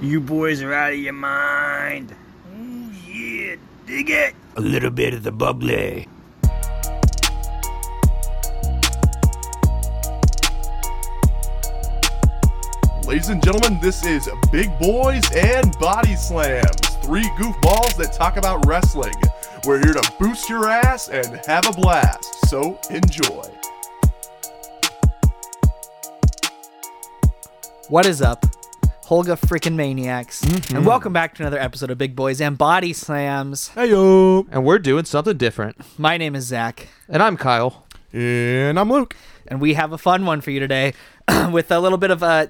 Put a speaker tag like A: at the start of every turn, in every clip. A: You boys are out of your mind. Ooh, yeah, dig it. A little bit of the bubbly.
B: Ladies and gentlemen, this is Big Boys and Body Slams, three goofballs that talk about wrestling. We're here to boost your ass and have a blast, so enjoy.
C: What is up, Holga freaking maniacs,
B: Mm-hmm.
C: and welcome back to another episode of Big Boys and Body Slams.
B: Hey yo!
D: and we're doing something different.
C: My name is Zach,
D: And I'm Kyle.
B: And I'm Luke.
C: and we have a fun one for you today, with a little bit of a,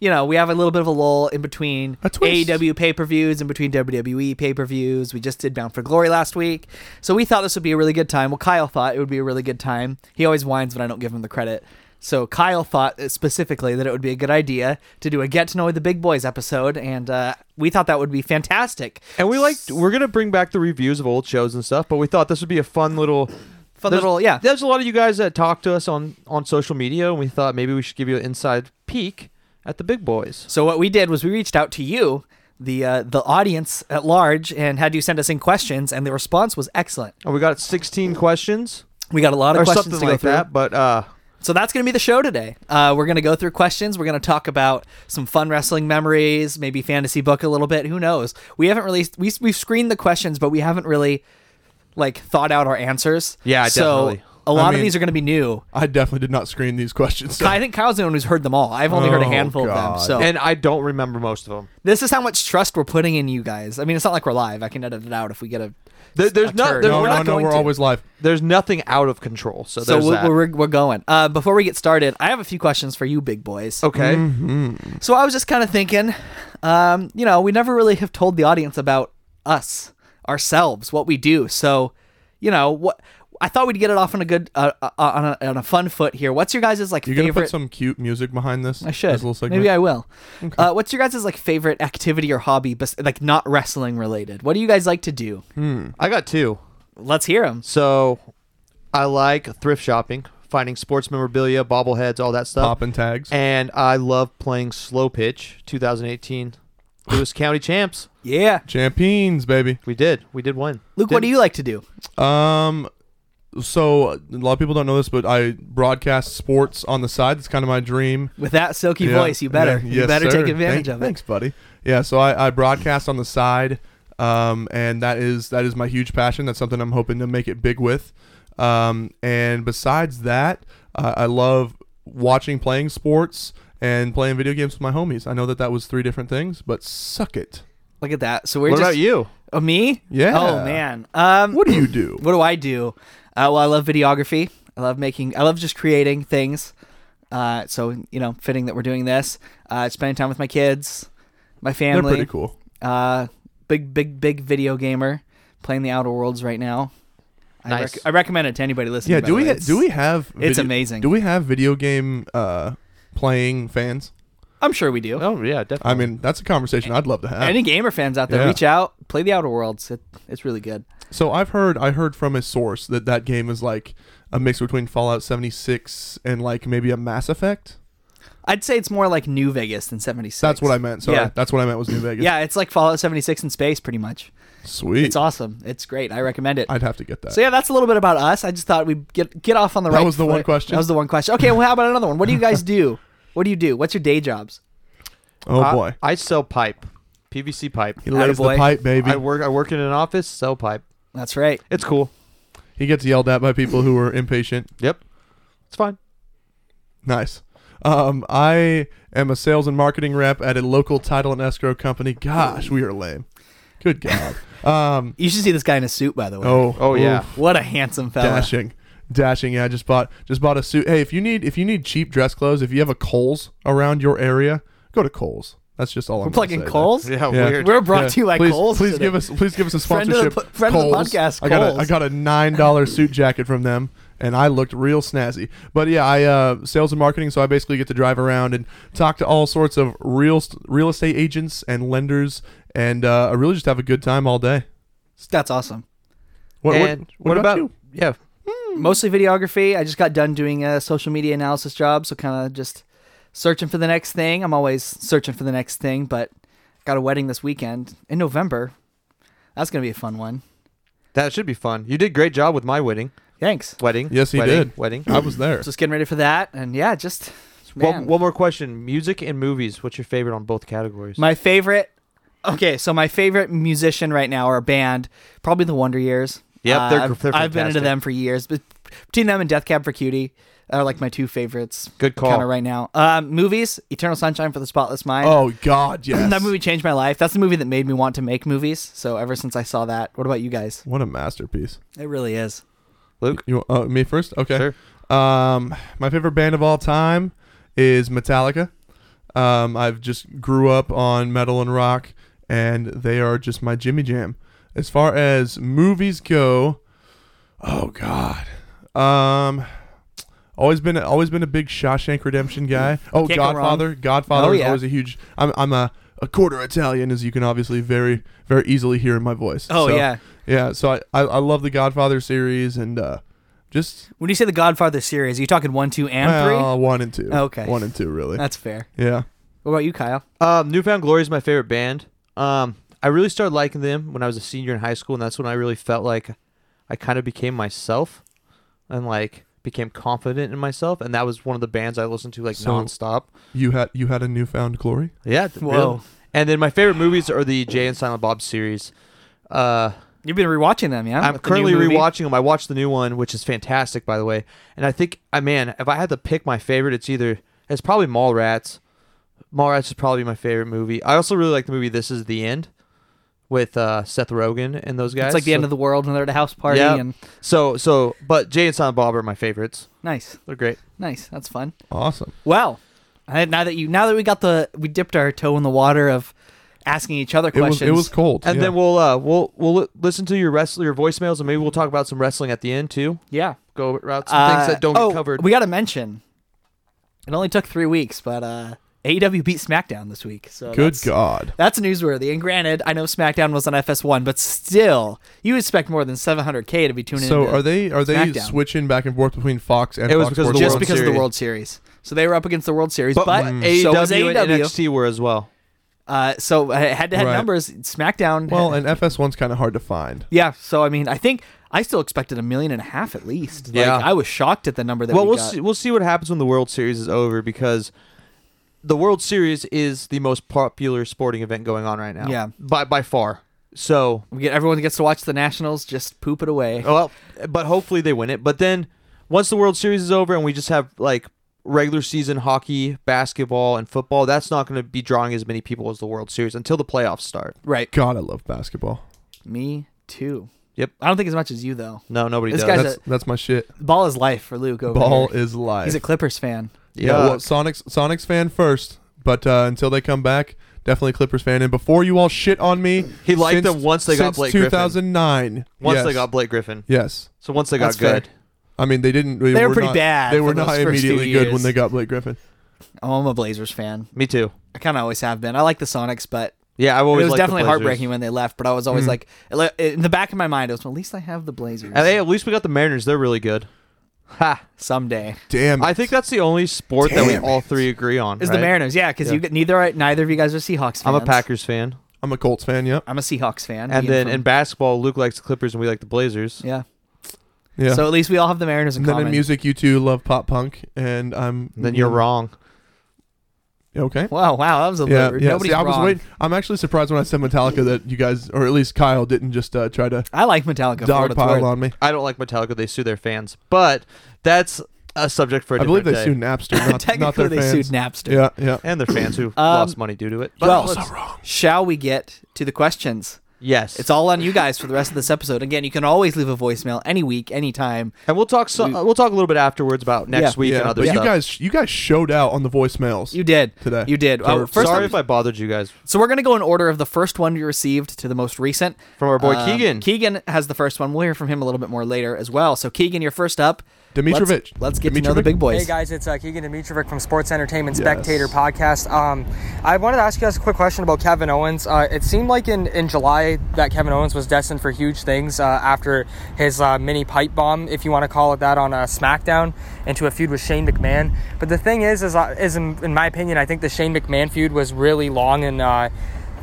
C: you know, we have a little bit of a lull in between E
B: A twist.
C: AEW pay per views, in between WWE pay per views. We just did Bound for Glory last week, so we thought this would be a really good time. Well, Kyle thought it would be a really good time. He always whines when I don't give him the credit. So Kyle thought uh, specifically that it would be a good idea to do a get to know the big boys episode, and uh, we thought that would be fantastic.
D: And we like we're gonna bring back the reviews of old shows and stuff, but we thought this would be a fun little
C: Fun
D: there's-
C: little- yeah.
D: There's a lot of you guys that talk to us on on social media and we thought maybe we should give you an inside peek at the big boys.
C: So what we did was we reached out to you, the uh, the audience at large, and had you send us in questions, and the response was excellent.
D: And Oh, we got sixteen questions
C: We got a lot of
D: or
C: questions
D: something
C: to go
D: like
C: through.
D: that. But uh
C: So that's going to be the show today. Uh, we're going to go through questions. We're going to talk about some fun wrestling memories, maybe fantasy book a little bit. Who knows? We haven't really we we've screened the questions, but we haven't really like thought out our answers.
D: Yeah,
C: so
D: definitely.
C: a lot
B: I
C: of
B: mean-
C: these are going to be new.
B: I definitely did not screen these questions.
C: I think Kyle's the one who's heard them all. I've only heard a
B: Oh,
C: handful of
B: God.
C: them. So
D: and I don't remember most of them.
C: this is how much trust we're putting in you guys. I mean, it's not like we're live. I can edit it out if we get a.
D: There- there's
C: a
D: not-
C: turd.
D: there-
B: no,
D: we're
B: no,
D: not
B: no,
D: going
B: we're
D: to.
B: always live.
D: There's nothing out of control. So,
C: So
D: there's
C: we're,
D: that.
C: we're, we're going. Uh, before we get started, I have a few questions for you, big boys.
D: okay.
B: Mm-hmm.
C: So I was just kind of thinking, um, you know, we never really have told the audience about us, ourselves, what we do. So, you know, what I thought we'd get it off on a good, uh, uh, on, a, on a fun foot here. What's your guys' like
B: You're gonna
C: favorite?
B: put some cute music behind this.
C: I should.
B: As a little segment.
C: Maybe I will. Uh, what's your guys' like favorite activity or hobby, bes- like not wrestling related? What do you guys like to do?
B: Hmm.
D: I got two.
C: Let's hear them.
D: So I like thrift shopping, finding sports memorabilia, bobbleheads, all that stuff.
B: popping tags.
D: and I love playing slow pitch. 2018 Lewis County champs.
C: Yeah,
B: Champions, baby.
D: We did. We did win.
C: Luke, what do you like to do?
B: Um, so a lot of people don't know this, but I broadcast sports on the side. It's kind of my dream.
C: With that silky
B: Yeah,
C: voice, you better,
B: yeah,
C: you
B: yes,
C: better
B: sir.
C: take advantage
B: Thank-
C: of it.
B: Thanks, buddy. Yeah, so I, I broadcast on the side, um, and that is that is my huge passion. That's something I'm hoping to make it big with. Um, and besides that, uh, I love watching playing sports and playing video games with my homies. I know that that was three different things, but suck it.
C: Look at that. So we're
D: What
C: just
D: about you?
C: Oh, me?
B: Yeah.
C: Oh man. Um,
B: What do you do?
C: what do I do? Uh, well, I love videography. I love making. I love just creating things. Uh, so you know, fitting that we're doing this. Uh, spending time with my kids, my
B: They're
C: family.
B: pretty cool.
C: Uh, big, big, big video gamer. Playing the Outer Worlds right now. I,
D: Nice.
C: I recommend it to anybody listening.
B: Yeah,
C: by
B: do
C: the
B: we
C: way.
B: ha- do we have
C: it's amazing.
B: Do we have video game uh playing fans?
C: I'm sure we do.
D: Oh yeah, definitely.
B: I mean, that's a conversation I'd love to have.
C: Any gamer fans out there,
B: Yeah.
C: reach out, play the Outer Worlds. It, it's really good.
B: so I've heard I heard from a source that that game is like a mix between Fallout 76 and like maybe a Mass Effect.
C: I'd say it's more like New Vegas than 76.
B: That's what I meant. Sorry.
C: Yeah.
B: That's what I meant was New Vegas.
C: Yeah, it's like Fallout 76 in space, pretty much.
B: Sweet.
C: It's awesome. It's great. I recommend it.
B: I'd have to get that.
C: so yeah, that's a little bit about us. I just thought we'd get get off on the
B: That
C: right.
B: was the one
C: foot.
B: question.
C: That was the one question. Okay, well, how about another one? What do you guys do? What do you do? What's your day jobs?
B: oh
D: I-
B: boy.
D: I, sell pipe, PVC pipe.
B: He lays the
C: Attaboy.
B: pipe, baby.
D: I work. I work in an office. Sell pipe.
C: That's right.
D: It's cool.
B: he gets yelled at by people who are impatient.
D: Yep. It's fine.
B: Nice. Um, I am a sales and marketing rep at a local title and escrow company. Gosh, we are lame. Good God. Um,
C: You should see this guy in a suit, by the way.
B: oh,
D: Oh yeah.
C: What a handsome fella.
B: dashing dashing yeah i just bought just bought a suit hey if you need if you need cheap dress clothes if you have a kohl's around your area go to kohl's that's just all
C: We're
B: i'm
C: plugging
B: Kohl's.
C: Coles.
D: Yeah,
B: Yeah.
D: Weird.
C: We're brought to you by
B: please,
C: Coles.
B: please give us please give us a
C: Friend of the
B: sponsorship
C: po- friend of the
B: Kohl's.
C: podcast,
B: i got a,
C: Kohl's.
B: I got a nine dollar suit jacket from them and i looked real snazzy but yeah i uh sales and marketing so i basically get to drive around and talk to all sorts of real st- real estate agents and lenders and uh, i really just have a good time all day
C: That's awesome. Hmm.
B: what, what-
D: and
B: what, about, you
D: Yeah.
C: Mostly videography. I just got done doing a social media analysis job, so kind of just searching for the next thing. I'm always searching for the next thing, but Got a wedding this weekend in November. That's gonna be a fun one.
D: That should be fun. You did great job with my wedding.
C: Thanks.
D: Wedding.
B: Yes, he
D: wedding,
B: did.
D: Wedding.
B: I was there.
C: Just getting ready for that, and yeah, just man.
D: One, one more question: music and movies. What's your favorite on both categories?
C: My favorite. Okay, so my favorite musician right now or band, probably the Wonder Years.
D: Yep,
C: Uh,
D: they're-
C: I've-
D: they're
C: I've been into
D: fantastic.
C: them for years, but between them and Death Cab for Cutie are like my two favorites.
D: Good call.
C: Kind of right now. Um, movies: Eternal Sunshine for the Spotless Mind.
B: Oh God, yes.
C: that movie changed my life. That's the movie that made me want to make movies. So ever since I saw that, what about you guys?
B: What a masterpiece.
C: It really is.
D: Luke.
B: You uh, me first? Okay. Um, my favorite band of all time is Metallica. Um, I've just grew up on metal and rock, and they are just my Jimmy Jam. As far as movies go, oh God, um, always been always been a big Shawshank Redemption guy. Oh,
C: Can't go wrong.
B: Godfather, Godfather
C: Oh,
B: was
C: yeah.
B: always a huge. I'm I'm a a quarter Italian, as you can obviously very very easily hear in my voice.
C: Oh
B: So,
C: yeah.
B: yeah. So I, I I love the Godfather series and uh, just
C: When you say the Godfather series, are you talking one, two, and Oh,
B: well, one and two.
C: Okay.
B: One and two, really.
C: three? That's fair.
B: yeah.
C: What about you, Kyle?
D: Um, Newfound Glory is my favorite band. Um, I really started liking them when I was a senior in high school, and that's when I really felt like I kind of became myself, and like became confident in myself. And that was one of the bands I listened to like
B: So-
D: nonstop.
B: You had you had a newfound glory.
D: Yeah. th-
C: Whoa.
D: really. And then my favorite movies are the Jay and Silent Bob series. Uh,
C: You've been rewatching them, yeah?
D: I'm
C: With the new
D: currently
C: movie?
D: rewatching them. I watched the new one, which is fantastic, by the way. And I think, I man, if I had to pick my favorite, it's either it's probably Mallrats. Mallrats is probably my favorite movie. I also really like the movie This Is the End with uh, Seth Rogen and those guys.
C: It's like the end of the world when they're at a house party
D: Yeah.
C: and
D: so so. But Jay and Silent Bob are my favorites.
C: nice,
D: They're great.
C: nice. That's fun.
B: Awesome.
C: Well, I, now that you now that we got the we dipped our toe in the water of asking each other
B: It was
C: questions.
B: it was cold.
D: And
B: yeah.
D: then we'll uh we'll we'll li- listen to your wrestler your voicemails and maybe we'll talk about some wrestling at the end too.
C: yeah.
D: Go about some things
C: Uh,
D: that don't
C: oh,
D: get covered.
C: We got to mention. It only took three weeks, but uh, AEW beat SmackDown this week. So
B: Good
C: that's,
B: God.
C: That's newsworthy. And granted, I know SmackDown was on FS1, but still, you expect more than 700k to be tuning in.
B: So are they are they
C: SmackDown.
B: switching back and forth between Fox and
D: It was
B: Fox
D: because of
B: Sports?
D: the
C: just
D: World
C: because of the
D: Series.
C: World Series? So they were up against the World Series,
D: but, mm.
C: but,
D: AEW
C: so was
D: and
C: AEW.
D: NXT were as well.
C: Uh, so uh, head-to-head
B: Right.
C: numbers, SmackDown.
B: well, and FS1's kind of hard to find.
C: yeah. So I mean, I think I still expected a million and a half at least.
D: Yeah.
C: like, I was shocked at the number that
D: well,
C: we
D: we'll
C: got.
D: see, we'll see what happens when the World Series is over because the World Series is the most popular sporting event going on right now.
C: Yeah.
D: by by far. So, Oh,
C: We get everyone gets to watch the Nationals just poop it away.
D: well, but hopefully they win it. But then once the World Series is over and we just have like regular season hockey, basketball, and football, that's not going to be drawing as many people as the World Series until the playoffs start.
C: Right.
B: God, I love basketball.
C: Me too.
D: Yep.
C: I don't think as much as you though.
D: No, nobody
C: This
D: does.
C: guy's
D: That's-
B: That's that's my shit.
C: Ball is life for Luke over
B: Ball
C: here.
B: is life.
C: He's a Clippers fan.
B: yeah.
D: Yuck.
B: Well, Sonics Sonics fan first, but uh, until they come back, definitely Clippers fan. And before you all shit on me,
D: He liked
B: since-
D: them once they got
B: since
D: Blake Griffin.
B: 2009.
D: once
B: yes.
D: they got Blake Griffin,
B: yes.
D: so once they got
C: That's fair.
D: good,
B: I mean, they didn't. They,
C: They were
B: were
C: pretty
B: not-
C: bad
B: They
C: for
B: were
C: those
B: not
C: first few
B: immediately good
C: years.
B: when they got Blake Griffin.
C: Oh, I'm a Blazers fan.
D: me too.
C: I kind of always have been. I like the Sonics, but
D: Yeah, I've
C: it
D: always
C: was
D: liked the
C: definitely
D: Blazers. Hmm.
C: heartbreaking when they left. But I was always like, like, in the back of my mind, it was at least I have the Blazers
D: And hey, at least we got the Mariners. They're really good. Ha!
C: someday.
B: Damn.
D: I think that's the only sport that
B: Damn
D: we all three agree on.
C: Is
D: right?
C: the Mariners? Yeah, because you get neither are- neither of you guys are Seahawks fans.
D: I'm a Packers fan,
B: I'm a Colts fan. Yep.
C: I'm a Seahawks fan.
D: and
C: being
D: then
C: from-
D: in basketball, Luke likes the Clippers and we like the Blazers.
C: yeah.
B: Yeah.
C: So at least we all have the Mariners in
B: and then
C: common.
B: in music, you two love pop punk, and I'm.
D: Then you're wrong.
B: Okay.
C: Wow, wow, that was a
B: Yeah,
C: little rude.
B: yeah.
C: Nobody's
B: See, I was
C: wrong.
B: waiting. I'm actually surprised when I said Metallica that you guys, or at least Kyle, didn't just uh, try to
C: I like Metallica. for what it's worth.
B: dogpile on me.
D: I don't like Metallica; they sue their fans, but that's a subject for a
B: I believe they
D: different
B: sued
D: day.
B: Napster, not, not
C: Technically,
B: their
C: they
B: fans.
C: sued Napster. Um,
B: Yeah, yeah.
D: and their fans who lost money due to it. But
C: well,
D: let's-
C: Shall we get to the questions?
D: yes,
C: It's all on you guys for the rest of this episode. Again, you can always leave a voicemail any week, anytime.
D: and we'll talk. So, we'll talk a little bit afterwards about next
C: Yeah.
D: week and
B: yeah.
D: other
B: But you
D: stuff.
B: guys, you guys showed out on the voicemails.
C: You did
B: Today.
C: You did.
B: So-
C: Uh, first
D: Sorry
C: up-
D: if I bothered you guys.
C: so we're gonna go in order of the first one we received to the most recent
D: From our boy
C: Um,
D: Keegan.
C: Keegan has the first one. We'll hear from him a little bit more later as well. So Keegan, you're first up.
B: Dimitrovic.
C: Let's, let's get to know the
B: Dimitrovic.
C: big boys.
E: Hey guys, it's uh, Keegan Dimitrovic from Sports Entertainment
B: Yes.
E: Spectator Podcast. Um, I wanted to ask you guys a quick question about Kevin Owens. Uh, it seemed like in, in July that Kevin Owens was destined for huge things uh, after his uh, mini pipe bomb, if you want to call it that, on uh, SmackDown into a feud with Shane McMahon. But the thing is, is, uh, is in, in my opinion, I think the Shane McMahon feud was really long and. Uh,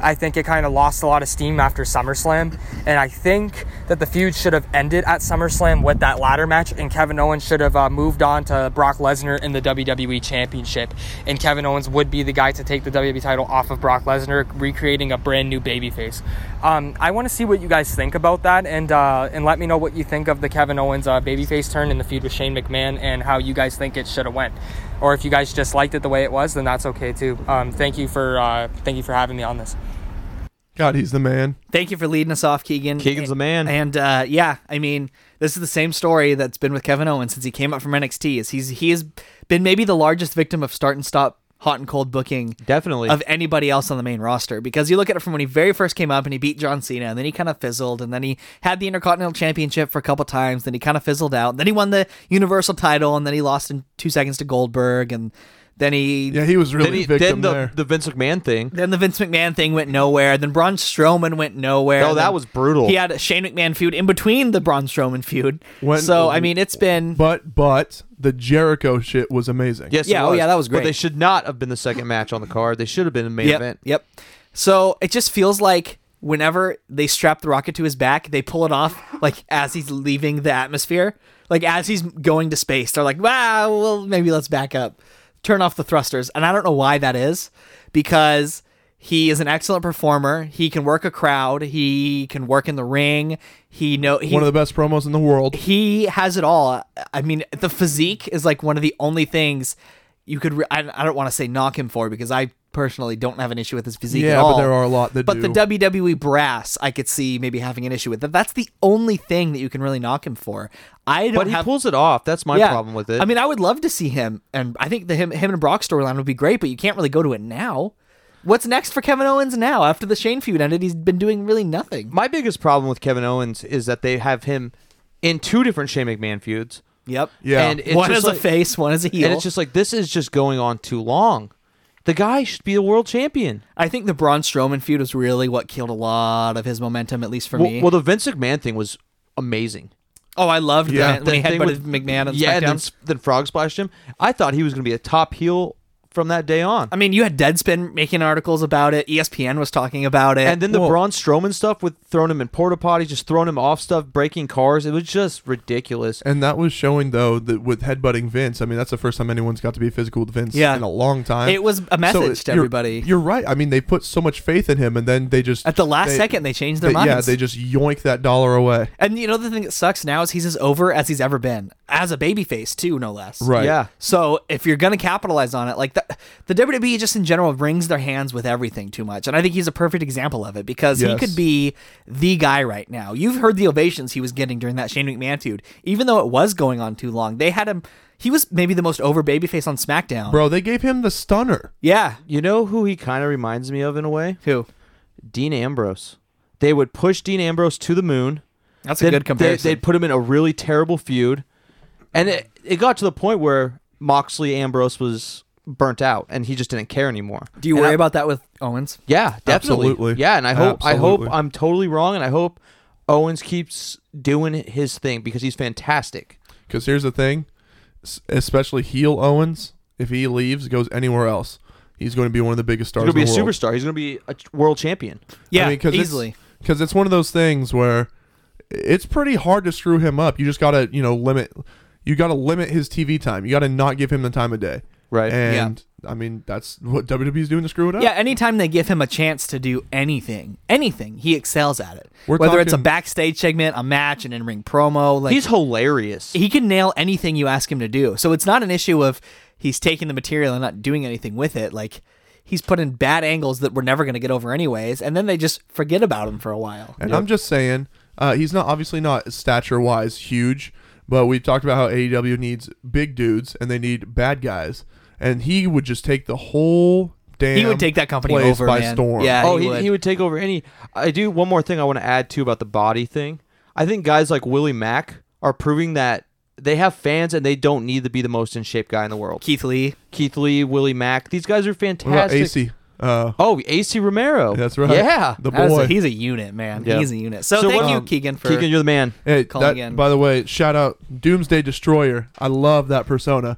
E: I think it kind of lost a lot of steam after SummerSlam. And I think that the feud should have ended at SummerSlam with that ladder match, and Kevin Owens should have uh, moved on to Brock Lesnar in the WWE Championship. And Kevin Owens would be the guy to take the WWE title off of Brock Lesnar, recreating a brand new babyface. Um, I want to see what you guys think about that, and uh, and let me know what you think of the Kevin Owens uh, babyface turn in the feud with Shane McMahon, and how you guys think it should have went. Or if you guys just liked it the way it was, then that's okay too. Um, thank you for uh, thank you for having me on this.
B: God, he's the man.
C: Thank you for leading us off, Keegan.
D: Keegan's the man.
C: And uh, yeah, I mean, this is the same story that's been with Kevin Owens since he came up from NXT. Is he's he has been maybe the largest victim of start and stop hot and cold booking
D: Definitely.
C: of anybody else on the main roster because you look at it from when he very first came up and he beat John Cena and then he kind of fizzled and then he had the Intercontinental Championship for a couple times then he kind of fizzled out then he won the Universal title and then he lost in 2 seconds to Goldberg and then he
B: Yeah, he was really
D: then, he,
B: a
D: then
B: victim
D: the,
B: there.
D: the Vince McMahon thing.
C: Then the Vince McMahon thing went nowhere. Then Braun Strowman went nowhere.
D: No, that
C: Then
D: was brutal.
C: He had a Shane McMahon feud in between the Braun Strowman feud.
B: When-
C: so I mean, it's been
B: but but the Jericho shit was amazing.
D: Yes. it
C: Yeah, oh,
D: was.
C: yeah, that was
D: But
C: great.
D: they should not have been the second match on the card. They should have been a main
C: yep,
D: event.
C: yep. So it just feels like whenever they strap the rocket to his back, they pull it off like as he's leaving the atmosphere, like as he's going to space. They're like, wow, well maybe let's back up, turn off the thrusters, and I don't know why that is, because. He is an excellent performer. He can work a crowd. He can work in the ring. He know he,
B: One of the best promos in the world.
C: he has it all. I mean, the physique is like one of the only things you could. Re- I, I don't want to say knock him for because I personally don't have an issue with his physique at
B: Yeah,
C: all.
B: but there are a lot that
C: But
B: do.
C: the WWE brass, I could see maybe having an issue with that. That's the only thing that you can really knock him for. I don't
D: But he
C: have
D: pulls it off. That's my
C: yeah.
D: problem with it.
C: I mean, I would love to see him, and I think the him him and Brock storyline would be great. But you can't really go to it now. What's next for Kevin Owens now? After the Shane feud ended, he's been doing really nothing.
D: my biggest problem with Kevin Owens is that they have him in two different Shane McMahon feuds.
C: Yep.
B: Yeah.
D: And it's
C: one
D: just
C: is
D: like,
C: a face, one is a heel.
D: And it's just like this is just going on too long. The guy should be the world champion.
C: I think the Braun Strowman feud was really what killed a lot of his momentum, at least for
D: Well,
C: me.
D: well, the Vince McMahon thing was amazing.
C: oh, I loved
B: Yeah.
C: that when he
D: The thing
C: headbutted
D: with-
C: McMahon on
D: yeah,
C: yeah,
D: and then,
C: SmackDown.
D: s- then frog splashed him. I thought he was going to be a top heel from that day on.
C: I mean, you had Deadspin making articles about it. E ESPN was talking about it.
D: and then the Braun Strowman stuff with throwing him in porta potties, just throwing him off stuff, breaking cars. It was just ridiculous.
B: And that was showing though that with headbutting Vince, I mean that's the first time anyone's got to be physical with Vince
C: Yeah.
B: in a long time.
C: It was a message
B: it-
C: to
B: you're-
C: everybody.
B: You're right. I mean they put so much faith in him, and then they just
C: at the last second, they changed their
B: they-
C: minds.
B: yeah they just yoink that dollar away.
C: and you know the thing that sucks now is he's as over as he's ever been as a babyface too, no less.
B: Right.
D: Yeah.
C: So if you're gonna capitalize on it, like the, the WWE just in general wrings their hands with everything too much, and I think he's a perfect example of it because he
B: Yes.
C: could be the guy right now. You've heard the ovations he was getting during that Shane McMahon feud, even though it was going on too long. They had him; he was maybe the most over babyface on SmackDown.
B: Bro, they gave him the stunner.
C: Yeah,
D: You know who he kind of reminds me of in a way?
C: who?
D: Dean Ambrose. They would push Dean Ambrose to the moon.
C: That's
D: Then
C: a good comparison.
D: They, would put him in a really terrible feud, and it it got to the point where Moxley Ambrose was burnt out, and he just didn't care anymore.
C: Do you
D: And
C: worry
D: I-
C: about that with Owens?
D: Yeah, definitely.
B: Absolutely.
D: Yeah, and I hope I
B: Absolutely.
D: hope I'm totally wrong, and I hope Owens keeps doing his thing because he's fantastic.
B: Because here's the thing, s- especially heel Owens, if he leaves, goes anywhere else, he's going to be one of the biggest stars.
D: He's gonna be
B: in
D: a
B: the world.
D: superstar. He's gonna be a ch- world champion.
C: Yeah,
B: I mean, cause
C: easily.
B: Because it's one of those things where it's pretty hard to screw him up. You just gotta, you know, limit. You gotta limit his TV time. You gotta not give him the time of day.
D: Right.
B: And I mean, that's what WWE's doing to screw it up.
C: Yeah, anytime they give him a chance to do anything, anything, he excels at it.
B: We're
C: Whether it's a
B: talking-
C: backstage segment, a match, an in-ring promo, like
D: He's hilarious.
C: he can nail anything you ask him to do. So it's not an issue of he's taking the material and not doing anything with it. Like he's put in bad angles that we're never going to get over anyways, and then they just forget about him for a while.
B: And I'm just saying, uh, he's not obviously not stature wise huge, but we've talked about how AEW needs big dudes and they need bad guys, and he would just take the whole damn
C: He would take that company
B: place
C: over,
B: by
C: man.
B: storm.
C: Yeah,
D: oh,
C: he
D: he,
C: would.
D: he would take over any. I do one more thing I want to add too about the body thing. I think guys like Willie Mack are proving that they have fans and they don't need to be the most in shape guy in the world.
C: Keith Lee,
D: Keith Lee, Willie Mack, these guys are
B: What about
D: fantastic.
B: AC? Uh,
D: Oh, AC Romero.
B: that's right.
D: Yeah.
B: The
C: that is a-
B: boy.
C: he's a unit, man.
D: Yeah.
C: He's a unit. So,
D: So
C: thank
D: what-
C: you,
D: um,
C: Keegan, for
D: Keegan, you're the man.
B: Hey,
C: calling
B: that,
C: in.
B: by the way, shout out Doomsday Destroyer. I love that persona.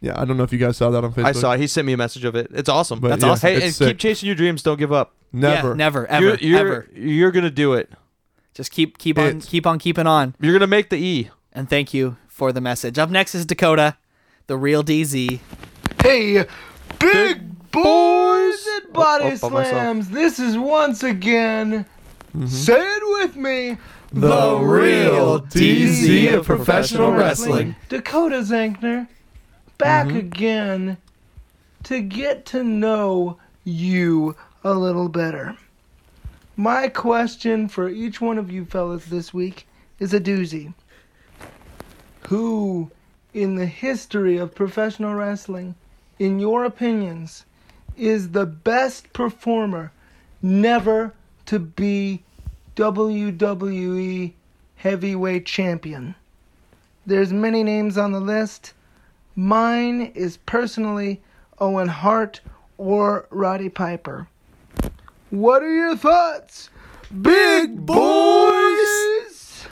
B: Yeah, I don't know if you guys saw that on Facebook.
D: I saw it. He sent me a message of it. It's awesome.
B: But That's yeah, awesome.
D: Hey, and
B: it's sick.
D: keep chasing your dreams. Don't give up.
B: Never.
C: Yeah, never, ever,
D: you're, you're,
C: ever.
D: You're gonna do it.
C: Just keep keep on
B: It's-
C: keep on keeping on.
D: You're gonna make the E.
C: And thank you for the message. Up next is Dakota, the real DZ.
F: Hey, big boys and body
D: all by myself.
F: slams. This is once again. Say it with me.
B: The real DZ of professional
C: wrestling.
F: Dakota Zankner, back again to get to know you a little better. My question for each one of you fellas this week is a doozy. Who in the history of professional wrestling, in your opinions, is the best performer never to be WWE E heavyweight champion? There's many names on the list. Mine is personally Owen Hart or Roddy Piper. What are your thoughts? Big boys.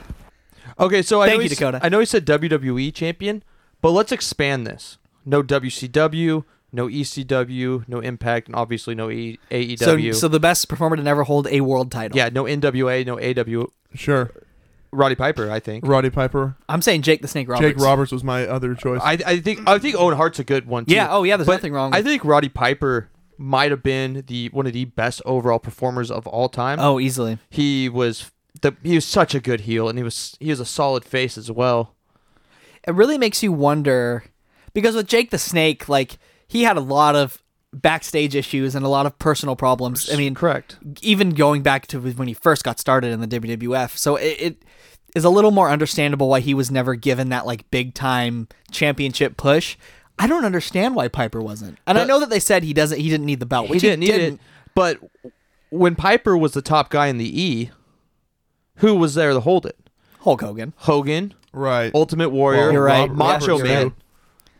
D: Okay, so I
C: Thank
D: know
C: you,
D: he s-
C: Dakota.
D: I know he said WWE champion, but let's expand this. No WCW, no ECW, no Impact, and obviously no e- AEW.
C: So so the best performer to never hold a world title.
D: yeah, no NWA, no AW.
B: Sure.
D: Roddy Piper, I think.
B: Roddy Piper.
C: I'm saying Jake the Snake Roberts.
B: Jake Roberts was my other choice.
D: I, I think I think Owen Hart's a good one. Too,
C: Yeah, oh, yeah, there's
D: but
C: nothing wrong
D: I
C: with-
D: think Roddy Piper might have been the one of the best overall performers of all time.
C: Oh, easily.
D: he was the he was such a good heel, and he was he was a solid face as well.
C: It really makes you wonder because with Jake the Snake, like he had a lot of backstage issues and a lot of personal problems. I mean,
D: Correct.
C: even going back to when he first got started in the WWF. So it, it is a little more understandable why he was never given that like big time championship push. I don't understand why Piper wasn't. And I know that they said he doesn't he didn't need the belt,
D: He
C: which
D: didn't need it, but when Piper was the top guy in the E, who was there to hold it?
C: Hulk Hogan.
D: Hogan,
B: right.
D: Ultimate Warrior,
C: You're right.
D: Macho
B: Roberts,
D: Man.
B: too.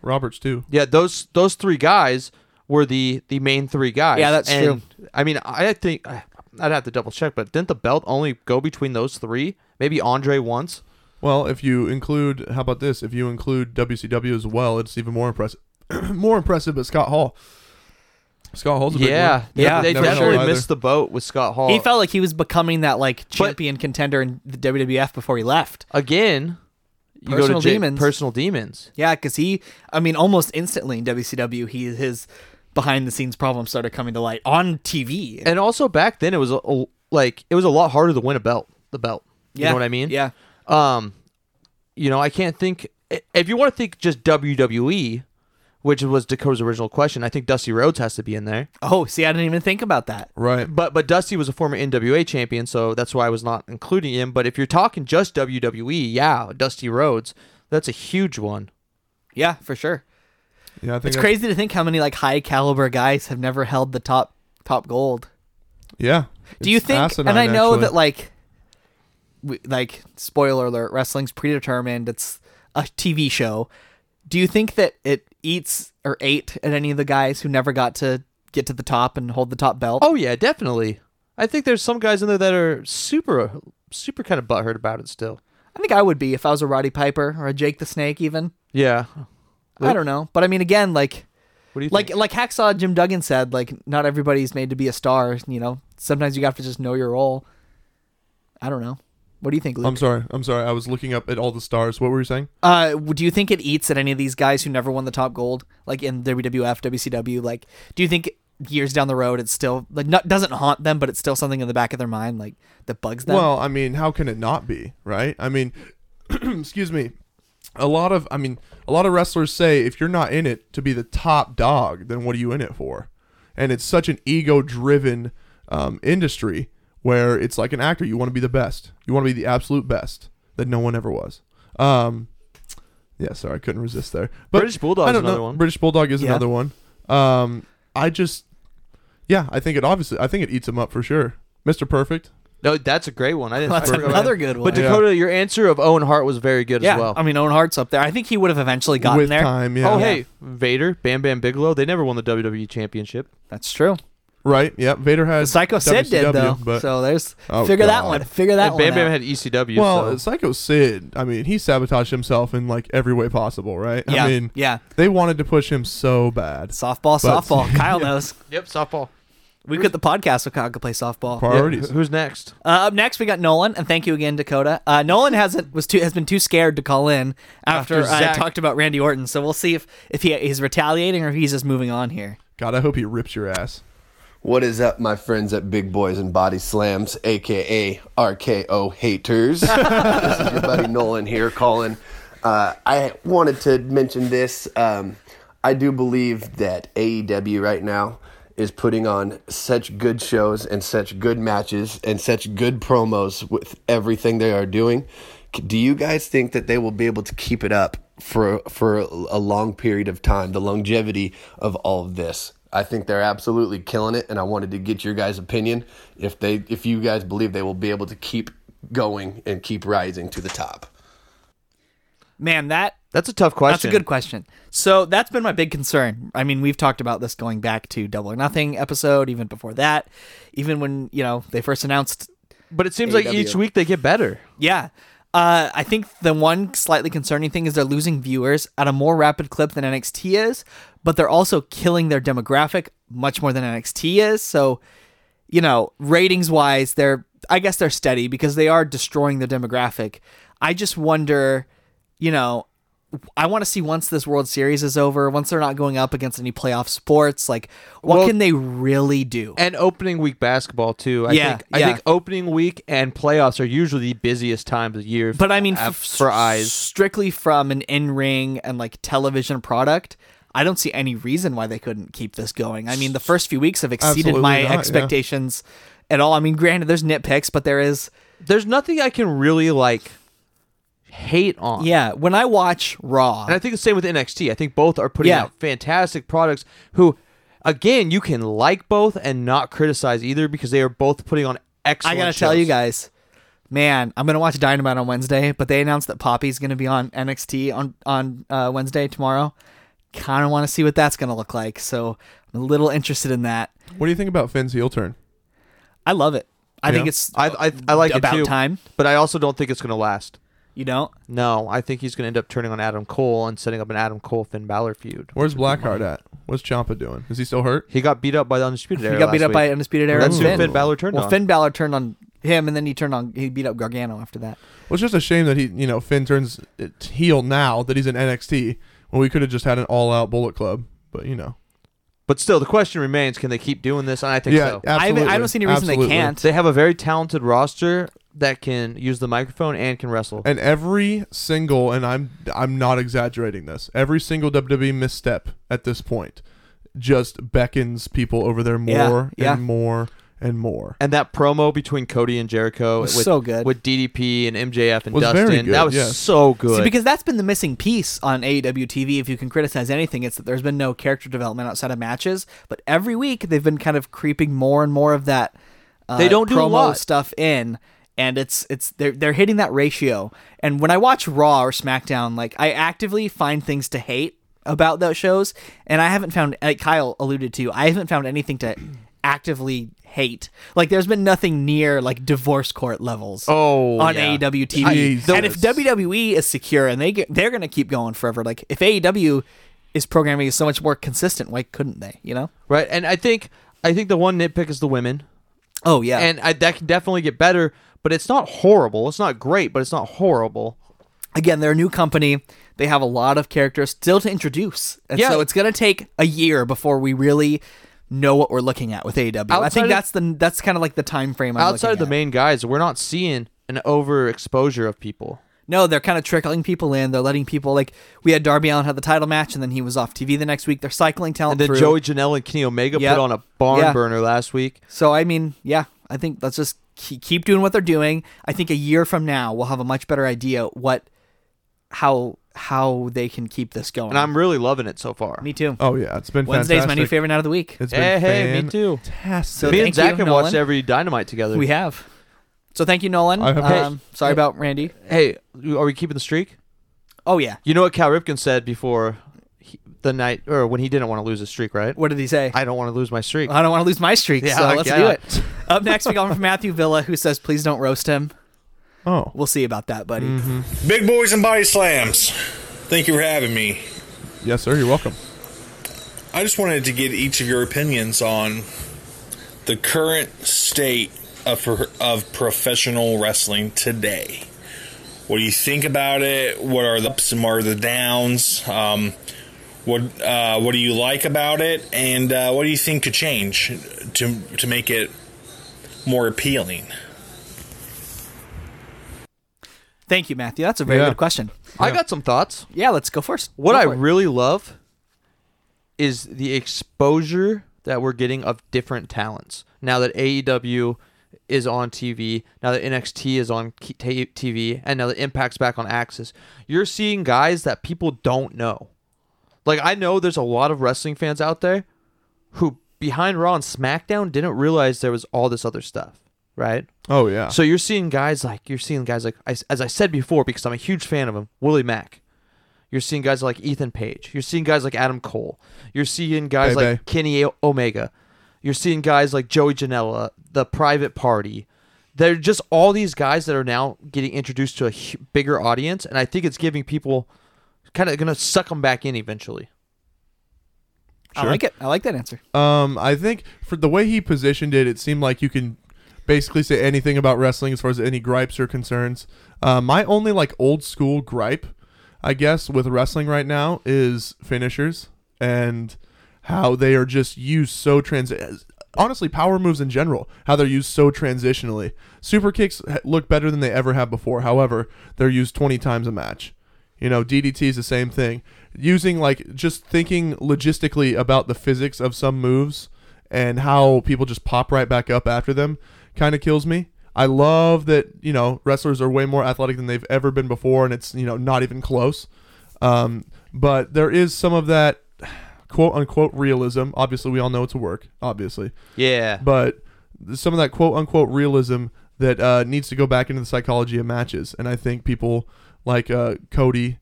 B: Roberts too.
D: Yeah, those those three guys were the the main three guys.
C: Yeah, that's
D: And, I mean, I think I- I'd have to double check, but didn't the belt only go between those three? Maybe Andre once.
B: Well, if you include, how about this? If you include WCW as well, it's even more impressive. more impressive, but Scott Hall. Scott Hall's a big
D: Yeah,
B: one.
D: they,
C: Yeah.
D: they
B: Never
D: definitely
B: held either.
D: missed the boat with Scott Hall.
C: He felt like he was becoming that like champion contender in the WWF before he left.
D: again. You go
C: Personal
D: to J-
C: demons.
D: personal demons.
C: Yeah, because he, I mean, almost instantly in WCW, he his behind the scenes problems started coming to light on TV.
D: And also back then, it was a, a- like it was a lot harder to win a belt. The belt. You
C: yeah,
D: know what I mean?
C: Yeah,
D: Um, you know, I can't think. i- If you want to think just WWE, which was Dakota's original question, I think Dusty Rhodes has to be in there.
C: Oh, see, I didn't even think about that.
B: Right.
D: But but Dusty was a former NWA champion, so that's why I was not including him. But if you're talking just WWE, yeah, Dusty Rhodes, that's a huge one.
C: Yeah, for sure.
B: Yeah, I think
C: It's
B: that's-
C: crazy to think how many like high caliber guys have never held the top top gold.
B: Yeah.
C: Do you
B: It's
C: think?
B: asinine,
C: and I know
B: actually.
C: that like, we, like spoiler alert, wrestling's predetermined. It's a TV show. Do you think that it eats or ate at any of the guys who never got to get to the top and hold the top belt?
D: Oh yeah, definitely. I think there's some guys in there that are super super kind of butthurt about it still.
C: I think I would be if I was a Roddy Piper or a Jake the Snake, even.
D: Yeah.
C: I don't know, but I mean, again, like,
D: What do you
C: like,
D: think?
C: like Hacksaw Jim Duggan said, like, not everybody's made to be a star. You know, sometimes you have to just know your role. I don't know. What do you think, Luke?
B: I'm sorry. I'm sorry. I was looking up at all the stars. What were you saying?
C: Uh, w- do you think it eats at any of these guys who never won the top gold, like in WWF, WCW? Like, do you think years down the road it's still like not doesn't haunt them, but it's still something in the back of their mind, like that bugs them?
B: Well, I mean, how can it not be, right? I mean, excuse me. A lot of, I mean, a lot of wrestlers say if you're not in it to be the top dog, then what are you in it for? And it's such an ego-driven um, industry where it's like an actor. You want to be the best. You want to be the absolute best that no one ever was. Um, yeah, sorry, I couldn't resist there. But
D: British Bulldog's
B: I don't
D: another
B: know.
D: one.
B: British Bulldog is
C: Yeah.
B: another one. Um, I just, yeah, I think it obviously, I think it eats him up for sure. Mr. Perfect,
D: No, that's a great one. I didn't.
C: That's
D: I forgot about
C: another
D: that.
C: good one.
D: But Dakota, your answer of Owen Hart was very good
C: yeah,
D: as well.
C: I mean, Owen Hart's up there. I think he would have eventually gotten
B: with
C: there.
B: time. Yeah.
D: Oh hey, Vader, Bam Bam Bigelow, they never won the WWE E championship.
C: That's true.
B: Right? Yep. Vader had
C: Psycho Sid
B: WCW,
C: did though,
B: but-
C: so there's
B: Oh,
C: figure that
B: God.
C: one. Figure that
D: And
C: one.
D: Bam Bam
C: out.
D: had ECW.
B: well,
D: so-
B: Psycho Sid. I mean, he sabotaged himself in like every way possible, right?
C: yeah,
B: I mean,
C: yeah.
B: they wanted to push him so bad.
C: Softball,
B: But-
C: softball. Kyle knows.
D: yep, softball.
C: We got the podcast so Kyle could play softball. Uh,
B: Priorities.
D: Yeah, who's next?
C: up next, we got Nolan, and thank you again, Dakota. Uh, Nolan hasn't was too has been too scared to call in after, uh,
D: After
C: I
D: Zach-
C: talked about Randy Orton. So we'll see if if he is retaliating or if he's just moving on here.
B: God, I hope he rips your ass.
G: What is up, my friends at Big Boys and Body Slams, aka RKO haters? this is your buddy Nolan here calling. Uh, I wanted to mention this. Um, I do believe that AEW right now is putting on such good shows and such good matches and such good promos with everything they are doing. C- Do you guys think that they will be able to keep it up for for a long period of time? The longevity of all of this. I think they're absolutely killing it, and I wanted to get your guys' opinion if they if you guys believe they will be able to keep going and keep rising to the top.
C: Man, that
D: That's a tough question.
C: That's a good question. So that's been my big concern. I mean, we've talked about this going back to Double or Nothing episode, even before that, even when you know they first announced. E
D: But it seems like
G: AEW.
D: each week they get better.
C: Yeah, uh, I think the one slightly concerning thing is they're losing viewers at a more rapid clip than NXT is, but they're also killing their demographic much more than NXT is. So, you know, ratings wise, they're I guess they're steady because they are destroying their demographic. I just wonder, you know, I want to see once this World Series is over, once they're not going up against any playoff sports, like what
D: Well-
C: can they really do?
D: And opening week basketball too. I
C: Yeah,
D: think I
C: yeah.
D: think opening week and playoffs are usually the busiest time of the year.
C: But I mean,
D: uh,
C: f-
D: for eyes.
C: strictly from an in-ring and like television product, I don't see any reason why they couldn't keep this going. I mean, the first few weeks have exceeded
B: Absolutely
C: my
B: not, yeah.
C: expectations at all. I mean, granted, there's nitpicks, but there is
D: There's nothing I can really like hate on.
C: yeah. When I watch Raw,
D: And I think the same with NXT. I think both are putting
C: Yeah.
D: out fantastic products who again, you can like both and not criticize either because they are both putting on
C: I
D: excellent
C: gotta tell you
D: shows.
C: guys, man, I'm gonna watch Dynamite on Wednesday, but they announced that Poppy's gonna be on NXT on on uh, Wednesday tomorrow. Kind of want to see what that's gonna look like, so I'm a little interested in that.
B: What do you think about Finn's heel turn?
C: I love it. I think
B: Yeah.
C: it's
D: I I, I like
C: about
D: it too,
C: time.
D: But I also don't think it's gonna last.
C: You don't.
D: No, I think he's going to end up turning on Adam Cole and setting up an Adam Cole Finn Balor feud.
B: Where's Blackheart at? What's Champa doing? Is he still hurt?
D: He got beat up by the Undisputed Era.
C: He got beat
D: last
C: up by
D: week.
C: Undisputed Era.
D: That's
C: and
D: who
C: Finn.
D: Finn Balor turned
C: well,
D: on.
C: Finn Balor turned on him, and then he turned on he beat up Gargano after that.
B: Well, it's just a shame that he, you know, Finn turns it heel now that he's in NXT when we could have just had an all-out Bullet Club. But you know,
D: But still, the question remains: Can they keep doing this? And I think
B: yeah,
D: so.
C: I,
B: absolutely.
C: haven't- I don't see any reason
B: Absolutely.
C: they can't.
D: They have a very talented roster that can use the microphone and can wrestle.
B: And every single, and I'm I'm not exaggerating this, every single WWE misstep at this point just beckons people over there
C: Yeah,
B: more
C: yeah.
B: and more and more.
D: And that promo between Cody and Jericho
C: Was
D: with,
C: so good.
D: with DDP and MJF and
B: Was very
D: Dustin. that
B: good,
D: was
B: yes.
D: so good.
C: See, because that's been the missing piece on E AEW TV. If you can criticize anything, it's that there's been no character development outside of matches. But every week they've been kind of creeping more and more of that. Uh,
D: They don't do a
C: promo
D: lot.
C: stuff in, and it's it's they're they're hitting that ratio. And when I watch Raw or SmackDown, like I actively find things to hate about those shows, and I haven't found like Kyle alluded to, I haven't found anything to actively hate. Like there's been nothing near like divorce court levels.
D: Oh,
C: on E
D: yeah.
C: AEW TV.
B: Jesus.
C: and if WWE is secure and they get, they're going to keep going forever. Like if AEW is programming is so much more consistent, why couldn't they? You know?
D: right. And I think I think the one nitpick is the women.
C: Oh yeah.
D: And I, that can definitely get better, but it's not horrible. It's not great, but it's not horrible.
C: again, they're a new company. They have a lot of characters still to introduce, and
D: Yeah.
C: so it's going to take a year before we really know what we're looking at with AEW. I
D: Outside
C: think
D: of-
C: that's the that's kind of like the time frame. I'm
D: outside of
C: looking
D: the
C: at.
D: main guys, we're not seeing an overexposure of people.
C: No, they're kind of trickling people in. They're letting people like we had Darby Allen had the title match, and then he was off TV the next week. They're cycling talent
D: And then
C: through.
D: Joey Janela and Kenny Omega
C: Oh, Yep.
D: put on a barn
C: Yeah.
D: burner last week.
C: So I mean, yeah, I think let's just keep, keep doing what they're doing. I think a year from now we'll have a much better idea what how how they can keep this going.
D: And I'm really loving it so far.
C: me too.
B: Oh yeah, it's been
C: Wednesday's my new
B: fantastic.
C: favorite night of the week.
B: It's
D: Hey,
B: been
D: hey, me too.
B: Fantastic.
C: So
D: Me
C: thank
D: and Zach
C: you,
D: have watched
C: Nolan.
D: every Dynamite together.
C: We have. So thank you, Nolan.
B: I have- Hey.
C: Um, sorry about Randy.
D: hey, are we keeping the streak?
C: Oh yeah,
D: You know what Cal Ripken said before he, the night or when he didn't want to lose his streak, right?
C: What did he say?
D: I don't want to lose my streak.
C: I don't want to lose my streak,
D: Yeah,
C: so let's
D: yeah.
C: do it. Up next, we got one from Matthew Villa, who says, "Please don't roast him."
B: Oh. Mm.
C: We'll see about that, buddy.
B: Mm-hmm.
H: Big boys and body slams. Thank you for having me.
B: Yes, sir. You're welcome.
H: I just wanted to get each of your opinions on the current state of pro- of professional wrestling today. What do you think about it? What are the ups and what are the downs? Um, what uh, what do you like about it, and uh, what do you think could change to to make it more appealing?
C: Thank you, Matthew. That's a very
B: Yeah.
C: good question.
D: I got some thoughts.
C: Yeah, let's go first.
D: What
C: Go
D: I
C: for it.
D: really love is the exposure that we're getting of different talents. Now that AEW is on TV, now that NXT is on K- ta- TV, and now that Impact's back on Axis, you're seeing guys that people don't know. Like I know there's a lot of wrestling fans out there who behind Raw and SmackDown didn't realize there was all this other stuff, right?
B: Oh yeah.
D: So you're seeing guys like you're seeing guys like I- as I said before because I'm a huge fan of him, Willie Mack. You're seeing guys like Ethan Page. You're seeing guys like Adam Cole. You're seeing guys
B: Bebe.
D: like Kenny O- Omega. You're seeing guys like Joey Janela, The Private Party. They're just all these guys that are now getting introduced to a hu- bigger audience, and I think it's giving people kind of going to suck them back in eventually.
C: I like it. I like that answer.
B: Um, I think for the way he positioned it, it seemed like you can basically say anything about wrestling as far as any gripes are concerns. Uh, my only like old school gripe, I guess, with wrestling right now is finishers and how they are just used so trans. Honestly, power moves in general, how they're used so transitionally. Super kicks ha- look better than they ever have before. However, they're used 20 times a match. You know, DDT is the same thing. Using like just thinking logistically about the physics of some moves and how people just pop right back up after them kind of kills me. I love that, you know, wrestlers are way more athletic than they've ever been before and it's, you know, not even close. Um, but there is some of that quote unquote realism. Obviously, we all know it's a work, obviously
D: Yeah.
B: but some of that quote unquote realism that uh, needs to go back into the psychology of matches. And I think people like uh, Cody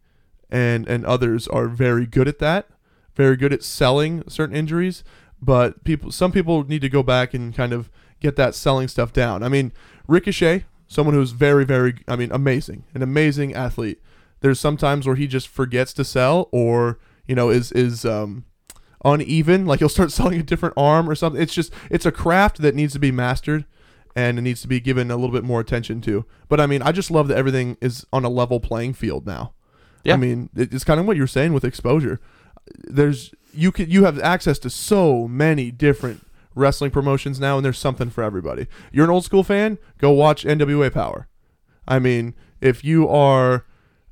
B: and and others are very good at that, very good at selling certain injuries. But people, some people need to go back and kind of get that selling stuff down. I mean, Ricochet, someone who's very, very, I mean, amazing, an amazing athlete. There's sometimes where he just forgets to sell, or you know, is is um, uneven. Like he'll start selling a different arm or something. It's just it's a craft that needs to be mastered and it needs to be given a little bit more attention to. But I mean, I just love that everything is on a level playing field now.
D: Yeah.
B: I mean, it- it's kind of what you're saying with exposure. There's you can you have access to so many different wrestling promotions now, and there's something for everybody. You're an old school fan, go watch NWA Power. I mean, if you are,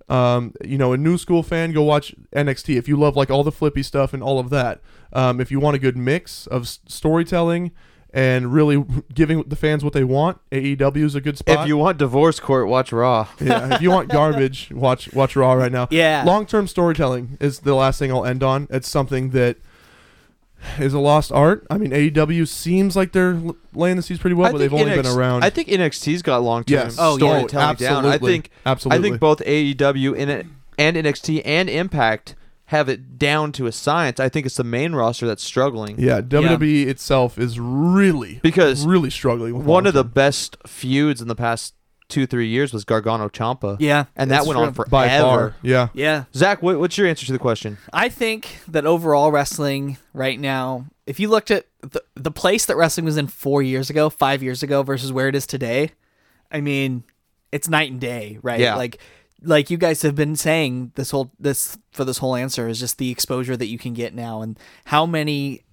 B: um, you know, a new school fan, go watch NXT. If you love like all the flippy stuff and all of that, um, if you want a good mix of s- storytelling and really giving the fans what they want, AEW is a good spot.
D: if you want divorce court, watch Raw.
B: yeah, if you want garbage, watch watch Raw right now.
C: Yeah.
B: long term storytelling is the last thing I'll end on. It's something that is a lost art. I mean, AEW seems like they're l- laying the seeds pretty well,
D: I
B: but
D: think
B: they've only been
D: NXT
B: around.
D: I think NXT's got long term
B: Yes. Oh, yeah.
D: storytelling down. I
B: Absolutely.
D: think I
B: Absolutely.
D: think both AEW and it- and NXT and Impact have it down to a science. I think it's the main roster that's struggling.
B: yeah, E WWE itself is really
D: Because
B: really struggling. With
D: One of the
B: long-term.
D: best feuds in the past two three years was Gargano Champa.
C: Yeah,
D: and that
C: that's
D: went on
C: true.
D: forever.
B: by far, yeah,
C: Yeah,
D: Zach, what, what's your answer to the question?
C: I think that overall wrestling right now, if you looked at the, the place that wrestling was in four years ago, five years ago versus where it is today, I mean, it's night and day, right?
D: Yeah.
C: Like like you guys have been saying this whole this for this whole answer is just the exposure that you can get now and how many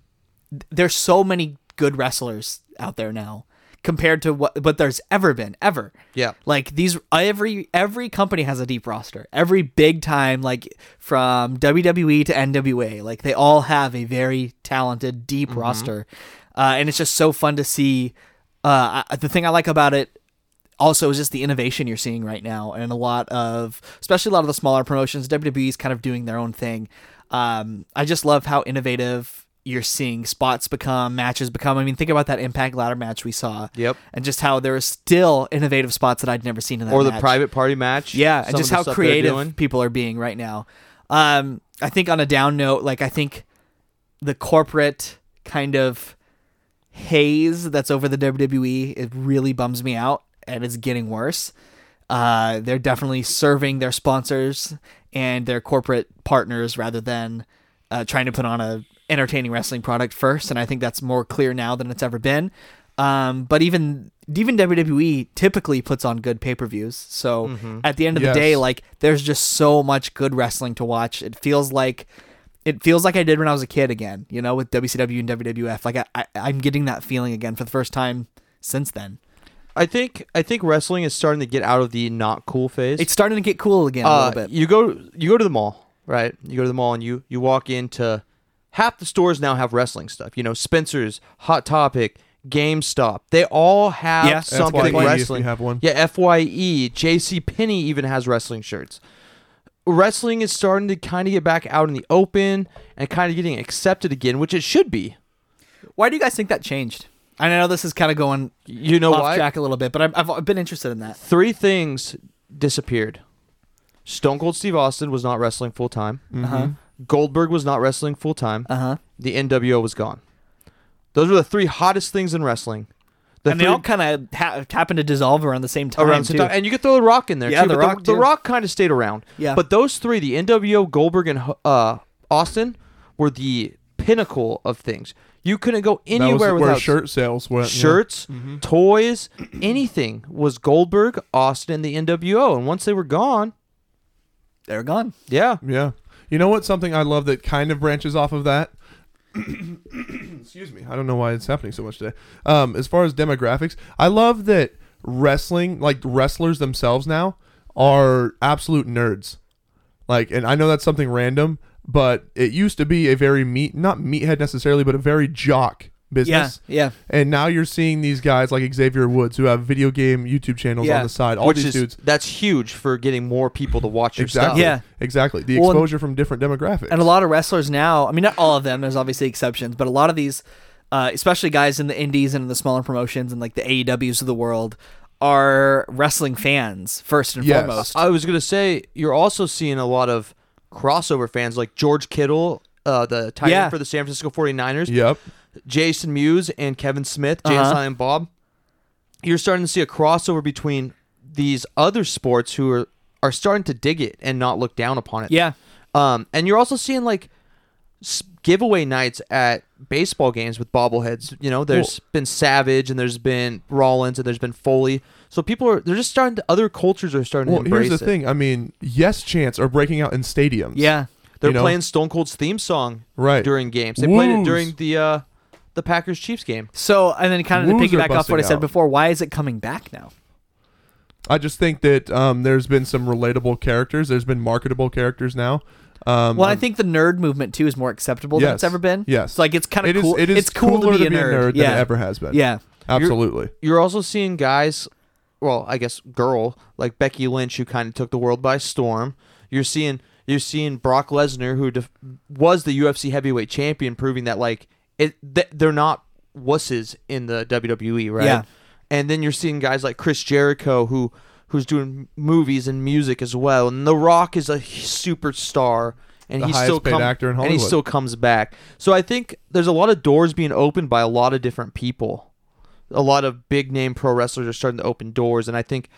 C: there's so many good wrestlers out there now compared to what what there's ever been ever.
D: Yeah.
C: Like these every every company has a deep roster. Every big time like from WWE to NWA, like they all have a very talented deep roster. Uh, and it's just so fun to see uh, I, the thing I like about it also is just the innovation you're seeing right now and a lot of especially a lot of the smaller promotions wwe's kind of doing their own thing um, i just love how innovative you're seeing spots become matches become i mean think about that impact ladder match we saw
D: Yep.
C: and just how there are still innovative spots that i'd never seen in that
D: Or the
C: match.
D: private party match?
C: yeah
D: Some
C: and
D: of
C: just
D: the
C: how
D: stuff they're
C: creative
D: doing.
C: people are being right now um, I think on a down note, like I think the corporate kind of haze that's over the WWE, it really bums me out and it's getting worse. Uh, they're definitely serving their sponsors and their corporate partners rather than uh, trying to put on a entertaining wrestling product first. And I think that's more clear now than it's ever been. Um, but even even WWE typically puts on good pay per views. So at the end of
B: Yes.
C: the day, like there's just so much good wrestling to watch. It feels like it feels like I did when I was a kid again, you know, with WCW and WWF. Like I, I I'm getting that feeling again for the first time since then.
D: I think I think wrestling is starting to get out of the not cool phase.
C: It's starting to get cool again a
D: Uh,
C: little bit.
D: You go you go to the mall, right? You go to the mall and you you walk into half the stores now have wrestling stuff. You know, Spencer's, Hot Topic, GameStop. They all have
C: Yeah.
D: something
B: FYE if you
D: wrestling.
B: have one.
D: Yeah, FYE, JC Penney even has wrestling shirts. Wrestling is starting to kind of get back out in the open and kind of getting accepted again, which it should be.
C: Why do you guys think that changed? I know this is kind of going
D: You know
C: off
D: why?
C: track a little bit, but I've, I've been interested in that.
D: three things disappeared. Stone Cold Steve Austin was not wrestling full time.
C: Uh-huh.
D: Goldberg was not wrestling full time.
C: Uh huh.
D: The NWO was gone. Those were the three hottest things in wrestling. The
C: And they
D: three-
C: all kind of ha- happen to dissolve around the same time.
D: around the
C: too.
D: same time. and you could throw the Rock in there.
C: Yeah,
D: too,
C: The
D: but
C: Rock,
D: The,
C: too.
D: Rock kind of stayed around.
C: Yeah.
D: but those three, the NWO, Goldberg, and uh, Austin, were the pinnacle of things. You couldn't go
B: That was
D: anywhere
B: where
D: without
B: shirt sales went. yeah. Mm-hmm.
D: shirts, toys, anything was Goldberg, Austin, and the NWO. And once they were gone,
C: They're gone.
D: yeah,
B: Yeah. You know what? Something I love that kind of branches off of that. Excuse me. I don't know why it's happening so much today. Um, as far as demographics, I love that wrestling, like wrestlers themselves now, are absolute nerds. Like, and I know that's something random, but it used to be a very meat, not meathead necessarily, but a very jock business.
C: Yeah,
B: And now you're seeing these guys like Xavier Woods who have video game YouTube channels
C: Yeah.
B: on the side. All
D: which
B: these
D: is
B: dudes.
D: that's huge for getting more people to watch your
B: Exactly.
D: stuff.
C: Yeah.
B: Exactly. The
C: Well, and-
B: exposure from different demographics.
C: And a lot of wrestlers now, I mean, not all of them, there's obviously exceptions, but a lot of these, uh, especially guys in the indies and in the smaller promotions and like the AEWs of the world, are wrestling fans first and
B: Yes.
C: foremost.
D: I was gonna say you're also seeing a lot of crossover fans like George Kittle, uh, the tight
C: Yeah.
D: end for the San Francisco 49ers,
B: Yep.
D: Jason Mewes and Kevin Smith, James
C: Uh-huh.
D: Silent Bob. You're starting to see a crossover between these other sports who are are starting to dig it and not look down upon it.
C: yeah.
D: Um, and you're also seeing like s- giveaway nights at baseball games with bobbleheads. You know, there's been Savage and there's been Rollins and there's been Foley. So people are they're just starting to other cultures are starting
B: Well,
D: to embrace
B: here's the
D: it.
B: thing. I mean, yes, chants are breaking out in stadiums.
C: Yeah.
D: They're
B: you know?
D: playing Stone Cold's theme song
B: Right.
D: during games. They played it
B: Woos.
D: during the uh, the Packers Chiefs game.
C: So, and then kind of to
B: Woos are
C: piggyback off what I
B: busting
C: said
B: out.
C: before, why is it coming back now?
B: I just think that um, there's been some relatable characters. There's been marketable characters now. Um,
C: Well, I
B: um,
C: think the nerd movement too is more acceptable than
B: Yes.
C: it's ever been.
B: Yes.
C: So, like it's kind
B: it
C: of
B: is-
C: cool.
B: It is
C: it's cool
B: cooler
C: to be a nerd,
B: than
C: yeah.
B: it ever has been.
C: Yeah.
B: Absolutely.
D: You're also seeing guys, well, I guess girl like Becky Lynch who kind of took the world by storm. You're seeing you're seeing Brock Lesnar who def- was the UFC heavyweight champion, proving that like it th- they're not wusses in the WWE, right?
C: Yeah.
D: And then you're seeing guys like Chris Jericho who who's doing movies and music as well, and The Rock is a h- superstar. And
B: The
D: he
B: highest
D: still
B: paid
D: come-
B: actor in
D: And he
B: Hollywood.
D: still comes back. So I think there's a lot of doors being opened by a lot of different people a lot of big name pro wrestlers are starting to open doors. And I think,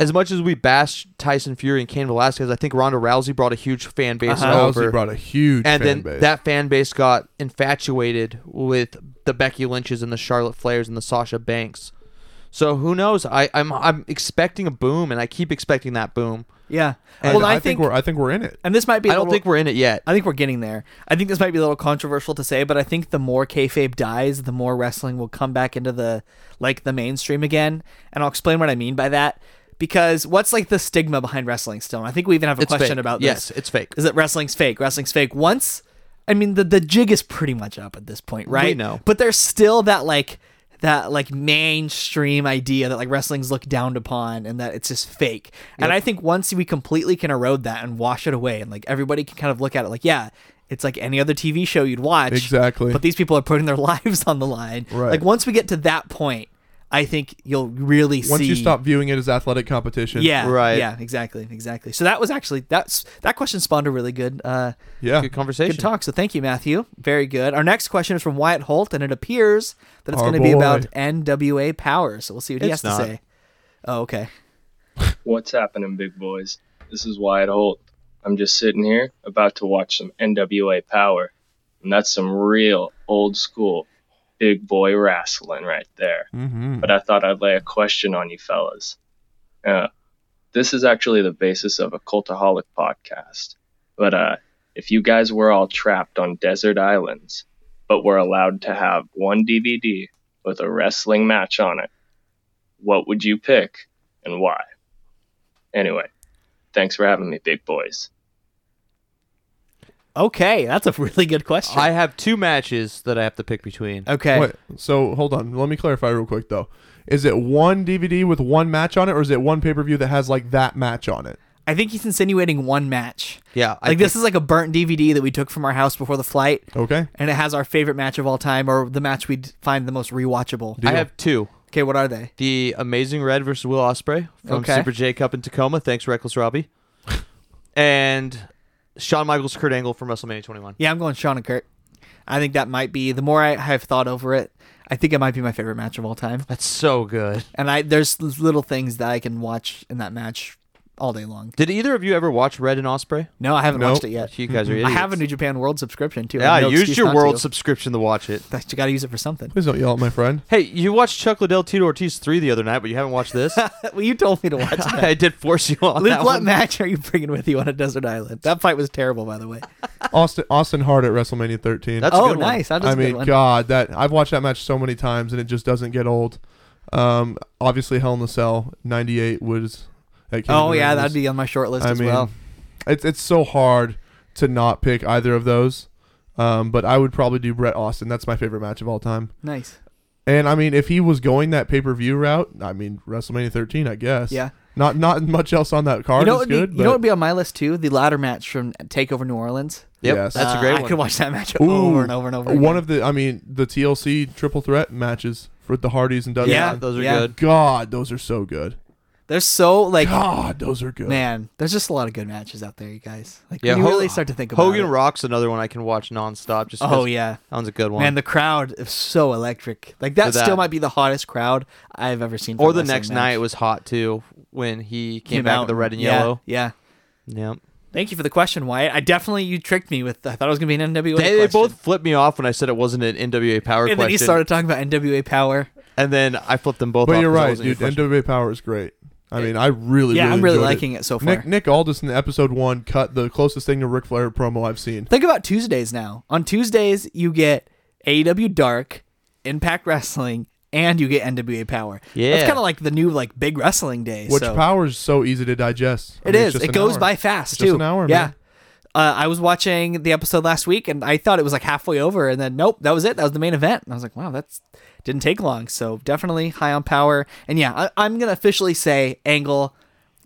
D: as much as we bash Tyson Fury and Cain Velasquez, I think Ronda Rousey brought a huge fan base over.
B: Uh-huh. Rousey brought a huge
D: and
B: fan
D: then
B: base.
D: that fan base got infatuated with the Becky Lynches and the Charlotte Flairs and the Sasha Banks. So who knows? I, I'm I'm expecting a boom, and I keep expecting that boom.
C: Yeah.
B: And
C: well,
B: I,
C: I,
B: think, we're I think we're in it.
C: and this might be.
D: I
C: a
D: don't
C: little-
D: think we're in it yet.
C: I think we're getting there. I think this might be a little controversial to say, but I think the more kayfabe dies, the more wrestling will come back into the like the mainstream again. And I'll explain what I mean by that. Because what's like the stigma behind wrestling still? And I think we even have a
D: It's
C: question
D: fake.
C: about
D: Yes,
C: this.
D: it's fake.
C: Is that wrestling's fake? Wrestling's fake. Once, I mean, the the jig is pretty much up at this point, right?
D: know.
C: But there's still that like that like mainstream idea that like wrestling's looked down upon and that it's just fake. And I think once we completely can erode that and wash it away and like everybody can kind of look at it like, yeah, it's like any other TV show you'd watch.
B: Exactly.
C: But these people are putting their lives on the line.
B: Right.
C: Like once we get to that point, I think you'll really see
B: Once you stop viewing it as athletic competition,
C: Yeah,
D: Right.
C: Yeah, exactly, exactly. So that was actually that's that question spawned a really good uh,
B: yeah,
D: Good conversation.
C: Good talk. So thank you, Matthew. Very good. Our next question is from Wyatt Holt, and it appears that it's
B: Our
C: going to be
B: boy.
C: about NWA power. So we'll see what he
D: It's
C: has to
D: not.
C: say. Oh, okay.
I: What's happening, big boys? This is Wyatt Holt. I'm just sitting here about to watch some NWA Power. And that's some real old school big boy wrestling right there.
F: Hmm.
B: Mm-hmm.
I: But I thought I'd lay a question on you fellas. Uh, this is actually the basis of a Cultaholic podcast. But uh, if you guys were all trapped on desert islands, but were allowed to have one DVD with a wrestling match on it, what would you pick and why? Anyway, thanks for having me, big boys.
C: Okay, that's a really good question.
D: I have two matches that I have to pick between.
C: okay.
B: Wait, so hold on. Let me clarify real quick though. Is it one DVD with one match on it, or is it one pay per view that has like that match on it?
C: I think he's insinuating one match.
D: Yeah, I
C: Like this is like a burnt DVD that we took from our house before the flight,
B: Okay.
C: and it has our favorite match of all time, or the match we'd find the most rewatchable.
D: I have two.
C: Okay, what are they?
D: The Amazing Red versus Will Osprey from
C: Okay.
D: Super J Cup in Tacoma. Thanks, Reckless Robbie. and Shawn Michaels, Kurt Angle from WrestleMania 21.
C: Yeah, I'm going Shawn and Kurt. I think that might be the more I have thought over it. I think it might be my favorite match of all time.
D: That's so good.
C: And I there's little things that I can watch in that match all day long.
D: Did either of you ever watch Red and Osprey?
C: No, I haven't
B: Nope.
C: watched it yet. Mm-hmm.
D: You guys are
C: I
D: idiots.
C: have a New Japan World subscription too. I
D: Yeah,
C: have no
D: use
C: excuse
D: your
C: not
D: world
C: to.
D: subscription to watch it.
C: That's- you got to use it for something.
B: Please don't yell at my friend.
D: Hey, you watched Chuck Liddell Tito Ortiz 3 the other night, but you haven't watched this?
C: well, you told me to watch that.
D: I did force you on
C: Luke,
D: that
C: what
D: one.
C: match are you bringing with you on a desert island? That fight was terrible, by the way.
B: Austin Austin Hart at WrestleMania 13.
D: That's a
C: oh,
D: good one.
C: nice. That is
B: I
C: a good
B: mean,
C: one.
B: God, that I've watched that match so many times and it just doesn't get old. Um, obviously, Hell in the Cell '98 was. at King of
C: oh
B: the
C: yeah,
B: Ring
C: that'd
B: was-
C: be on my short list
B: I
C: as
B: mean,
C: well.
B: it's it's so hard to not pick either of those. Um, but I would probably do Brett Austin. That's my favorite match of all time.
C: Nice.
B: And I mean, if he was going that pay per view route, I mean WrestleMania 13, I guess.
C: Yeah.
B: Not not much else on that card
C: You know,
B: is
C: what would
B: good.
C: be,
B: but
C: you know what would be on my list too? The ladder match from Takeover New Orleans.
D: Yep,
B: Yes.
D: that's
C: Uh,
D: a great
C: I
D: one.
C: could watch that match
B: Ooh,
C: over and over and over.
B: Uh,
C: again.
B: One of the, I mean, the TLC triple threat matches with the Hardys and Dudley.
C: Yeah.
B: Boyz.
D: those are
C: yeah.
D: good.
B: God, those are so good.
C: they're so like
B: God, those are good.
C: man. There's just a lot of good matches out there, you guys. Like
D: Yeah,
C: when you
D: Ho-
C: really start to think about
D: Hogan
C: it.
D: Rock's another one I can watch nonstop. Just 'cause
C: Oh yeah,
D: that one's a good one.
C: man, the crowd is so electric. Like that,
D: For that.
C: still might be the hottest crowd I've ever seen. for
D: or
C: a
D: the
C: wrestling
D: next
C: match.
D: night was hot too when he came, back with the red and
C: yeah,
D: yellow.
C: Yeah.
D: Yep.
C: Thank you for the question, Wyatt. I definitely you tricked me with. I thought it was gonna be an NWA.
D: They, they
C: question.
D: both flipped me off when I said it wasn't an NWA power
C: And
D: question.
C: then he started talking about NWA power.
D: and then I flipped them both.
B: But
D: off
B: you're
D: 'cause that
B: right,
D: wasn't your
B: dude.
D: question.
B: NWA Power is great. I mean, I really,
C: Yeah,
B: really
C: I'm really
B: enjoyed
C: liking it so far.
B: Nick, Nick Aldis in episode one cut the closest thing to Ric Flair promo I've seen.
C: Think about Tuesdays now. On Tuesdays, you get AEW Dark, Impact Wrestling, and you get NWA Power.
D: Yeah.
C: that's kind of like the new like big wrestling day.
B: Which
C: so.
B: power is so easy to digest. I
C: It
B: mean,
C: is.
B: it's just
C: It
B: an
C: goes
B: hour.
C: by fast
B: It's
C: too.
B: just an hour,
C: Yeah.
B: man.
C: Uh, I was watching the episode last week and I thought it was like halfway over, and then nope, that was it. That was the main event. And I was like, wow, that's didn't take long. So definitely high on power. And yeah, I, I'm gonna officially say Angle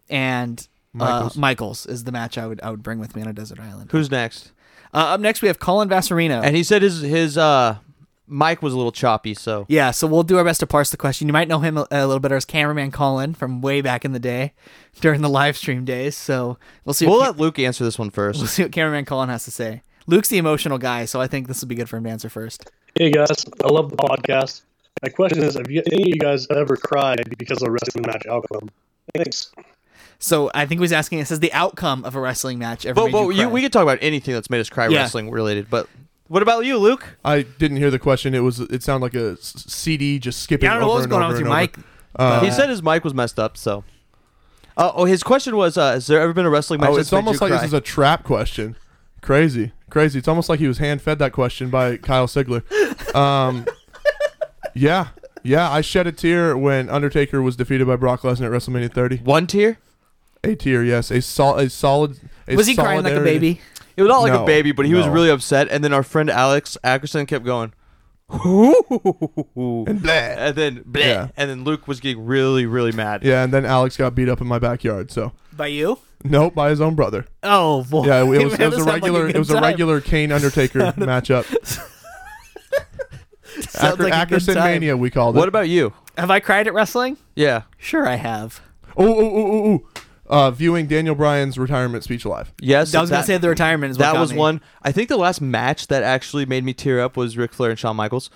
C: and Michaels.
B: Michaels.
C: Uh, Michaels is the match I would I would bring with me on a desert island.
D: Who's next?
C: Uh, up next, we have Colin Vasarino.
D: And he said his his uh mic was a little choppy, so
C: yeah, so we'll do our best to parse the question. You might know him a, a little better as cameraman Colin from way back in the day during the live stream days. So we'll see. what
D: we'll
C: ca-
D: let Luke answer this one
C: We'll
D: first.
C: see what cameraman Colin has to say. Luke's the emotional guy, so I think this would be good for him to answer first.
J: Hey guys, I love the podcast. My question is: Have you, any of you guys ever cried because of a wrestling match Oh, outcome? Thanks.
C: So I think he was asking. It says the outcome of a wrestling match. Ever
D: But
C: made
D: but
C: you
D: you,
C: cry?"
D: we could talk about anything that's made us cry
C: Yeah.
D: wrestling related. But what about you, Luke?
B: I didn't hear the question. It was. It sounded like a s- CD just skipping.
C: Yeah, I don't know
B: over
C: what was
B: and
C: going on
B: over
C: with your
B: and over.
C: mic.
B: Uh,
D: he said his mic was messed up, so. Uh, oh, his question was: uh, Has there ever been a wrestling match?
B: Oh,
D: that's
B: it's
D: made
B: almost
D: you
B: like
D: cry?
B: this is a trap question. Crazy, crazy. It's almost like he was hand fed that question by Kyle Sigler. Um, yeah, yeah. I shed a tear when Undertaker was defeated by Brock Lesnar at WrestleMania 30.
D: one tier.
B: A tear, yes. A, sol- a solid. A
C: was he crying like a
B: solidarity-
C: baby?
D: It was not like a
B: No,
D: baby, but he was
B: no.
D: really upset. And then our friend Alex Ackerson kept going, and
B: Bleh.
D: then bleh,
B: Yeah.
D: and then Luke was getting really, really mad.
B: Yeah, and then Alex got beat up in my backyard. So
C: By you?
B: nope, by his own brother.
C: Oh boy!
B: Yeah, it was,
C: Man,
B: it was
C: that
B: a
C: sounds like
B: regular.
C: good
B: it was a
C: time.
B: regular Kane Undertaker matchup.
C: Sounds
B: Acker,
C: like a good
B: Ackerson
C: time.
B: Mania, we called it.
D: What about you?
C: Have I cried at wrestling?
D: Yeah.
C: Sure, I have.
B: Oh, oh, oh, oh, oh. Uh, viewing Daniel Bryan's retirement speech live.
D: Yes.
C: I was gonna
D: that-
C: say the retirement is what
D: that
C: got
D: was
C: me.
D: one. I think the last match that actually made me tear up was Ric Flair and Shawn Michaels.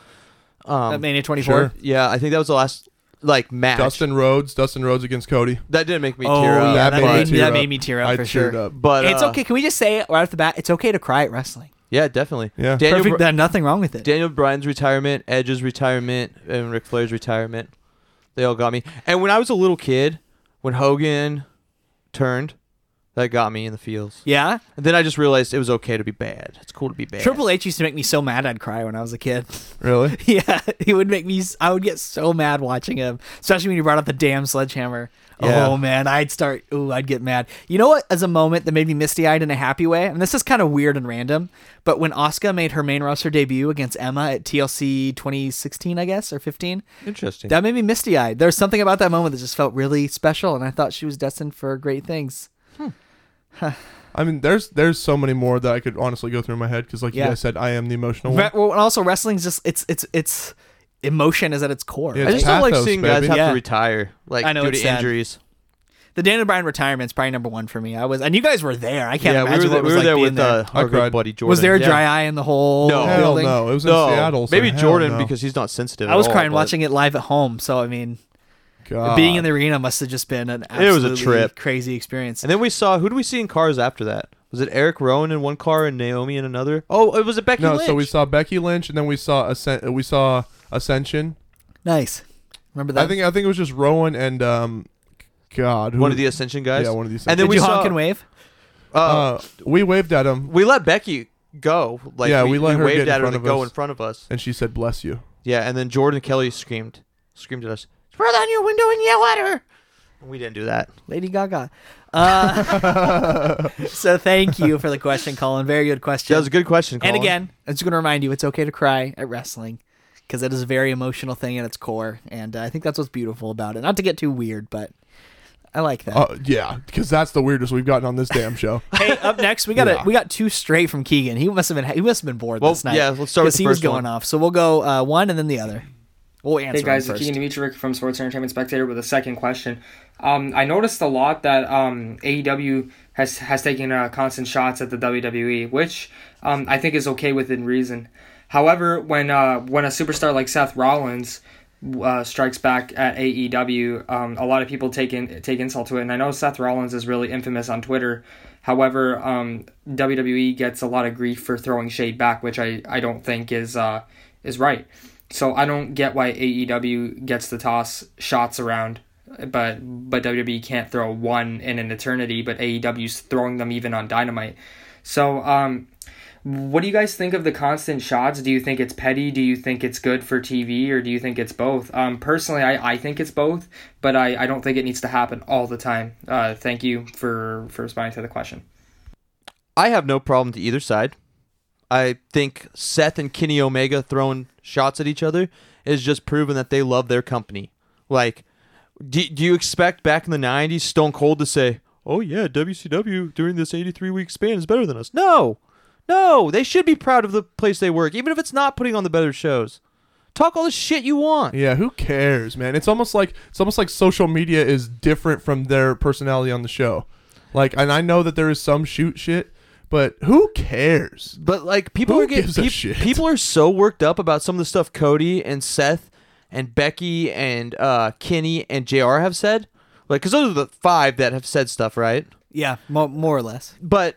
D: Um,
C: at Mania 24.
B: sure.
D: Yeah, I think that was the last like match
B: Dustin Rhodes, Dustin Rhodes against Cody.
D: that didn't make me
C: Oh,
D: tear up.
C: yeah, that
D: but,
C: made me-
B: tear
C: that made me tear up
B: I
C: for
B: teared
C: sure.
B: Up.
D: but,
C: it's
D: uh,
C: okay. Can we just say it right off the bat? It's okay to cry at wrestling.
D: Yeah, definitely.
B: Yeah.
D: Daniel,
C: Perfect.
D: Br-
C: There's nothing wrong with it.
D: Daniel Bryan's retirement, Edge's retirement, and Ric Flair's retirement. They all got me. And when I was a little kid, when Hogan turned, that got me in the feels.
C: yeah?
D: And then I just realized it was okay to be bad. It's cool to be bad.
C: Triple H used to make me so mad I'd cry when I was a kid.
B: Really?
C: yeah, he would make me. s- I would get so mad watching him, especially when he brought up the damn sledgehammer.
D: Yeah.
C: Oh man, I'd start. Ooh, I'd get mad. You know what? As a moment that made me misty eyed in a happy way, and this is kind of weird and random, but when Asuka made her main roster debut against Emma at TLC 2016, I guess or 15,
D: Interesting.
C: that made me misty eyed. There's something about that moment that just felt really special, and I thought she was destined for great things.
B: I mean, there's there's so many more that I could honestly go through my head because, like
C: Yeah.
B: you guys said, I am the emotional
C: Re-
B: one.
C: well, and also wrestling's just it's it's it's emotion is at its core.
B: Yeah,
D: I just don't like
B: Pathos,
D: seeing guys
B: baby.
D: have
C: Yeah.
D: to retire, like
C: I know,
D: due to
C: it's sad.
D: injuries.
C: The Daniel Bryan retirement's probably number one for me. I was, and you guys were there. I can't
D: yeah,
C: imagine
D: we were there,
C: what it
D: we
C: was
D: were
C: like
D: there
C: being
D: with
C: there.
D: uh, our
B: I
D: good
B: cried.
D: buddy Jordan.
C: was there a
D: Yeah.
C: dry eye in the whole
D: No.
B: Hell
C: building?
B: no, it was in
D: No,
B: Seattle. so
D: maybe
B: hell
D: Jordan
B: no.
D: because he's not sensitive.
C: I was
D: at all,
C: crying
D: but-
C: watching it live at home. So I mean,
B: God.
C: being in the arena must have just been an
D: It was a
C: absolutely
D: trip.
C: crazy experience.
D: And then we saw who do we see in cars after that? Was it Eric Rowan in one car and Naomi in another? Oh, it was it Becky
B: no,
D: Lynch.
B: so we saw Becky Lynch and then we saw Ascen- we saw Ascension.
C: nice. Remember that?
B: I think I think it was just Rowan and um, God, who,
D: one of the Ascension guys.
B: Yeah, one of the Ascension.
D: And
C: Did
D: then we
C: you
D: saw
C: honk and wave?
D: Uh,
B: Uh, we waved at him
D: we let Becky go. Like
B: Yeah,
D: we,
B: we let her
D: waved
B: get in
D: at her
B: front
D: to
B: of
D: go
B: us.
D: in front of us.
B: and she said, "Bless you."
D: Yeah, and then Jordan Kelly screamed, screamed at us, "Throw down your window and yell at her." And we didn't do that.
C: Lady Gaga. Uh, so thank you for the question, Colin. Very good question.
D: That was a good question.
C: and
D: Colin.
C: again, I'm just going to remind you, it's okay to cry at wrestling because it is a very emotional thing at its core, and uh, I think that's what's beautiful about it. Not to get too weird, but I like that.
B: Uh, yeah, because that's the weirdest we've gotten on this damn show.
C: hey, up next we got a, we got two straight from Keegan. He must have been he must have been bored
D: Well,
C: this night.
D: yeah, let's start with
C: because
D: the
C: he was
D: first
C: going
D: one.
C: off. So we'll go uh, one and then the other. We'll answer
E: Hey guys,
C: them
E: it's
C: first.
E: Keegan Dimitrovic from Sports Entertainment Spectator with a second question. Um, I noticed a lot that um, AEW has has taken uh, constant shots at the WWE, which um, I think is okay within reason. However, when uh, when a superstar like Seth Rollins uh, strikes back at AEW, um, a lot of people take in, take insult to it, and I know Seth Rollins is really infamous on Twitter. However, um, WWE gets a lot of grief for throwing shade back, which I, I don't think is uh, is right. So I don't get why AEW gets to toss shots around, but but WWE can't throw one in an eternity, but AEW's throwing them even on Dynamite. So um, what do you guys think of the constant shots? Do you think it's petty? Do you think it's good for TV, or do you think it's both? Um, personally, I, I think it's both, but I, I don't think it needs to happen all the time. Uh, thank you for for responding to the question.
D: I have no problem to either side. I think Seth and Kenny Omega throwing shots at each other is just proving that they love their company. Like, do, do you expect back in the 90s Stone Cold to say, oh, yeah, WCW during this 83 week span is better than us? No. No. They should be proud of the place they work, even if it's not putting on the better shows. Talk all the shit you want.
B: Yeah, who cares, man? It's almost like it's almost like social media is different from their personality on the show. Like, and I know that there is some shoot shit, but who cares?
D: But like people
B: Who
D: are getting
B: gives a
D: peop-
B: shit?
D: people are so worked up about some of the stuff Cody and Seth and Becky and uh Kenny and JR have said. Like cuz those are the five that have said stuff, right?
C: Yeah, mo- more or less.
D: But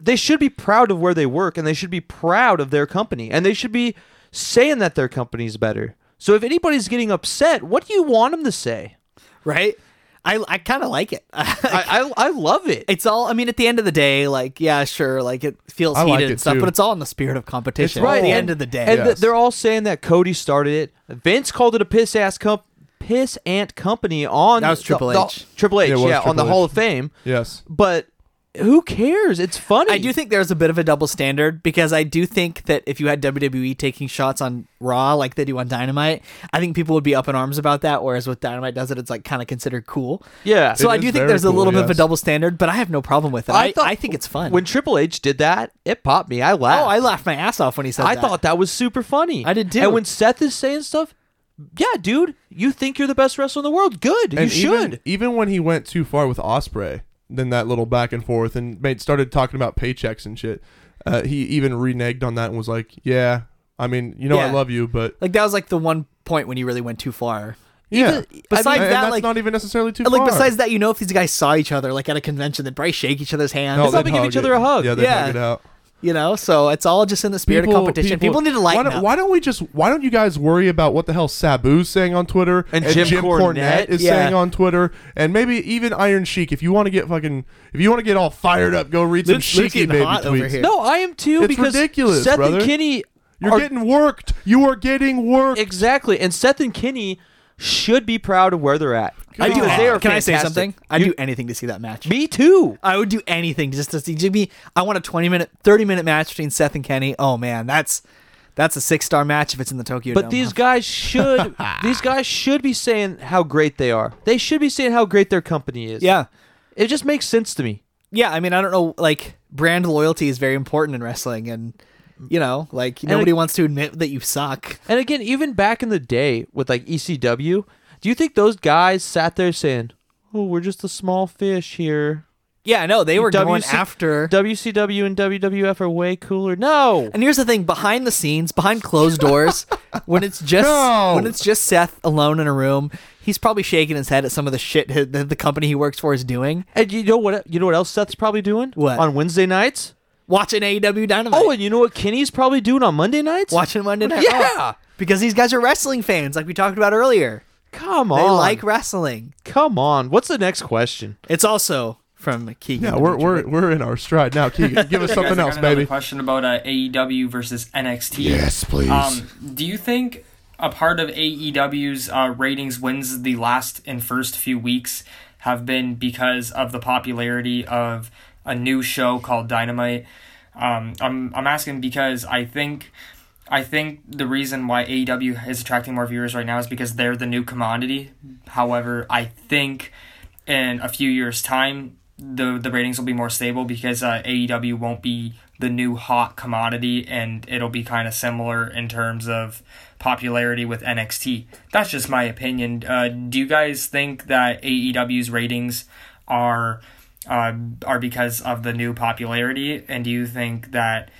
D: they should be proud of where they work and they should be proud of their company and they should be saying that their company's better. So if anybody's getting upset, what do you want them to say?
C: Right? I I kind of like it.
D: I I, I love it.
C: it's all I mean at the end of the day like yeah, sure, like it feels
B: I like
C: heated
B: it
C: and stuff,
B: too.
C: but it's all in the spirit of competition.
B: It's
C: At the
B: all-
C: end of the day.
D: Oh. And th-
B: Yes.
D: they're all saying that Cody started it. Vince called it a piss ass comp piss ant company on
C: That was
D: the-
C: Triple
D: the-
C: H.
D: Triple H,
B: Yeah,
D: yeah,
B: it was
D: on the
B: Triple
D: Hall
B: H.
D: of Fame.
B: Yes.
D: But who cares? It's funny.
C: I do think there's a bit of a double standard because I do think that if you had WWE taking shots on Raw like they do on Dynamite, I think people would be up in arms about that. Whereas with Dynamite does it, it's like kind of considered cool.
D: Yeah.
C: So
B: It
C: I
B: is
C: do think
B: very
C: there's a
B: cool,
C: little bit of a
B: yes.
C: double standard, but I have no problem with it. I, I, think it's fun.
D: When Triple H did that, it popped me. I
C: oh,
D: laughed.
C: I laughed my ass off when he said
D: I
C: that.
D: thought that was super funny.
C: I did too.
D: And when Seth is saying stuff, yeah, dude, you think you're the best wrestler in the world? Good, you should.
B: Even, even when he went too far with Osprey, then that little back and forth and made started talking about paychecks and shit. Uh, he even reneged on that and was like, "Yeah, I mean, you know, I
C: Yeah.
B: love you, but
C: Like that was like the one point when he really went too far.
B: yeah."
C: besides
B: And- and
C: that,
B: that's
C: like-
B: not even necessarily too
C: And, like
B: far.
C: besides that, you know, if these guys saw each other like at a convention, they'd probably shake each other's hands.
B: No,
D: Let's help
B: they'd
D: and give
B: hug
D: each other a hug.
B: Yeah, they
C: Yeah.
B: hug it out.
C: you know, so it's all just in the spirit of competition. People, need to
B: why
C: lighten
B: don't,
C: up.
B: why don't we just? Why don't you guys worry about what the hell Sabu's saying on Twitter
D: And Jim Cornette?
B: is
C: Yeah.
B: saying on Twitter, and maybe even Iron Sheik. If you want to get fucking, if you want to get all fired up, go read some
C: Luke's- Luke's
B: Sheiky
C: getting
B: baby
C: hot
B: tweets.
C: over here.
D: No, I am too
B: It's
D: because
B: ridiculous,
D: Seth
B: brother.
D: and Kenny
B: You're
D: are
B: getting worked. You are getting worked.
D: exactly, and Seth and Kenny should be proud of where they're at.
C: I do.
D: because they are
C: Can I say
D: fantastic.
C: something? I'd do anything to see that match.
D: Me too.
C: I would do anything just to see Jimmy. I want a twenty minute, thirty minute match between Seth and Kenny. Oh man, that's that's a six star match if it's in the Tokyo.
D: But
C: Dome.
D: these guys should
C: Ah.
D: these guys should be saying how great they are. They should be saying how great their company is.
C: yeah,
D: It just makes sense to me.
C: yeah. I mean, I don't know. Like brand loyalty is very important in wrestling, and you know, like nobody
D: it-
C: wants to admit that you suck.
D: And again, even back in the day with like ECW, do you think those guys sat there saying, "Oh, we're just a small fish here"?
C: Yeah, no, they were going
D: WC
C: after.
D: WCW and WWF are way cooler. No,
C: And here's the thing: behind the scenes, behind closed doors, when it's just
B: No.
C: when it's just Seth alone in a room, he's probably shaking his head at some of the shit hi- that the company he works for is doing.
D: and you know what? You know what else Seth's probably doing
C: What?
D: on Wednesday nights?
C: Watching AEW Dynamite.
D: Oh, and you know what Kenny's probably doing on Monday nights?
C: watching Monday Night Raw.
D: Yeah.
C: because these guys are wrestling fans, like we talked about earlier.
D: Come on.
C: They like wrestling.
D: Come on. What's the next question?
C: It's also from Keegan.
B: Yeah, we're, we're, we're in our stride now. Keegan, give us something else, baby.
E: Question about uh, AEW versus NXT.
K: Yes, please.
E: Um, do you think a part of AEW's uh, ratings wins the last and first few weeks have been because of the popularity of a new show called Dynamite? Um, I'm I'm asking because I think I think the reason why AEW is attracting more viewers right now is because they're the new commodity. However, I think in a few years' time, the the ratings will be more stable because uh, AEW won't be the new hot commodity, and it'll be kind of similar in terms of popularity with NXT. That's just my opinion. Uh, do you guys think that AEW's ratings are uh, are because of the new popularity, and do you think that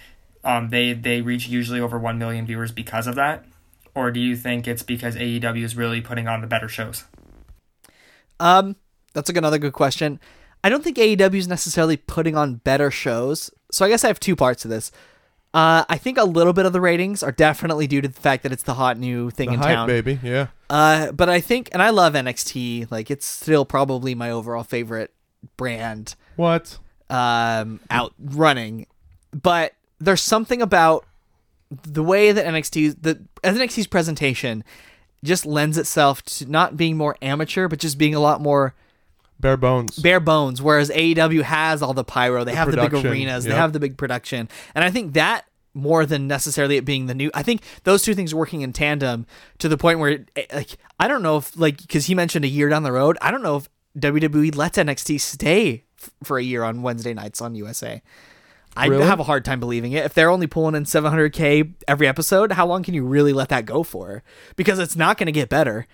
E: um, they they reach usually over one million viewers because of that, or do you think it's because AEW is really putting on the better shows?
C: Um, that's like another good question. I don't think AEW is necessarily putting on better shows. So I guess I have two parts to this. Uh, I think a little bit of the ratings are definitely due to the fact that it's the hot new thing in
B: Hype,
C: town.
B: baby. Yeah.
C: Uh, but I think, and I love NXT. Like it's still probably my overall favorite brand.
B: What?
C: um, out running, but there's something about the way that NXT the NXT's presentation just lends itself to not being more amateur, but just being a lot more
B: Bare bones.
C: bare bones. Whereas AEW has all the pyro, they have the big
B: production,
C: arenas,
B: yep.
C: they have the big production, and I think that more than necessarily it being the new, I think those two things are working in tandem to the point where eh, like I don't know if like because he mentioned a year down the road, I don't know if WWE lets NXT stay f- for a year on Wednesday nights on USA. I
B: Really?
C: have a hard time believing it. If they're only pulling in 700k every episode, how long can you really let that go for? Because it's not going to get better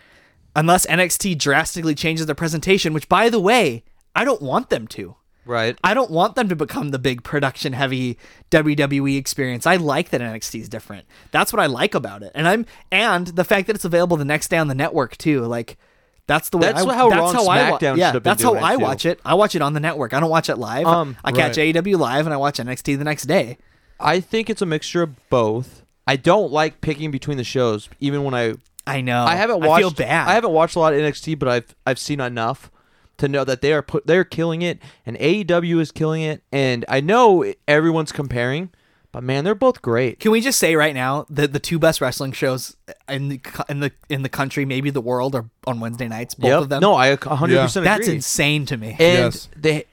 C: unless NXT drastically changes their presentation, which by the way, I don't want them to.
D: Right.
C: I don't want them to become the big production heavy WWE experience. I like that NXT is different. That's what I like about it. And I'm and the fact that it's available the next day on the network too. Like that's the way
D: That's
C: I,
D: how
C: that's
D: Raw and
C: how I wa-
D: SmackDown
C: yeah,
D: should have been
C: that's how
D: doing it,
C: I
D: too.
C: watch it. I watch it on the network. I don't watch it live.
D: Um,
C: I catch AEW live and I watch NXT the next day.
D: I think it's a mixture of both. I don't like picking between the shows, even when I
C: I know.
D: I haven't watched.
C: I feel bad.
D: I haven't watched a lot of NXT, but I've I've seen enough to know that they are put they're killing it, and AEW is killing it, and I know everyone's comparing, but man, they're both great.
C: Can we just say right now that the two best wrestling shows in the co- in the in the country, maybe the world, are on Wednesday nights? Both
D: Yep.
C: of them.
D: No, I 100 percent
C: that's
D: agree.
C: insane to me.
D: And
B: Yes.
D: they,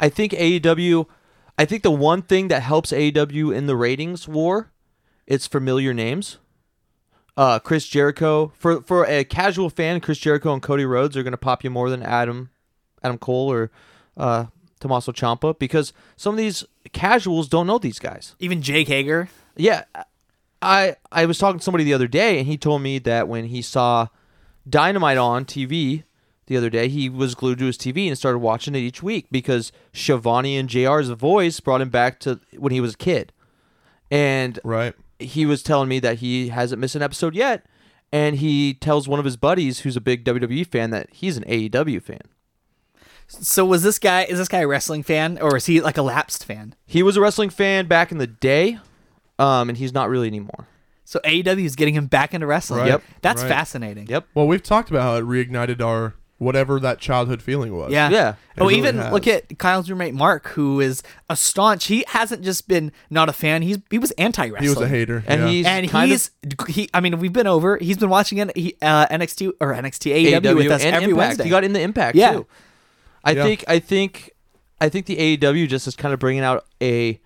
D: I think AEW, I think the one thing that helps AEW in the ratings war, it's familiar names. Uh, Chris Jericho for for a casual fan, Chris Jericho and Cody Rhodes are going to pop you more than Adam, Adam Cole or uh, Tommaso Ciampa because some of these casuals don't know these guys.
C: Even Jake Hager.
D: Yeah, I I was talking to somebody the other day, and he told me that when he saw Dynamite on TV the other day, he was glued to his TV and started watching it each week because Shivani and Jr's voice brought him back to when he was a kid, and
B: right.
D: he was telling me that he hasn't missed an episode yet, and he tells one of his buddies who's a big WWE fan that he's an AEW fan.
C: So was this guy is this guy a wrestling fan or is he like a lapsed fan?
D: He was a wrestling fan back in the day, um, and he's not really anymore.
C: So AEW is getting him back into wrestling.
B: Right. Yep.
C: That's
B: Right.
C: fascinating.
D: Yep.
B: Well, we've talked about how it reignited our whatever that childhood feeling was.
C: Yeah.
D: Yeah.
B: It
C: Oh,
B: really
C: even
B: has.
C: look at Kyle's roommate Mark, who is a staunch. He hasn't just been not a fan. He's he was anti-wrestling.
B: He was a hater.
D: And
B: yeah.
D: he's
C: and
D: kind of-
C: he's he. I mean, we've been over. He's been watching N- he, uh, NXT or NXT AEW, E with us every
D: E Impact.
C: Wednesday.
D: He got in the impact
C: Yeah.
D: too. I
B: Yeah.
D: think I think I think the AEW just is kind of bringing out a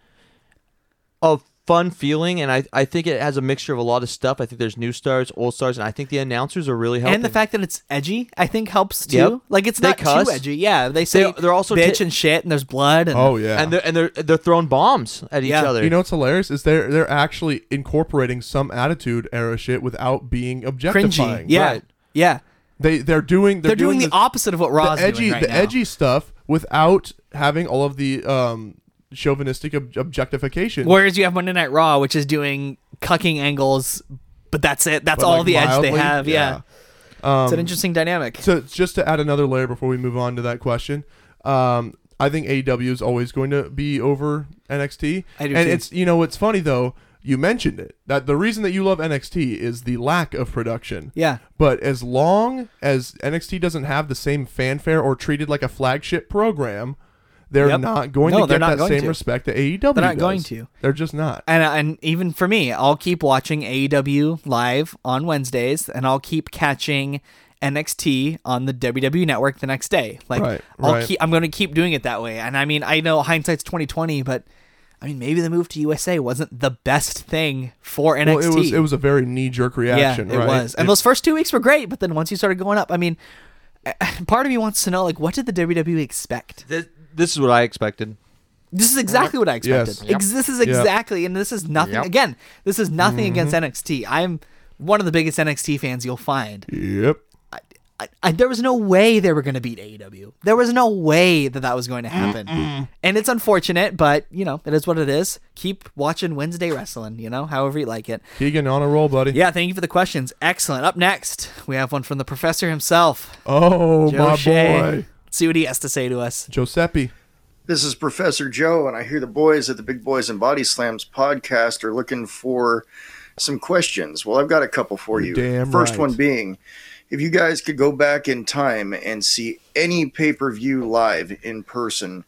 D: a fun feeling, and I I think it has a mixture of a lot of stuff. I think there's new stars, old stars, and I think the announcers are really helping.
C: and the fact that it's edgy, I think, helps too.
D: Yep.
C: Like it's
D: They
C: not
D: cuss.
C: too edgy. Yeah, they say
D: they're also
C: bitch
D: ti-
C: and shit, and there's blood. And
B: oh yeah.
D: and they're and they're they're throwing bombs at each
C: Yeah.
D: other.
B: you know what's hilarious is they're they're actually incorporating some attitude era shit without being
C: cringy.
B: objectifying.
C: Yeah,
D: Right.
C: yeah.
B: They they're doing they're,
C: They're, doing, the opposite of what
B: the
C: Raw's
B: edgy
C: doing right
B: the
C: now.
B: edgy stuff without having all of the um chauvinistic ob- objectification.
C: Whereas you have Monday Night Raw, which is doing cucking angles, but that's it. That's
B: but,
C: all
B: like,
C: the edge
B: mildly?
C: they have. Yeah, it's an interesting dynamic.
B: So just to add another layer before we move on to that question, um, I think AEW is always going to be over NXT.
C: I do
B: and
C: too.
B: it's you know it's funny though. You mentioned it that the reason that you love NXT is the lack of production.
C: Yeah.
B: But as long as NXT doesn't have the same fanfare or treated like a flagship program, they're
C: Yep.
B: not going
C: No,
B: to
C: they're
B: get
C: not
B: that
C: going
B: same
C: to.
B: respect that AEW.
C: They're not
B: does.
C: going to.
B: They're just not.
C: and uh, and even for me, I'll keep watching AEW live on Wednesdays, and I'll keep catching NXT on the WWE Network the next day. Like
B: Right,
C: I'll
B: right.
C: keep, I'm going to keep doing it that way. And I mean, I know hindsight's 2020, but I mean, maybe the move to USA wasn't the best thing for NXT.
B: Well, it was it was a very knee jerk reaction.
C: yeah, it
B: right?
C: was. And
B: It-
C: those first two weeks were great, but then once you started going up, I mean, eh, part of me wants to know like, what did the WWE expect?
D: this, this is what I expected.
C: This is exactly what I expected.
B: Yes. Yep. Mm-hmm.
C: Ex- This is exactly, and this is nothing. Again, this is nothing against NXT. I'm one of the biggest NXT fans you'll find.
B: yep.
C: I, I, there was no way they were going to beat AEW. There was no way that that was going to happen. Mm-hmm. And it's unfortunate, but you know it is what it is. Keep watching Wednesday wrestling. You know, however you like it.
B: Keegan on a roll, buddy.
C: Yeah, thank you for the questions. Excellent. Up next, we have one from the professor himself,
B: Oh
C: Joe
B: my
C: Shea.
B: boy,
C: See what he has to say to us.
B: Giuseppe.
L: This is Professor Joe, and I hear the boys at the Big Boys and Body Slams podcast are looking for some questions. Well, I've got a couple for
B: You're
L: you.
B: damn
L: First
B: right.
L: one being if you guys could go back in time and see any pay per view live in person,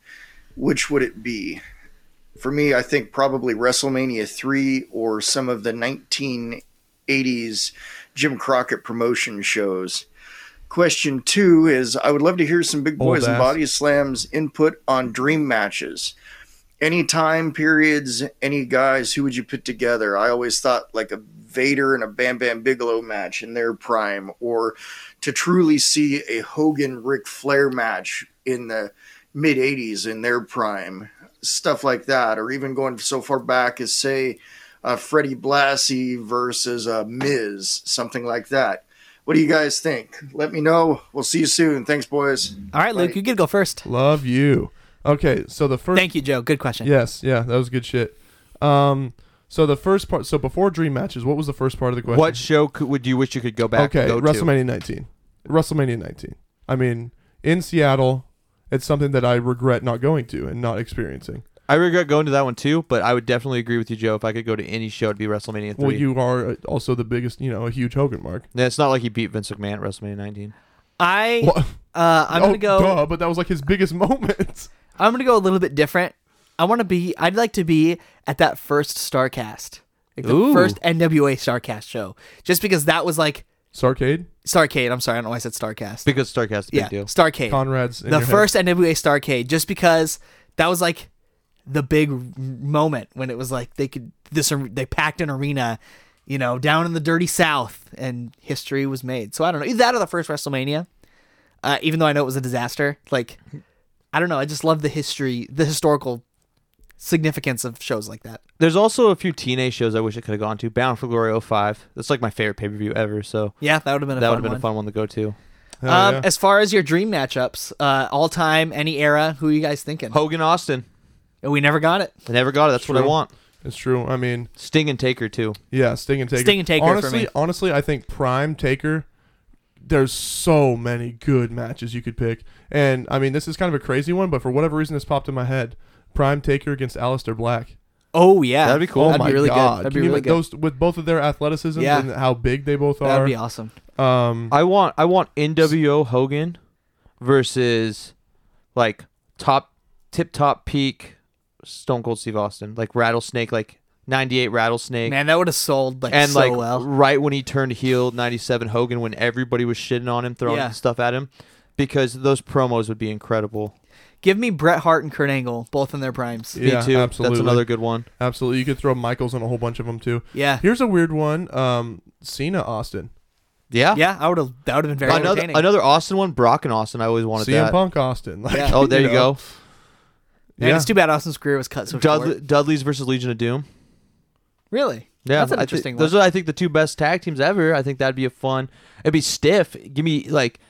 L: which would it be? For me, I think probably WrestleMania 3 or some of the 1980s Jim Crockett promotion shows. Question two is I would love to hear some Big
B: Old
L: Boys and
B: ass.
L: Body Slams input on dream matches. Any time periods, any guys, who would you put together? I always thought like a Vader and a Bam Bam Bigelow match in their prime, or to truly see a Hogan Ric Flair match in the mid 80s in their prime, stuff like that, or even going so far back as, say, uh, Freddie Blassie versus uh, Miz, something like that. What do you guys think? Let me know. We'll see you soon. Thanks, boys.
C: All right, Luke,
L: Right.
C: you get to go first.
B: Love you. Okay, so the first
C: Thank you, Joe. Good question.
B: Yes, yeah, that was good shit. Um, so the first part, so before dream matches, what was the first part of the question?
D: What show could, would you wish you could go back?
B: okay,
D: and go
B: WrestleMania 19. WrestleMania 19. I mean, in Seattle, it's something that I regret not going to and not experiencing.
D: To? I regret going to that one too, but I would definitely agree with you, Joe. If I could go to any show, it'd be WrestleMania three.
B: Well, you are also the biggest, you know, a huge Hogan mark.
D: Yeah, it's not like he beat Vince McMahon at WrestleMania 19.
C: I
B: What?
C: uh, I'm
B: oh,
C: gonna go.
B: duh, but that was like his biggest moment.
C: I'm gonna go a little bit different. I want to be. I'd like to be at that first Starcast, like the
D: Ooh.
C: first NWA Starcast show, just because that was like
B: Starcade,
C: Starcade. I'm sorry, I don't know why I said Starcast.
D: Because Starcast a big
C: yeah,
D: deal.
C: Starcade.
B: Conrad's in
C: the
B: your head.
C: first NWA Starcade, just because that was like the big r- moment when it was like they could this ar- they packed an arena, you know, down in the dirty South, and history was made. So I don't know, either that or the first WrestleMania. Uh, even though I know it was a disaster, like I don't know, I just love the history, the historical significance of shows like that.
D: There's also a few TNA shows I wish I could have gone to. Bound for Glory 05. That's like my favorite pay per view ever. So
C: Yeah, that would've been a
D: that
C: fun
D: would've been
C: one.
D: a fun one to go to.
C: um, As far as your dream matchups, uh, all time, any era, who are you guys thinking?
D: Hogan Austin.
C: We never got it.
D: I never got it. That's what I
B: True.
D: want.
B: It's true. I mean,
D: Sting and Taker too.
B: Yeah, Sting and Taker.
C: Sting and Taker for
B: Honestly,
C: me.
B: honestly, I think Prime Taker. There's so many good matches you could pick, and I mean, this is kind of a crazy one, but for whatever reason, this popped in my head. Prime Taker against Alistair Black.
C: Oh yeah,
D: That'd be cool.
B: Oh
D: That'd
B: my
D: be really good.
B: god!
C: That'd be
B: Can you
C: really
B: imagine Those with both of their athleticism
C: Yeah.
B: and how big they both are.
C: That'd be awesome.
B: Um,
D: I want I want NWO Hogan versus like top tip top peak Stone Cold Steve Austin. Like Rattlesnake, like ninety eight Rattlesnake.
C: Man, that would have sold like
D: and
C: so
D: like
C: well.
D: right when he turned heel 97 hogan when everybody was shitting on him throwing
C: Yeah.
D: stuff at him because those promos would be incredible
C: Give me Bret Hart and Kurt Angle, both in their primes.
D: Me too. That's another good one.
B: Absolutely. You could throw Michaels on a whole bunch of them too.
C: Yeah.
B: Here's a weird one. Um, Cena Austin.
D: yeah
C: Ah. Yeah, I would have. That would have been very
D: another,
C: entertaining.
D: another austin one brock and austin i always wanted
B: CM
D: that
B: Punk Austin. Like,
C: Yeah.
D: oh there you,
B: know.
D: go
C: Man,
B: yeah.
C: it's too bad Austin's career was cut so
D: Dudley,
C: short.
D: dudley's versus legion of doom
C: Really?
D: yeah
C: that's an
D: I thi-
C: interesting
D: those
C: one.
D: are i think the two best tag teams ever i think that'd be a fun it'd be stiff give me like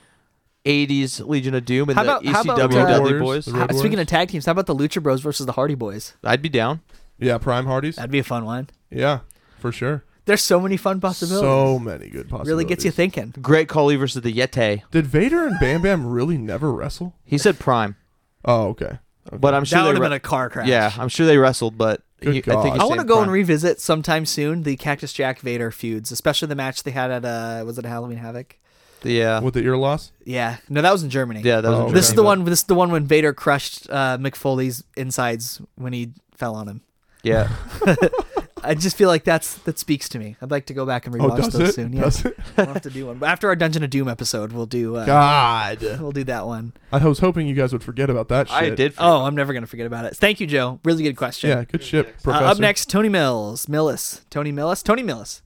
D: 80s legion of doom and
C: How
D: the
C: about- how
D: ecw
C: about, uh,
D: dudley
B: Warriors,
D: boys
B: the Road
C: How- Speaking of tag teams, how about the Lucha Bros versus the Hardy Boys?
D: i'd be down
B: Yeah, Prime Hardys.
C: That'd be a fun one.
B: Yeah, for sure.
C: There's so many fun possibilities.
B: So many good possibilities.
C: really gets you thinking.
D: great coley versus the yeti
B: Did Vader and Bam Bam really never wrestle?
D: he said prime
B: Oh, okay. Okay.
D: but i'm sure
C: that
D: they
C: would have
D: re-
C: been a car crash.
D: Yeah, I'm sure they wrestled, but
B: Good
D: he- I think he's
B: God.
C: I want to
D: saying
C: go
D: prime.
C: and revisit sometime soon the Cactus Jack Vader feuds, especially the match they had at uh was it Halloween Havoc?
D: yeah,
B: With the ear loss?
C: Yeah, no, that was in Germany.
D: yeah, that was
B: Oh,
D: in
B: okay.
C: this is
D: Germany,
C: the
D: but-
C: one. This is the one when Vader crushed uh, McFoley's insides when he fell on him.
D: Yeah,
C: I just feel like that's that speaks to me. I'd like to go back and
B: Oh,
C: rewatch
B: does
C: those
B: it?
C: soon. Yeah,
B: Does it?
C: we'll have to do one. But after our Dungeon of Doom episode, we'll do uh,
B: God.
C: we'll do that one.
B: I was hoping you guys would forget about that shit.
D: I did.
C: Oh, I'm never gonna forget about it. Thank you, Joe. Really good question.
B: Yeah, good shit,
C: Uh,
B: Professor.
C: up next, Tony Mills, Millis, Tony Millis, Tony Millis,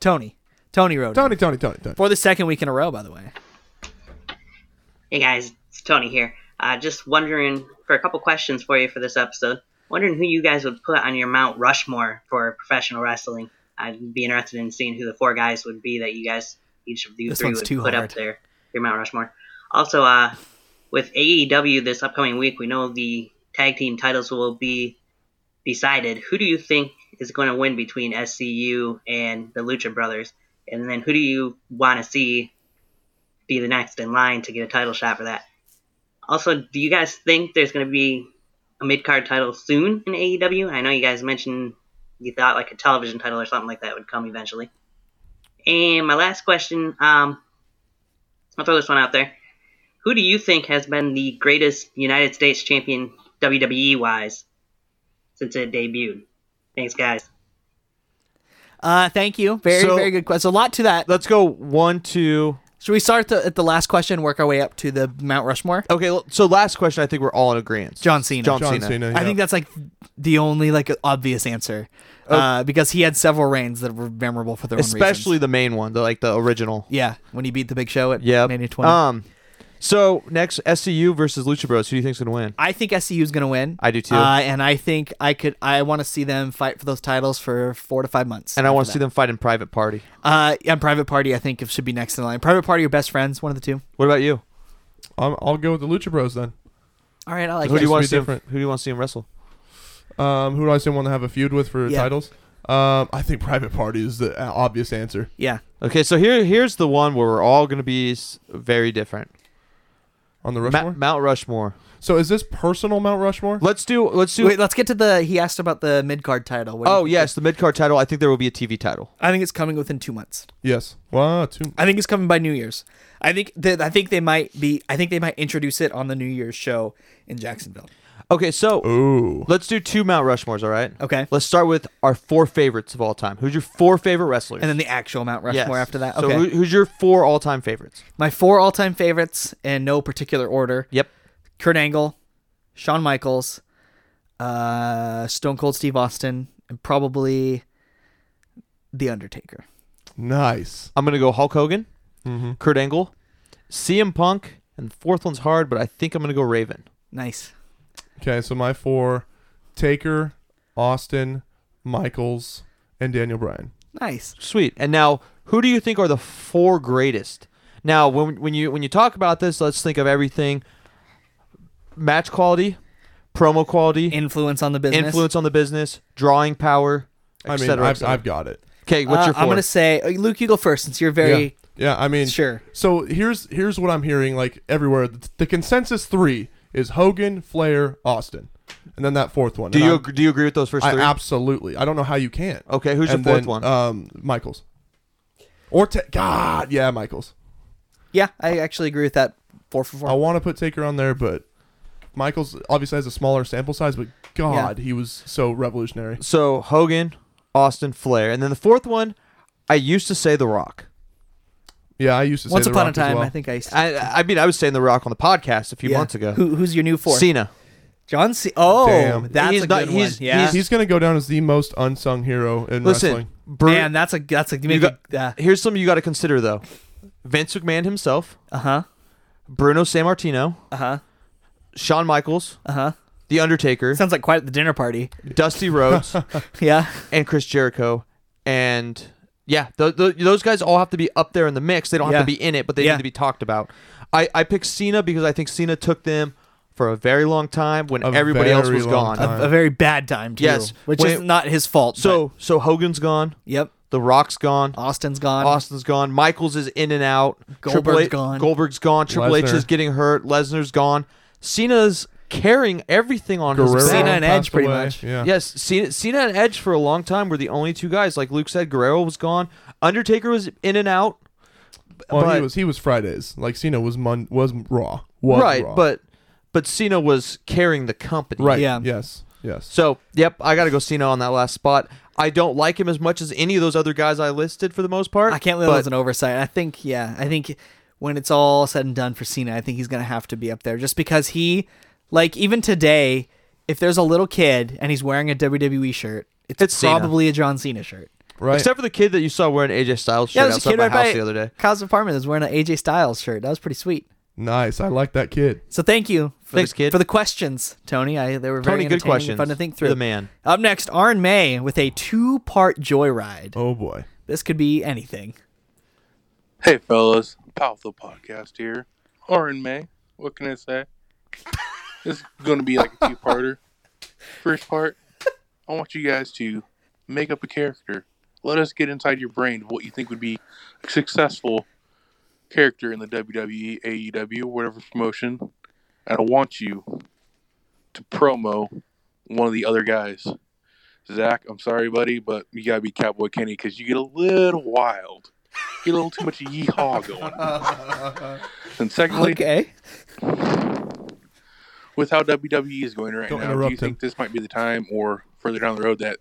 C: Tony, Tony Roden.
B: Tony, Tony, Tony, Tony.
C: for the second week in a row, by the way.
M: Hey guys, it's Tony here. Uh, just wondering for a couple questions for you for this episode. Wondering who you guys would put on your Mount Rushmore for professional wrestling. I'd be interested in seeing who the four guys would be that you guys, each of you
C: This
M: three,
C: one's
M: would
C: too
M: put
C: hard.
M: up there your Mount Rushmore. Also, uh, with AEW this upcoming week, we know the tag team titles will be decided. Who do you think is going to win between SCU and the Lucha Brothers? And then who do you want to see be the next in line to get a title shot for that. Also, do you guys think there's going to be a mid card title soon in AEW? I know you guys mentioned you thought like a television title or something like that would come eventually. And my last question, um, I'll throw this one out there. Who do you think has been the greatest United States champion WWE wise since it debuted? Thanks, guys.
C: Uh, thank you. Very,
D: So-
C: very good question. A lot to that.
D: Let's go one, two.
C: Should we start the, at the last question, work our way up to the Mount Rushmore?
D: Okay, l- so last question. I think we're all in agreement.
C: John Cena.
D: John,
B: John
D: Cena.
B: Cena.
C: I think
B: yeah.
C: that's like the only like obvious answer, uh, because he had several reigns that were memorable for their own reasons.
D: Oh. especially the main one, the like the original.
C: yeah, when he beat the Big Show at
D: Yeah.
C: Mania 20.
D: Um. So next, SCU versus Lucha Bros. Who do you think's gonna win?
C: I think SCU is going to win.
D: I do too.
C: Uh, and I think I could. I want to see them fight for those titles for four to five months.
D: And I
C: after
D: want to see
C: that.
D: them fight in Private Party.
C: Uh, and Private Party, I think, should be next in line. Private Party or Best Friends, one of the two.
D: What about you?
B: I'm, I'll go with the Lucha Bros then.
C: All right, I like.
D: who
C: that.
D: do you want
B: be
D: to see? Him,
B: different.
D: who do you want to see him wrestle?
B: Um, who do I still want to have a feud with for
C: Yeah.
B: titles? Um, I think Private Party is the uh, obvious answer.
C: Yeah.
D: Okay, so here here's the one where we're all gonna be s- very different.
B: On the
D: Ma-
B: Rushmore?
D: Mount Rushmore.
B: so is this personal Mount Rushmore?
D: Let's do. Let's do.
C: Wait, let's get to the. He asked about the mid card title. What do you
D: oh
C: think?
D: yes, the mid card title. I think there will be a TV title.
C: I think it's coming within two months.
B: yes. Wow, two.
C: I think it's coming by New Year's. I think that I think they might be. I think they might introduce it on the New Year's show in Jacksonville.
D: Okay, so
B: Ooh.
D: let's do two Mount Rushmores. All right.
C: Okay.
D: Let's start with our four favorites of all time. Who's your four favorite wrestlers?
C: And then the actual Mount
D: Yes.
C: Rushmore after that.
D: So
C: Okay,
D: who, who's your four all time favorites?
C: my four all-time favorites in no particular order:
D: Yep.
C: Kurt Angle, Shawn Michaels, uh, Stone Cold Steve Austin, and probably The Undertaker.
B: Nice.
D: I'm gonna go Hulk Hogan,
B: Mm-hmm.
D: Kurt Angle, CM Punk, and the fourth one's hard, but I think I'm gonna go Raven.
C: Nice.
B: Okay, so my four Taker, Austin, Michaels, and Daniel Bryan.
C: Nice.
D: Sweet. And now, who do you think are the four greatest? Now, when when you when you talk about this, let's think of everything: match quality, promo quality,
C: influence on the business,
D: influence on the business, drawing power.
B: I mean, I've- I've got it.
D: Okay, what's
C: Uh,
D: your? Four?
C: I'm gonna say uh, Luke. You go first since you're very.
B: yeah. yeah i mean
C: sure
B: so here's here's what i'm hearing like everywhere the, the consensus three is hogan flair austin and then that fourth one
D: Do
B: And
D: you
B: I'm-
D: ag- do you agree with those first
B: I
D: three?
B: absolutely i don't know how you can't
D: Okay, who's
B: And
D: your fourth
B: then,
D: one?
B: um michaels or Ta- god yeah michaels
C: Yeah, I actually agree with that. Four for four.
B: i want to put taker on there but michaels obviously has a smaller sample size but god he was so revolutionary
D: So Hogan, Austin, Flair, and then the fourth one, I used to say The Rock.
B: Yeah, I used to say
D: Once
B: The
D: upon
B: Rock
D: a
B: as
D: time,
B: well.
D: I think I. Used to I, mean, I was saying The Rock on the podcast a few
C: Yeah.
D: months ago.
C: Who- who's your new four?
D: Cena.
C: John C. Oh,
B: Damn.
C: that's a good one. yeah.
B: he's, he's gonna go down as the most unsung hero in wrestling
D: Listen,
C: Man, that's a that's a
D: you
C: maybe,
D: got,
C: uh,
D: here's something you got to consider though. Vince McMahon himself.
C: Uh huh.
D: Bruno Sammartino.
C: Uh huh.
D: Shawn Michaels.
C: Uh huh.
D: The Undertaker.
C: Sounds like quite the dinner party.
D: Dusty Rhodes.
C: yeah.
D: And Chris Jericho. And yeah, th- th- those guys all have to be up there in the mix. They don't
C: Yeah.
D: have to be in it, but they
C: Yeah.
D: need to be talked about. I, I picked Cena because I think Cena took them for a very long time when
C: A
D: everybody else
C: very
D: was gone.
C: long time. A- a very bad time, too,
D: Yes,
C: which is not his fault.
D: So so Hogan's gone.
C: Yep.
D: The Rock's gone.
C: Austin's gone.
D: Austin's gone. Michaels is in and out. Triple
C: Goldberg's
D: H-
C: gone.
D: Goldberg's gone. Triple H is
C: Lesnar.
D: getting hurt. Lesnar's gone. Cena's carrying everything on
B: Guerrero
D: his back.
B: Cena and Edge, passed pretty away, much. yeah.
D: Yes, Cena, Cena and Edge for a long time were the only two guys. Like Luke said, Guerrero was gone. Undertaker was in and out.
B: Well,
D: but,
B: he was he was Fridays. Like Cena was Mon was Raw. Was
D: right,
B: Raw.
D: but but Cena was carrying the company.
B: Right, Yeah. yes, yes.
D: So yep, I gotta go Cena on that last spot. I don't like him as much as any of those other guys I listed for the most part.
C: I can't believe that was an oversight. I think, yeah, I think when it's all said and done for Cena, I think he's gonna have to be up there just because he, like, even today, if there's a little kid and he's wearing a WWE shirt, it's,
D: It's Cena.
C: probably a John Cena shirt.
D: Except for the kid that you saw wearing AJ Styles shirt
C: yeah, there's a
D: outside
C: kid
D: my
C: right
D: house
C: by
D: the other day.
C: Kyle's apartment that's wearing an AJ Styles shirt. That was pretty sweet.
B: nice. I like that kid.
C: So thank you. For
D: Thanks,
C: the,
D: kid.
C: for the questions, Tony. I they were
D: Tony,
C: very
D: good
C: entertaining and
D: questions.
C: fun to think through.
D: You're the man.
C: Up next, Arn May with a two-part joyride.
B: Oh boy,
C: this could be anything.
N: Hey, fellas. Powerful podcast here. Or in May. What can I say? This is going to be like a two parter. First part, I want you guys to make up a character. Let us get inside your brain of what you think would be a successful character in the E, WWE, AEW, whatever promotion. And I want you to promo one of the other guys. Zach, I'm sorry, buddy, but you got to be Cowboy Kenny because you get a little wild. Get a little too much yeehaw going. And secondly,
C: okay.
N: with how WWE is going right
B: Don't
N: now, do
B: interrupt
N: you think this might be the time or further down the road that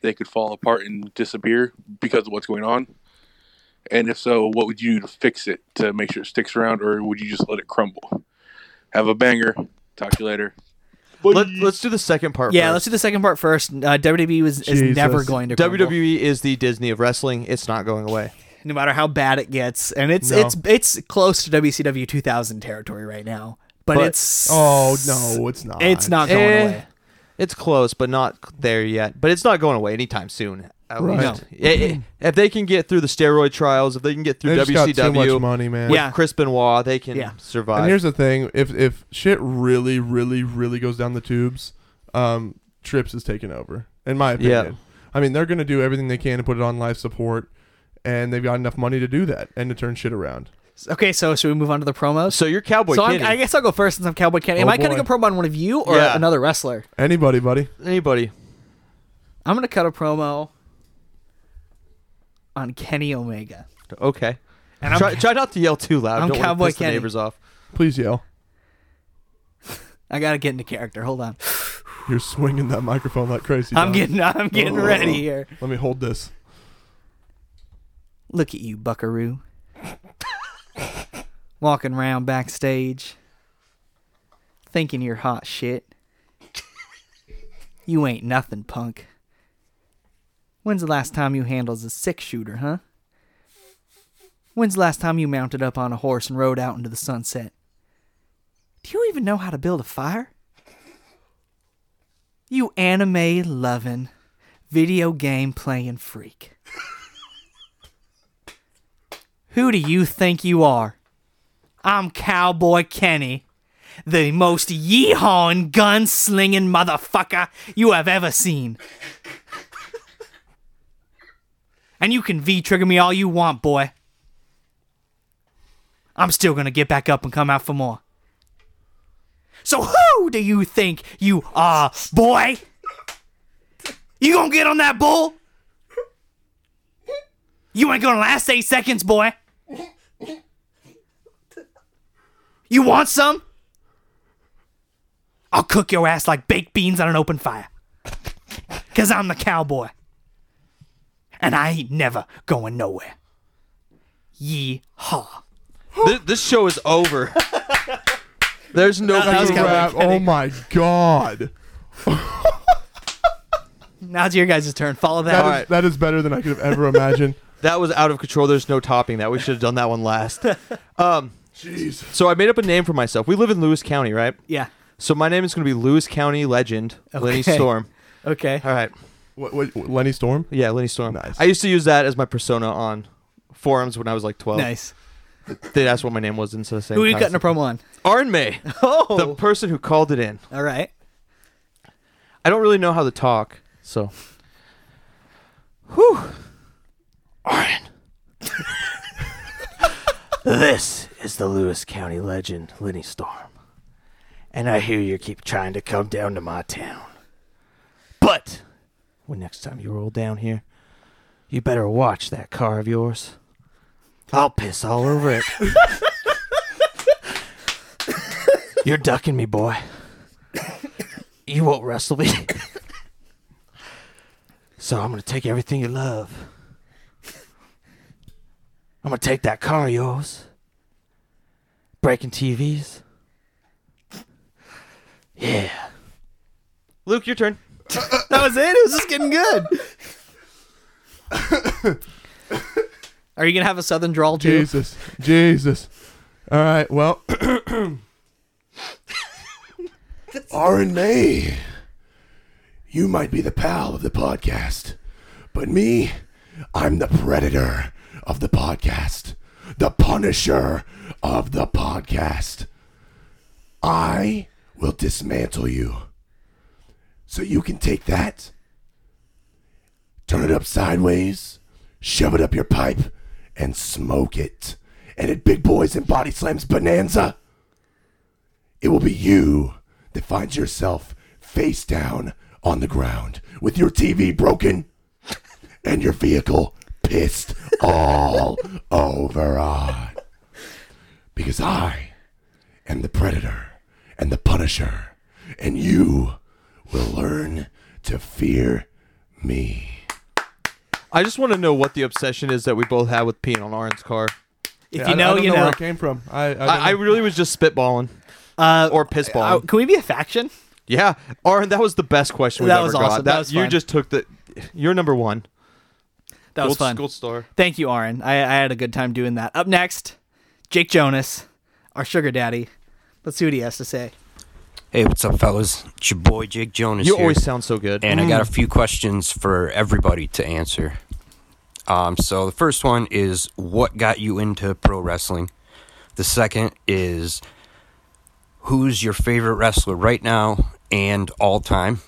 N: they could fall apart and disappear because of what's going on? And if so, what would you do to fix it to make sure it sticks around, or would you just let it crumble? Have a banger. Talk to you later.
D: Let, let's do the second part.
C: yeah,
D: first.
C: let's do the second part first. Uh, WWE was, is never going to crumble.
D: WWE E is the Disney of wrestling. It's not going away.
C: no matter how bad it gets, and it's
D: No.
C: it's it's close to WCW 2000 territory right now. But, it's
B: oh no, it's not.
C: It's not going
D: Eh,
C: away.
D: It's close, but not there yet. But it's not going away anytime soon. at
B: Right.
D: least. I- I- if they can get through the steroid trials, if they can get through
B: They just got
D: WCW,
B: too much money, man.
D: With
B: Yeah.
D: Chris Benoit, they can survive.
B: And here's the thing: if if shit really, really, really goes down the tubes, um, Trips is taking over. In my opinion, I mean they're gonna do everything they can to put it on life support, and they've got enough money to do that and to turn shit around.
C: Okay, so should we move on to the promos?
D: So you're Cowboy
C: So I'm-
D: Kenny.
C: I guess I'll go first since I'm Cowboy Kenny. Am
B: Oh,
C: I cutting
B: boy.
C: a promo on one of you or
B: Yeah.
C: another wrestler?
B: Anybody, buddy?
D: Anybody?
C: I'm gonna cut a promo on Kenny Omega.
D: Okay.
C: And I'm-
D: try, try not to yell too loud.
C: I'm
D: Don't wanna
C: Cowboy
D: piss
C: Kenny.
D: the neighbors off.
B: Please yell.
C: I gotta get into character. Hold on.
B: You're swinging that microphone like crazy.
C: I'm
B: Don.
C: getting- I'm getting ready here.
B: Let me hold this.
C: Look at you, buckaroo. Walking around backstage, thinking you're hot shit. You ain't nothing, punk. When's the last time you handled a six shooter, huh? When's the last time you mounted up on a horse and rode out into the sunset? Do you even know how to build a fire? You anime loving, video game playing freak. Who do you think you are? I'm Cowboy Kenny, the most yeehawing, gun slinging motherfucker you have ever seen. and you can V trigger me all you want, boy. I'm still gonna get back up and come out for more. So who do you think you are, boy? You gonna get on that bull? You ain't gonna last eight seconds, boy. You want some? I'll cook your ass like baked beans on an open fire. Cause I'm the cowboy. And I ain't never going nowhere. Yeehaw.
D: This, this show is over. There's no
B: That was
D: Cowboy
B: rap.
D: Kenny.
B: Oh my god.
C: Now it's your guys' turn. Follow that.
B: That is, that is better than I could have ever imagined.
D: That was out of control. There's no topping that. We should have done that one last. Um, Jeez. So I made up a name for myself. We live in Lewis County, right?
C: Yeah.
D: So my name is going to be Lewis County Legend Lenny
B: Okay.
D: Storm.
C: Okay.
D: All right.
B: What, what, Lenny Storm?
D: Yeah, Lenny Storm. Nice. I used to use that as my persona on forums when I was like 12.
C: Nice.
D: They asked what my name was instead of saying.
C: Who are you
D: Tyson.
C: cutting a promo on?
D: Arn May.
C: Oh.
D: The person who called it in.
C: All right.
D: I don't really know how to talk, so.
O: This is the Lewis County legend, Lenny Storm. And I hear you keep trying to come down to my town. But when next time you roll down here, you better watch that car of yours. I'll piss all over it. You're ducking me, boy. You won't wrestle me. so I'm going to take everything you love. I'm gonna take that car of yours. Breaking TVs. Yeah.
D: Luke, your turn.
C: that was it. It was just getting good. Are you gonna have a southern drawl too?
B: Jesus. Jesus. All right. Well,
G: Aaron May, you might be the pal of the podcast, but me, I'm the predator of the podcast, the punisher of the podcast. I will dismantle you. So you can take that, turn it up sideways, shove it up your pipe, and smoke it. And at Big Boys and Body Slams Bonanza, it will be you that finds yourself face down on the ground with your TV broken and your vehicle pissed all over on. Because I am the predator and the punisher, and you will learn to fear me.
D: I just want to know what the obsession is that we both have with peeing on Arn's car.
C: If Yeah, you I- I know, don't you know where know. it
B: came from. I I,
D: I, really was just spitballing.
C: Uh,
D: or pissballing.
C: Uh, can we be a faction?
D: Yeah, Arn, that was the best question we've
C: That
D: ever
C: was
D: got.
C: awesome. That was
D: you
C: fun.
D: just took the. You're number one.
C: That was
D: Gold-
C: fun.
D: Gold star.
C: Thank you, Aaron. I, I had a good time doing that. Up next, Jake Jonas, our sugar daddy. Let's see what he has to say.
P: Hey, what's up, fellas? It's your boy Jake Jonas.
D: You
P: here.
D: always sound so good.
P: And I got a
D: Mm.
P: few questions for everybody to answer. Um, so the first one is what got you into pro wrestling? The second is who's your favorite wrestler right now and all time?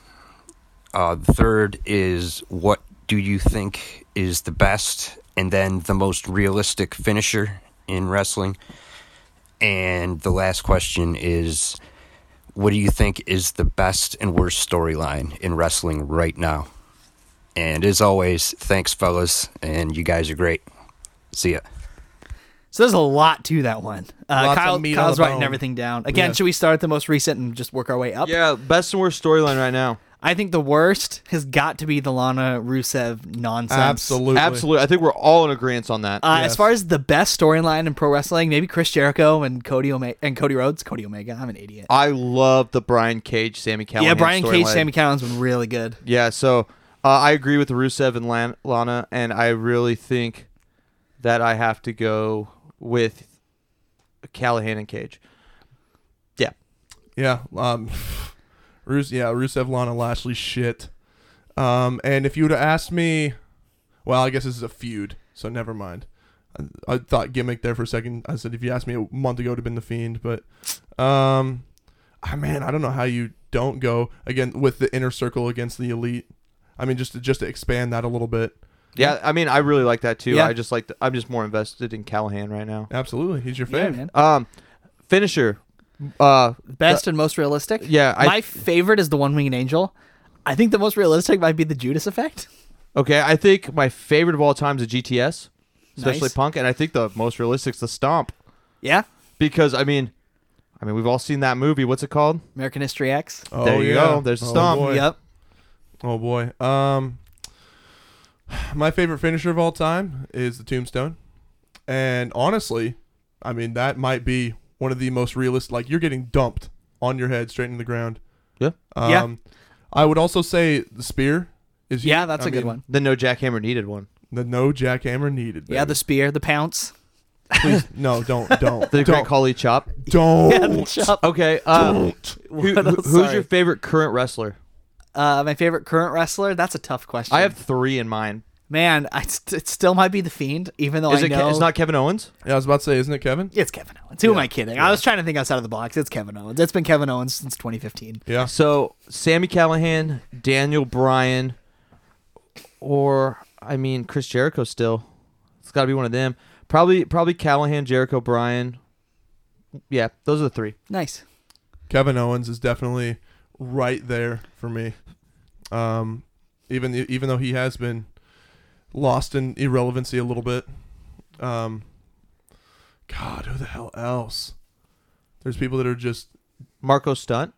P: Uh, the third is what do you think is the best and then the most realistic finisher in wrestling? And the last question is what do you think is the best and worst storyline in wrestling right now? And as always, thanks, fellas, and you guys are great. See ya.
C: So there's a lot to that one. Uh,
D: Lots of
C: Kyle,
D: meat on
C: Kyle's
D: the
C: writing
D: bone.
C: everything down. Again,
D: Yeah.
C: should we start at the most recent and just work our way up?
D: Yeah, best and worst storyline right now.
C: I think the worst has got to be the Lana Rusev nonsense.
D: Absolutely. I think we're all in agreement on that.
C: Uh, As far as the best storyline in pro wrestling, maybe Chris Jericho and Cody Ome- and Cody Rhodes. Cody Omega. I'm an idiot.
D: I love the Brian Cage, Sammy Callahan.
C: yeah, Brian Cage,
D: storyline.
C: Sammy Callahan's been really good.
D: Yeah, so uh, I agree with Rusev and Lan- Lana, and I really think that I have to go with Callahan and Cage. Yeah.
B: yeah. Um, Rus- yeah, Rusev, Lana Lashley, shit. Um, and if you would have asked me, well, I guess this is a feud, so never mind. I, I thought gimmick there for a second. I said if you asked me a month ago, it'd have been the fiend, but um, I man, I don't know how you don't go again with the inner circle against the elite. I mean, just to, just to expand that a little bit.
D: Yeah, I mean, I really like that too.
B: Yeah.
D: I just like, the, I'm just more invested in Callahan right now.
B: Absolutely, he's your Yeah, fave. man.
D: Um, finisher, uh,
C: Best and most realistic.
D: Yeah, I-
C: my favorite is the One Winged Angel. I think the most realistic might be the Judas Effect.
D: Okay, I think my favorite of all time is the GTS, especially
C: Nice.
D: Punk, and I think the most realistic is the Stomp.
C: Yeah.
D: Because I mean, I mean we've all seen that movie. What's it called?
C: American History X.
D: there you go. There's the
B: Oh,
D: Stomp.
B: boy. Oh boy. Um, my favorite finisher of all time is the Tombstone, and honestly, I mean that might be one of the most realistic. Like you're getting dumped on your head straight into the ground.
D: Yeah.
B: Um,
D: Yeah.
B: I would also say the spear is.
C: Yeah,
B: huge.
C: that's
B: I
C: a good
B: mean,
C: one.
D: The no jackhammer needed one.
B: The no jackhammer needed.
C: Yeah, the spear, the pounce.
B: Please, no, don't, don't.
D: The
B: don't.
D: Great Khali Chop.
B: Don't.
C: Yeah, the chop.
D: Okay. Uh,
C: Don't.
D: who-
C: What
D: who-
C: else?
D: who's
C: Sorry.
D: your favorite current wrestler?
C: Uh, my favorite current wrestler. That's a tough question.
D: I have three in mind.
C: Man, I st- it still might be the Fiend, even though
D: Is
C: I
D: it Ke-
C: know
D: it's not Kevin Owens?
B: Yeah, I was about to say, isn't it Kevin?
C: It's Kevin Owens. Who am I kidding? I was trying to think outside of the box. It's Kevin Owens. It's been Kevin Owens since 2015.
B: Yeah.
D: So Sammy Callahan, Daniel Bryan, or I mean Chris Jericho still. It's got to be one of them. Probably probably Callahan, Jericho, Bryan. Yeah, those are the three.
C: Nice.
B: Kevin Owens is definitely right there for me. Um, even even though he has been lost in irrelevancy a little bit. Um, God, who the hell else? There's people that are just
D: Marco Stunt.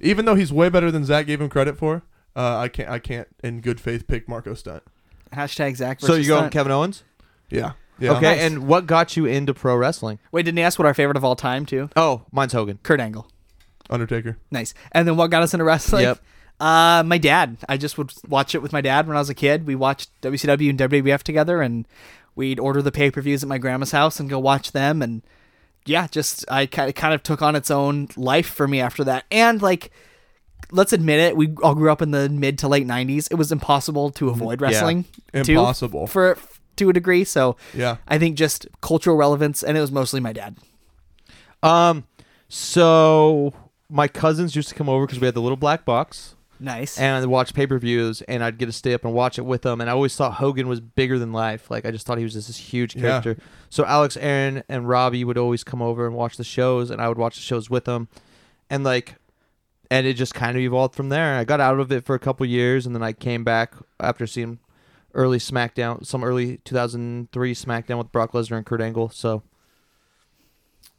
B: Even though he's way better than Zach gave him credit for, uh, I can't I can't in good faith pick Marco Stunt.
C: Hashtag Zach.
D: So
C: versus
D: you go
C: Stunt.
D: Kevin Owens?
B: Yeah. Yeah.
D: Okay,
C: Nice.
D: and what got you into pro wrestling?
C: Wait, didn't you ask what our favorite of all time too?
D: Oh, mine's Hogan.
C: Kurt Angle.
B: Undertaker.
C: Nice. And then what got us into wrestling?
D: Yep.
C: Uh, my dad. I just would watch it with my dad when I was a kid. We watched WCW and WWF together, and we'd order the pay per views at my grandma's house and go watch them. And yeah, just I kind of kind of took on its own life for me after that. And like, let's admit it, we all grew up in the mid to late '90s. It was impossible to avoid
B: Mm, Yeah.
C: wrestling. too,
B: Impossible.
C: for to a degree. So
B: Yeah.
C: I think just cultural relevance, and it was mostly my dad.
D: Um, so my cousins used to come over because we had the little black box.
C: Nice.
D: And I'd watch pay per views, and I'd get to stay up and watch it with them. And I always thought Hogan was bigger than life. Like I just thought he was just this huge
B: Yeah.
D: character. So Alex, Aaron, and Robbie would always come over and watch the shows, and I would watch the shows with them. And like, and it just kind of evolved from there. I got out of it for a couple years, and then I came back after seeing early SmackDown, some early 2003 SmackDown with Brock Lesnar and Kurt Angle. So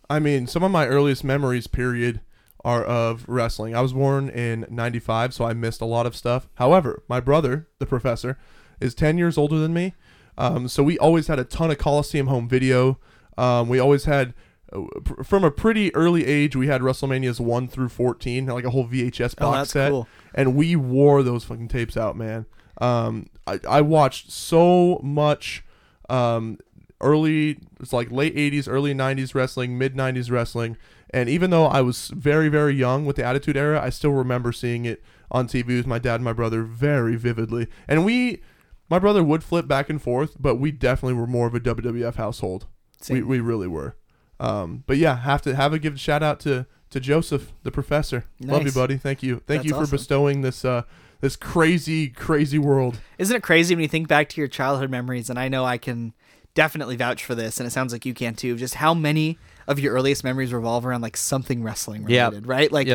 B: I mean, some of my earliest memories, period, are of wrestling. I was born in 95, so I missed a lot of stuff. However, my brother, the professor, is 10 years older than me. Um, so we always had a ton of Coliseum home video. Um, we always had, uh, pr- from a pretty early age, we had WrestleManias 1 through 14, like a whole VHS box
C: Oh, that's
B: set.
C: cool.
B: And we wore those fucking tapes out, man. Um, I, I watched so much um, early, it's like late 80s, early 90s wrestling, mid 90s wrestling. And even though I was very, very young with the Attitude Era, I still remember seeing it on TV with my dad and my brother very vividly. And we, my brother would flip back and forth, but we definitely were more of a WWF household. We, we really were. Um, but yeah, have to have a give shout out to to Joseph, the professor. Love you,
C: Nice.
B: buddy. Thank you. Thank
C: That's
B: you for
C: awesome.
B: bestowing this uh this crazy, crazy world.
C: Isn't it crazy when you think back to your childhood memories? And I know I can definitely vouch for this, and it sounds like you can too. of Just how many of your earliest memories revolve around like something wrestling
D: Yeah.
C: related, right? Like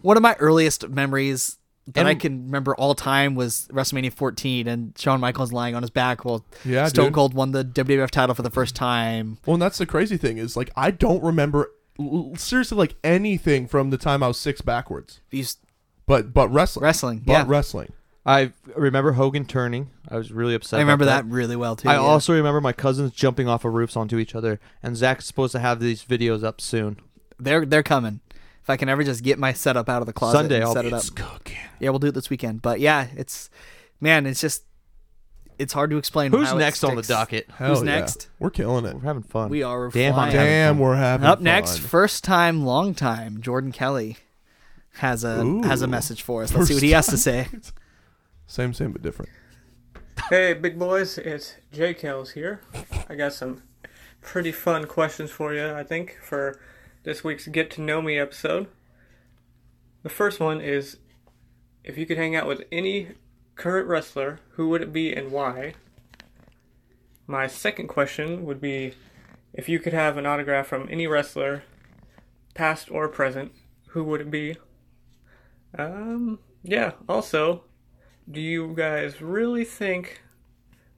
C: one of my earliest memories that I
D: And-
C: can remember all time was WrestleMania 14 and Shawn Michaels lying on his back while
B: Yeah,
C: Stone
B: dude.
C: Cold won the WWF title for the first time.
B: Well, and that's the crazy thing is like I don't remember l- seriously like anything from the time I was six backwards.
C: These,
B: but but wrestling,
C: wrestling,
B: but
C: yeah.
B: wrestling.
D: I remember Hogan turning. I was really upset.
C: I
D: about
C: remember that really well, too,
D: I
C: yeah.
D: also remember my cousins jumping off of roofs onto each other. And Zach's supposed to have these videos up soon.
C: They're they're coming. If I can ever just get my setup out of the closet
D: Sunday,
C: and
D: I'll-
C: set it up.
D: It's
C: Yeah, we'll do it this weekend. But yeah, it's man, it's just it's hard to explain.
D: Who's
C: how it
D: next on the
C: sticks.
D: docket?
C: Who's next?
B: We're killing it.
D: We're having fun.
C: We are.
D: Damn, I'm
C: flying.
D: having fun.
B: Damn, we're having
C: Up
B: fun.
C: next, first time, long time, Jordan Kelly. has a has a
B: Ooh.
C: message for us. Let's
B: First
C: see what he has to
B: time.
C: say.
B: Same, same, but different.
Q: Hey, big boys, it's Jake Hills here. I got some pretty fun questions for you, I think, for this week's Get to Know Me episode. The first one is if you could hang out with any current wrestler, who would it be and why? My second question would be if you could have an autograph from any wrestler, past or present, who would it be? Um, yeah, also, do you guys really think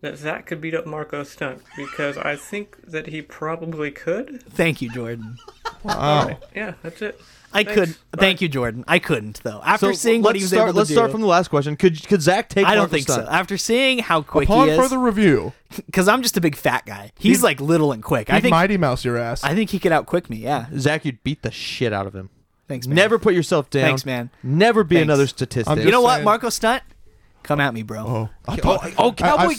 Q: that Zach could beat up Marco Stunt? Because I think that he probably could.
C: Thank you, Jordan.
Q: All right. Yeah, that's it.
C: I
Q: Thanks.
C: couldn't.
Q: Bye.
C: Thank you, Jordan. I couldn't though. After
D: So,
C: seeing what
D: let's
C: he was
D: start,
C: able to
D: let's
C: do,
D: start from the last question. Could could Zach take?
C: I don't
D: Marco
C: think
D: Stunt?
C: so. After seeing how quick
B: Upon
C: he is,
B: further review,
C: because I'm just a big fat guy. He's
B: He'd-
C: like little and quick. I
B: he'd
C: think
B: Mighty Mouse your ass.
C: I think he could outquick me. Yeah.
D: Zach, you'd beat the shit out of him.
C: Thanks, man.
D: Never put yourself down.
C: Thanks, man.
D: Never be
C: Thanks.
D: another statistic.
C: You know what, Marco Stunt? Come at me, bro.
B: Oh,
D: Oh, oh, Cowboy,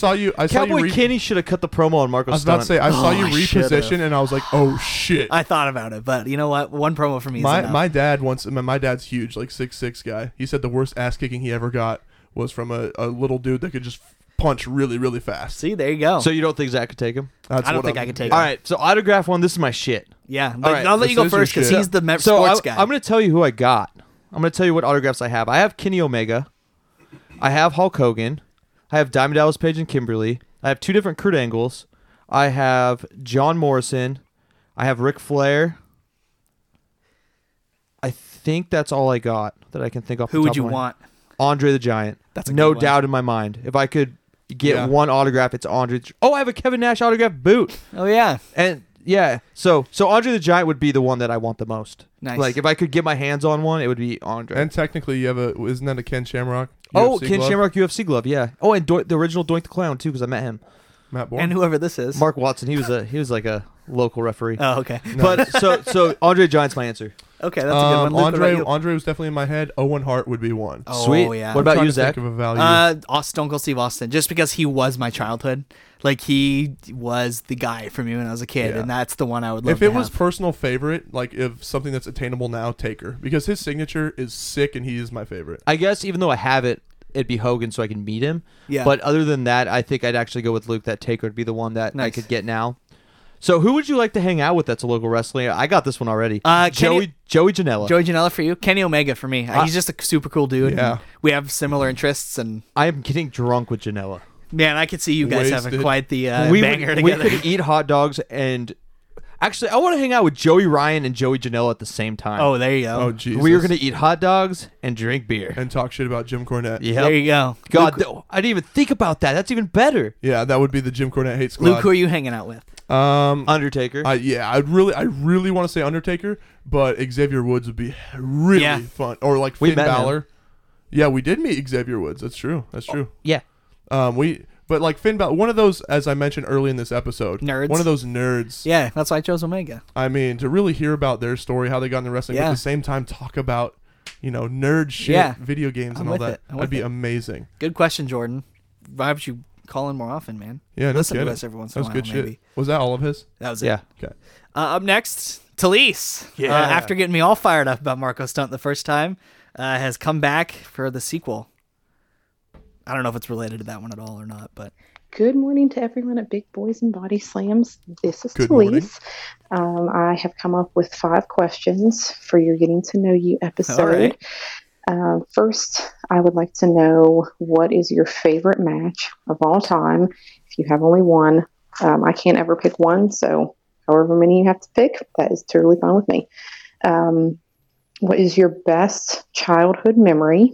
D: Cowboy Kenny should have cut the promo on Marco
B: I was about to
D: Stunt. Oh,
B: say I saw you reposition, and I was like, oh shit.
C: I thought about it, but you know what? One promo for me is
B: my
C: enough.
B: my dad once my, my dad's huge like six six guy he said the worst ass kicking he ever got was from a, a little dude that could just punch really really fast
C: see there you go
D: So you don't think Zach could take him?
B: That's I don't what think I'm- I could take
D: All
B: him.
D: right, so autograph one. This is my shit.
C: Yeah,
D: All
C: but I'll let you go
D: This is your
C: first 'cause
D: shit.
C: he's the me-
D: so
C: sports
D: I,
C: guy.
D: I'm going to tell you who I got. I'm going to tell you what autographs I have. I have Kenny Omega. I have Hulk Hogan. I have Diamond Dallas Page and Kimberly. I have two different Kurt Angles. I have John Morrison. I have Ric Flair. I think that's all I got that I can think of.
C: Who would you want?
D: Andre the Giant.
C: That's
D: That's
C: a
D: no
C: good one.
D: doubt in my mind. If I could get
C: Yeah.
D: one autograph, it's Andre. the- Oh, I have a Kevin Nash autograph boot.
C: Oh yeah,
D: and yeah. So so Andre the Giant would be the one that I want the most.
B: Nice.
D: Like if I could get my hands on one, it would be Andre.
B: and technically you have a isn't that a Ken Shamrock
D: oh,
B: UFC
D: Ken
B: glove?
D: Shamrock UFC glove. Yeah. Oh, and Doink the original Doink the Clown too, because I met him.
B: Matt
C: And whoever this is,
D: Mark Watson. He was a he was like a local referee.
C: Oh, okay.
D: But so so Andre the Giant's my answer.
C: Okay,
B: Um, Andre Andre was definitely in my head Owen Hart would be one
C: Oh, yeah.
B: I'm trying to think of a value
C: Uh, Aus- Stone Cold Steve Austin, just because he was my childhood. Like he was the guy for me when I was a kid,
B: Yeah.
C: and that's the one I would love.
B: if
C: to
B: it was
C: have.
B: personal favorite like if something that's attainable now Taker because his signature is sick and he is my favorite
D: I guess even though I have it, it'd be Hogan so I can meet him.
B: Yeah.
D: But other than that, I think I'd actually go with Luke. That Taker would be the one that I
C: Nice.
D: could get now. So who would you like to hang out with? That's a local wrestling. I got this one already.
C: Uh,
D: Joey
C: Kenny-
D: Joey Janela.
C: Joey Janela for you, Kenny Omega for me. Uh,
D: Ah.
C: He's just a super cool dude.
D: Yeah.
C: and we have similar interests, and
D: I am getting drunk with Janela.
C: man, I could see you guys having
D: Wasted.
C: quite the uh,
D: we
C: banger
D: would,
C: together.
D: We could eat hot dogs and actually, I want to hang out with Joey Ryan and Joey Janela at the same time.
C: Oh, there you go. Oh,
D: We are
C: Jesus.
D: gonna eat hot dogs and drink beer
B: and talk shit about Jim Cornette.
D: Yep.
C: There you go.
D: God, th- I didn't even think about that. That's even better.
B: yeah that would be the Jim Cornette hate squad
C: Luke, who are you hanging out with?
B: Um,
D: Undertaker.
B: I, yeah, I really, I really want to say Undertaker, but Xavier Woods would be really
D: Yeah.
B: fun, or like
D: We
B: Finn
D: met him.
B: Balor. Yeah, we did meet Xavier Woods. That's true. That's true.
C: Oh,
D: yeah.
B: Um, we, but like Finn Balor, one of those, as I mentioned early in this episode,
C: Nerds.
B: One of those nerds.
C: Yeah, that's why I chose Omega.
B: I mean, to really hear about their story, how they got into wrestling, but
C: Yeah.
B: at the same time talk about, you know, nerd shit,
C: Yeah.
B: video games,
C: I'm
B: and all
C: with
B: that.
C: it. I'm with
B: That'd be
C: it.
B: amazing.
C: Good question, Jordan. Why don't you call in more often, man?
B: Yeah, no
C: listen to
B: kidding.
C: us every once
B: That
C: in a
B: was
C: while.
B: good shit.
C: maybe.
B: Was that all of his?
C: That was
D: Yeah.
C: it.
B: Okay.
C: Uh, up next, Talise.
B: Yeah.
C: Uh, after getting me all fired up about Marco Stunt the first time, uh, has come back for the sequel. I don't know if it's related to that one at all or not, but
R: Good morning to everyone at Big Boys and Body Slams. This is
C: Good morning.
R: Talise. Um, I have come up with five questions for your Getting to Know You
S: All
R: episode.
S: right.
R: Um, first, I would like to know what is your favorite match of all time? If you have only one, um, I can't ever pick one, so however many you have to pick, that is totally fine with me. Um, what is your best childhood memory?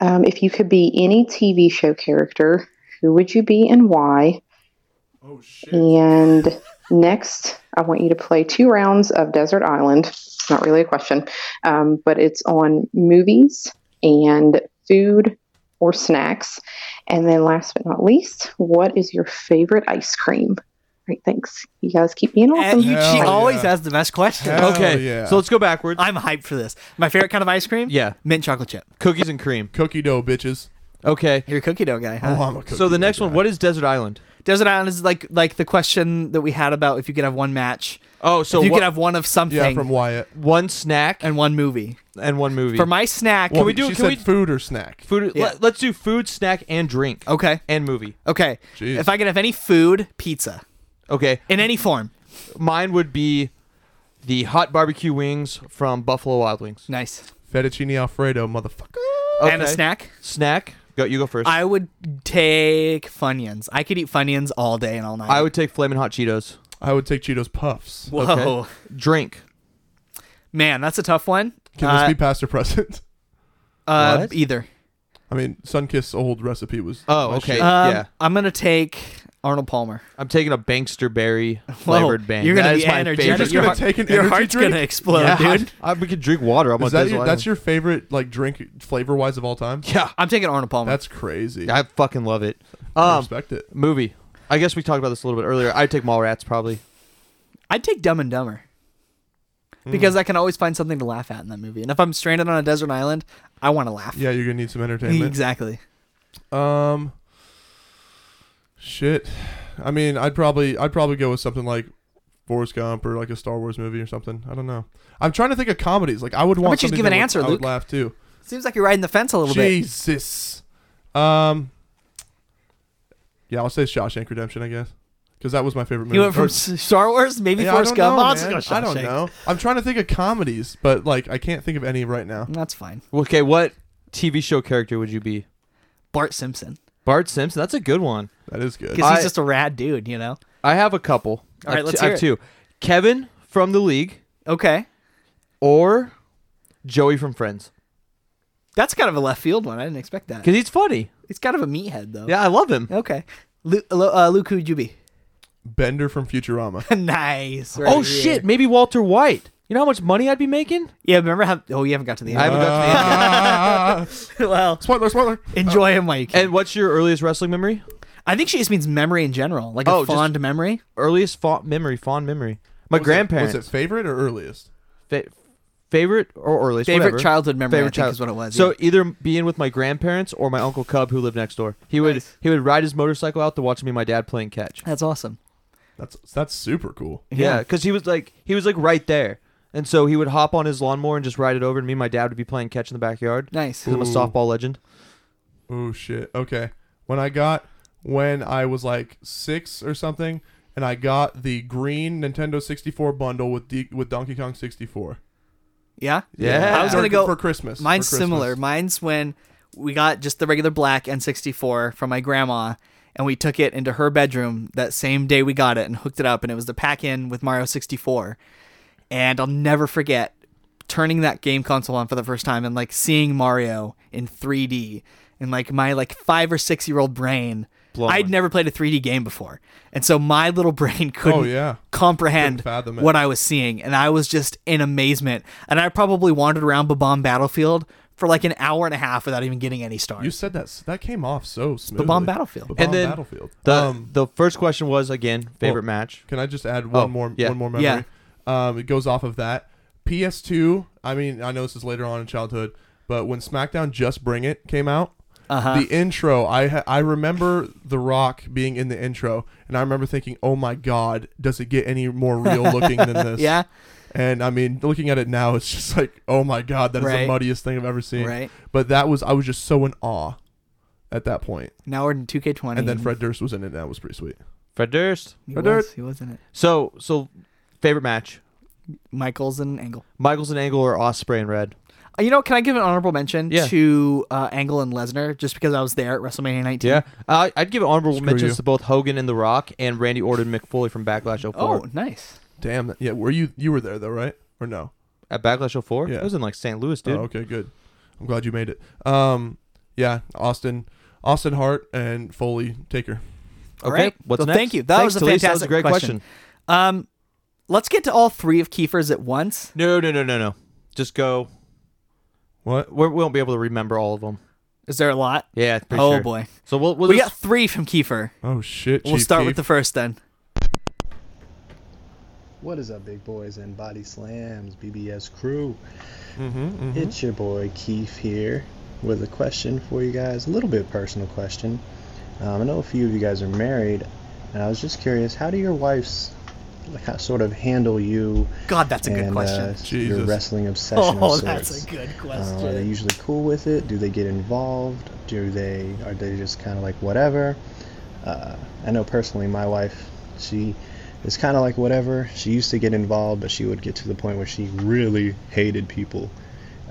R: Um, if you could be any TV show character, who would you be and why? Oh, shit. And next, I want you to play two rounds of Desert Island. It's not really a question, um, but it's on movies and food or snacks. And then last but not least, what is your favorite ice cream? All right, thanks. You guys keep being awesome.
C: And you, she always has the best question.
D: Hell Okay, yeah. so let's go backwards.
C: I'm hyped for this. My favorite kind of ice cream?
D: Yeah.
C: Mint chocolate chip.
D: Cookies and cream.
B: Cookie dough, bitches. Oh,
D: Okay.
C: You're a cookie dough guy, huh?
D: so the next one, what is Desert Island?
C: Desert Island is like like the question that we had about if you could have one match.
D: Oh, so
C: If you
D: what-
C: could have one of something.
B: Wyatt.
D: One snack
C: and one movie.
D: And one movie.
C: For my snack,
D: can we do?
C: she
D: Can
C: said
D: we
B: food or snack?
D: Food.
C: Yeah.
D: Let, us do food, snack, and drink.
C: Okay.
D: And movie.
C: Okay. If I could have any food, pizza.
D: Okay.
C: In any form.
D: Mine would be the hot barbecue wings from Buffalo Wild Wings.
C: Nice.
B: Fettuccine Alfredo, motherfucker.
C: And a snack?
D: Snack. Go. You go first.
C: I would take Funyuns. I could eat Funyuns all day and all night.
D: I would take flaming hot Cheetos.
B: I would take Cheetos Puffs.
C: Whoa.
D: Drink.
C: Man, that's a tough one.
B: Can
C: Uh,
B: this be past or present?
C: Uh, What? Either.
B: I mean, Sunkiss's old recipe was.
D: Oh,
B: my shit.
C: Um, I'm gonna take Arnold Palmer.
D: I'm taking a Bankster Berry flavored bang.
C: you're gonna
D: That
C: be
D: is my
C: energetic.
D: favorite.
C: You're just gonna
D: Your-
C: take an your energy heart's drink? gonna explode,
D: Yeah.
C: dude.
D: I, we could drink water. I'm
B: Is
D: on
B: that
D: Desert
B: your,
D: Island.
B: that's your favorite like drink flavor wise of all time?
D: Yeah,
C: I'm taking Arnold Palmer.
B: That's crazy.
D: I fucking love it.
B: I
D: Um,
B: respect it.
D: Movie. I guess we talked about this a little bit earlier. I'd take Mallrats probably.
C: I'd take Dumb and Dumber because I can always find something to laugh at in that movie. And if I'm stranded on a desert island, I want to laugh.
B: Yeah, you're gonna need some entertainment.
C: Exactly.
B: Um. Shit, I mean, I'd probably I'd probably go with something like Forrest Gump or like a Star Wars movie or something. I don't know. I'm trying to think of comedies. Like I would
C: I
B: want.
C: bet you'd
B: something
C: give an
B: that would-
C: answer,
B: I would
C: Luke.
B: laugh too.
C: Seems like you're riding the fence a little
B: Jesus. Um. Yeah, I'll say Shawshank Redemption, I guess, because that was my favorite
C: bit.
B: movie.
C: You went from
B: Or-
C: S- Star Wars, maybe
B: Yeah, I
C: Forrest
B: don't
C: Gump.
B: know,
C: I'll also
B: man.
C: go
B: I don't
C: Shawshank.
B: know. I'm trying to think of comedies, but like I can't think of any right now.
C: That's fine.
D: Okay, what TV show character would you be?
C: Bart Simpson.
D: Bart Simpson. That's a good one.
B: That is good.
C: Because he's just a rad dude, you know.
D: I have a couple.
C: All
D: I
C: right,
D: have
C: let's
D: two- I
C: hear
D: have
C: it.
D: two. Kevin from the league.
C: Okay.
D: Or Joey from Friends.
C: That's kind of a left field one. I didn't expect that.
D: Because he's funny.
C: He's kind of a meathead though.
D: Yeah, I love him.
C: Okay. Lu- uh, Luke, who'd you be?
B: Bender from Futurama.
C: nice. right
D: oh
C: here.
D: shit, maybe Walter White. You know how much money I'd be making?
C: Yeah, remember how? Oh, you haven't got to the end.
D: I haven't got
C: to the end. well,
B: spoiler, spoiler.
C: Enjoy him, Mike.
D: And what's your earliest wrestling memory?
C: I think she just means memory in general, like a
D: Oh, just-
C: fond memory.
D: Earliest fond memory, fond memory. My
B: Was it-
D: grandparents.
B: was it favorite or earliest?
D: Fa- favorite or earliest?
C: Favorite
D: whatever.
C: childhood memory, I think is what it was,
D: So
C: yeah.
D: either being with my grandparents or my uncle Cub, who lived next door. He would he would ride his motorcycle out to watch me and my dad playing catch.
C: That's awesome.
B: That's that's super cool.
D: Yeah, because he was like he was like right there, and so he would hop on his lawnmower and just ride it over, and me and my dad would be playing catch in the backyard.
C: Nice.
D: 'Cause I'm a
B: Ooh.
D: softball legend.
B: Oh shit. Okay. When I got when I was like six or something, and I got the green Nintendo 64 bundle with D- with Donkey Kong 64.
C: Yeah.
B: Yeah.
C: I was gonna go
B: For Christmas, for
C: Mine's
B: Christmas.
C: similar. Mine's when we got just the regular black N64 from my grandma, and we took it into her bedroom that same day we got it and hooked it up, and it was the pack in with Mario 64. And I'll never forget turning that game console on for the first time and like seeing Mario in 3D and like my like five or six year old brain.
D: Blown.
C: I'd never played a 3D game before, and so my little brain couldn't
B: Oh, yeah.
C: comprehend
B: Couldn't fathom it.
C: what I was seeing, and I was just in amazement. And I probably wandered around Babam Battlefield for like an hour and a half without even getting any stars.
B: You said that that came off so smoothly.
C: Bomb Battlefield.
B: Bomb
D: and then
B: Battlefield. Um,
D: the the first question was again favorite
B: Well,
D: match.
B: Oh, Can I just add one
D: Oh,
B: more
D: yeah.
B: one more memory? Um, it goes off of that. PS2. I mean, I know this is later on in childhood, but when SmackDown Just Bring It came out,
C: Uh-huh.
B: the intro. I ha- I remember The Rock being in the intro, and I remember thinking, "Oh my God, does it get any more real looking than this?"
C: Yeah.
B: And I mean, looking at it now, it's just like, "Oh my God, that is the
C: Right.
B: muddiest thing I've ever seen."
C: Right.
B: But that was I was just so in awe at that point.
C: Now we're in 2K20.
B: And then Fred Durst was in it. and That was pretty sweet.
D: Fred Durst.
C: He Fred was- Durst. he was in it.
D: So so favorite match.
C: Michaels and Angle.
D: Michaels and Angle or Osprey and Red.
C: Uh, You know, can I give an honorable mention
D: Yeah.
C: to uh, Angle and Lesnar just because I was there at WrestleMania 19?
D: Yeah, uh, I'd give honorable
C: Screw
D: mentions
C: you.
D: to both Hogan and The Rock and Randy Orton, and Mick Foley from Backlash 04.
C: Oh, nice.
B: Damn. that- Yeah. Were you you were there though, right? Or no?
D: At Backlash 04?
B: Yeah.
D: It was in like St. Louis, dude.
B: Oh, okay, good. I'm glad you made it. Um, yeah, Austin, Austin Hart and Foley Taker.
C: All right.
D: what's
C: Well,
D: next?
C: Thank you. That
D: Thanks,
C: was a
D: Talisa.
C: fantastic
D: That was a great question.
C: Um, let's get to all three of Kiefer's at once.
D: No, no, no, no, no. Just go.
B: What?
D: We're, we won't be able to remember all of them.
C: Is there a lot?
D: Yeah, pretty
C: Oh
D: sure.
C: boy.
D: So we'll, we'll
C: we
D: just-
C: got three from Kiefer.
B: Oh shit.
C: We'll
B: Chief
C: start
B: Keef.
C: with the first then.
S: What is up, big boys and body slams, BBS crew?
C: Mm-hmm.
B: mhm.
S: It's your boy Keith here with a question for you guys, a little bit personal question. Um, I know a few of you guys are married. And I was just curious, how do your wives like, how- sort of handle you?
C: God, that's a good
S: and,
C: question.
S: Uh, Your
C: Jesus.
S: wrestling obsession.
C: Oh,
S: of
C: that's
S: sorts?
C: a good
S: Uh, are
C: question.
S: they usually cool with it? Do they get involved? Do they are they just kind of like whatever? Uh, I know personally, my wife, she is kind of like whatever. She used to get involved, but she would get to the point where she really hated people.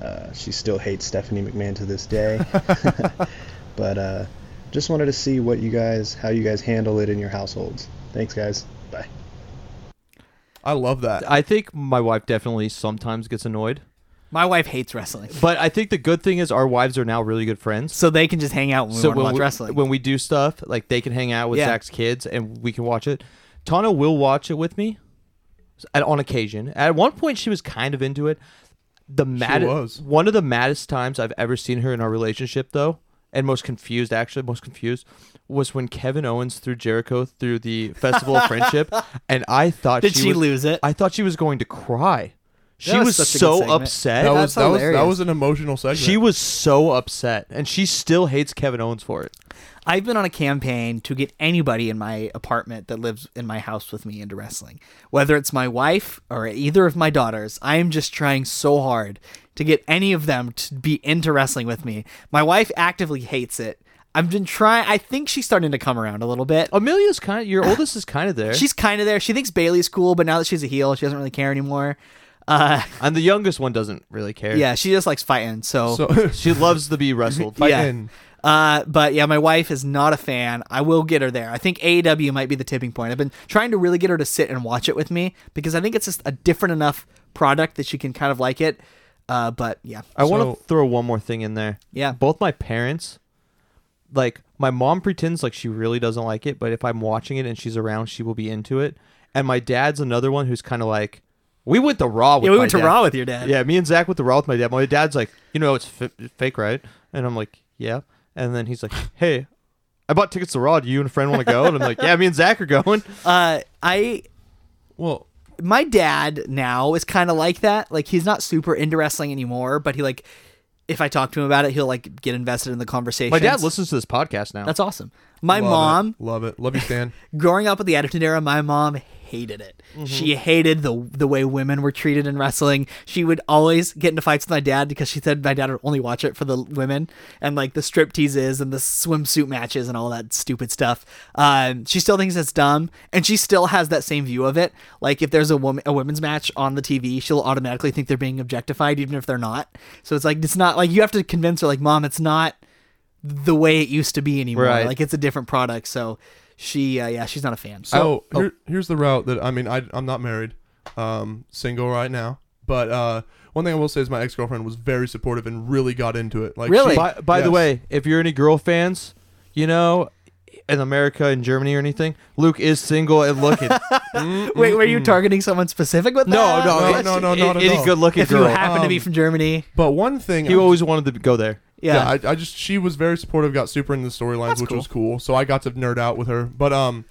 S: Uh, she still hates Stephanie McMahon to this day. but uh, just wanted to see what you guys, how you guys handle it in your households. Thanks, guys. Bye.
B: I love that.
D: I think my wife definitely sometimes gets annoyed.
C: My wife hates wrestling.
D: But I think the good thing is our wives are now really good friends.
C: So they can just hang out when we wanna watch wrestling.
D: When we do stuff, like they can hang out with
C: Yeah.
D: Zach's kids and we can watch it. Tana will watch it with me at, on occasion. At one point, she was kind of into it. The mad
B: was.
D: one of the maddest times I've ever seen her in our relationship, though, and most confused actually, most confused was when Kevin Owens threw Jericho through the Festival of Friendship, and I thought
C: Did she
D: was-
C: lose it?
D: I thought she was going to cry. She
C: That was
D: was,
C: such a good
D: so
C: segment.
D: upset.
C: That was- That's that was- that hilarious. was
B: an emotional segment.
D: She was so upset, and she still hates Kevin Owens for it.
C: I've been on a campaign to get anybody in my apartment that lives in my house with me into wrestling, whether it's my wife or either of my daughters. I am just trying so hard to get any of them to be into wrestling with me. My wife actively hates it. I've been trying. I think she's starting to come around a little bit.
D: Amelia's kind of your oldest is kind of there.
C: She's kind of there. She thinks Bailey's cool, but now that she's a heel, she doesn't really care anymore. Uh,
D: and the youngest one doesn't really care.
C: Yeah, she just likes fighting. So,
D: she loves to be wrestled.
C: Yeah. Uh, but yeah, my wife is not a fan. I will get her there. I think AEW might be the tipping point. I've been trying to really get her to sit and watch it with me because I think it's just a different enough product that she can kind of like it. Uh, but yeah,
D: I want to throw one more thing in there.
C: Yeah.
D: Both my parents, like my mom pretends like she really doesn't like it, but if I'm watching it and she's around, she will be into it. And my dad's another one who's kind of like, we went to Raw with
C: Yeah, we
D: my
C: went to
D: dad."
C: Raw with your dad.
D: Yeah, me and Zach went to Raw with my dad. My dad's like, you know, it's f- fake, right? And I'm like, yeah. And then he's like, hey, I bought tickets to Raw. Do you and a friend want to go? And I'm like, yeah, me and Zach are going.
C: Uh, I
D: well,
C: my dad now is kind of like that. Like he's not super into wrestling anymore, but he like if I talk to him about it, he'll like get invested in the conversation.
D: My dad listens to this podcast now.
C: That's awesome. My
D: Love it.
C: mom
B: Love it. Love you, Stan.
C: growing up with the Attitude Era, my mom hated it.
B: Mhm.
C: She hated the the way women were treated in wrestling. She would always get into fights with my dad because she said my dad would only watch it for the women and like the strip teases and the swimsuit matches and all that stupid stuff. Um, she still thinks it's dumb, and she still has that same view of it. Like if there's a woman a women's match on the TV, she'll automatically think they're being objectified, even if they're not. So it's like it's not like you have to convince her, like, mom, it's not the way it used to be anymore.
B: Right.
C: Like it's a different product. So she, uh, yeah, she's not a fan.
B: So
C: Oh.
B: here, here's the route that I mean I I'm not married, um, single right now. But uh, one thing I will say is my ex girlfriend was very supportive and really got into it. Like she-
D: By, by the
B: Yes.
D: way, if you're any girl fans, you know, in America and Germany or anything, Luke is single and looking.
B: Mm-hmm.
C: wait, were you targeting someone specific with
D: No,
C: that?
D: no, it's-
B: no, no,
D: it-
B: not at
D: any
B: all.
D: good-looking
C: If you
D: girl.
C: happen to be
B: Um,
C: from Germany,
B: But one thing
D: He always wanted to go there.
B: yeah, I, I just she was very supportive, got super into the storylines, which was cool. So I got to nerd out with her. But um,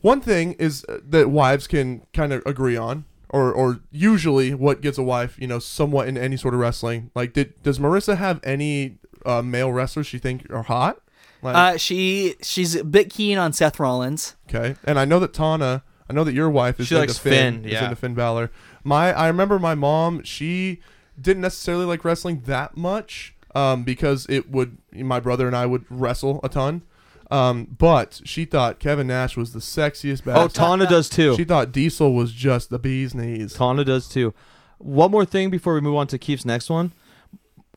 B: one thing is uh, that wives can kind of agree on, or or usually what gets a wife, you know, somewhat in any sort of wrestling. Like, did does Marissa have any uh, male wrestlers she think are hot? Like,
C: uh, she she's a bit keen on Seth Rollins.
B: Okay, and I know that Tana. I know that your wife is
D: She
B: into
D: likes
B: Finn.
D: Finn,
B: Is
D: yeah.
B: into Finn Balor. My, I remember my mom. She didn't necessarily like wrestling that much, um, because it would my brother and I would wrestle a ton. Um, but she thought Kevin Nash was the sexiest. Bastard.
D: Oh, Tana does too.
B: She thought Diesel was just the bee's knees.
D: Tana does too. One more thing before we move on to Keith's next one.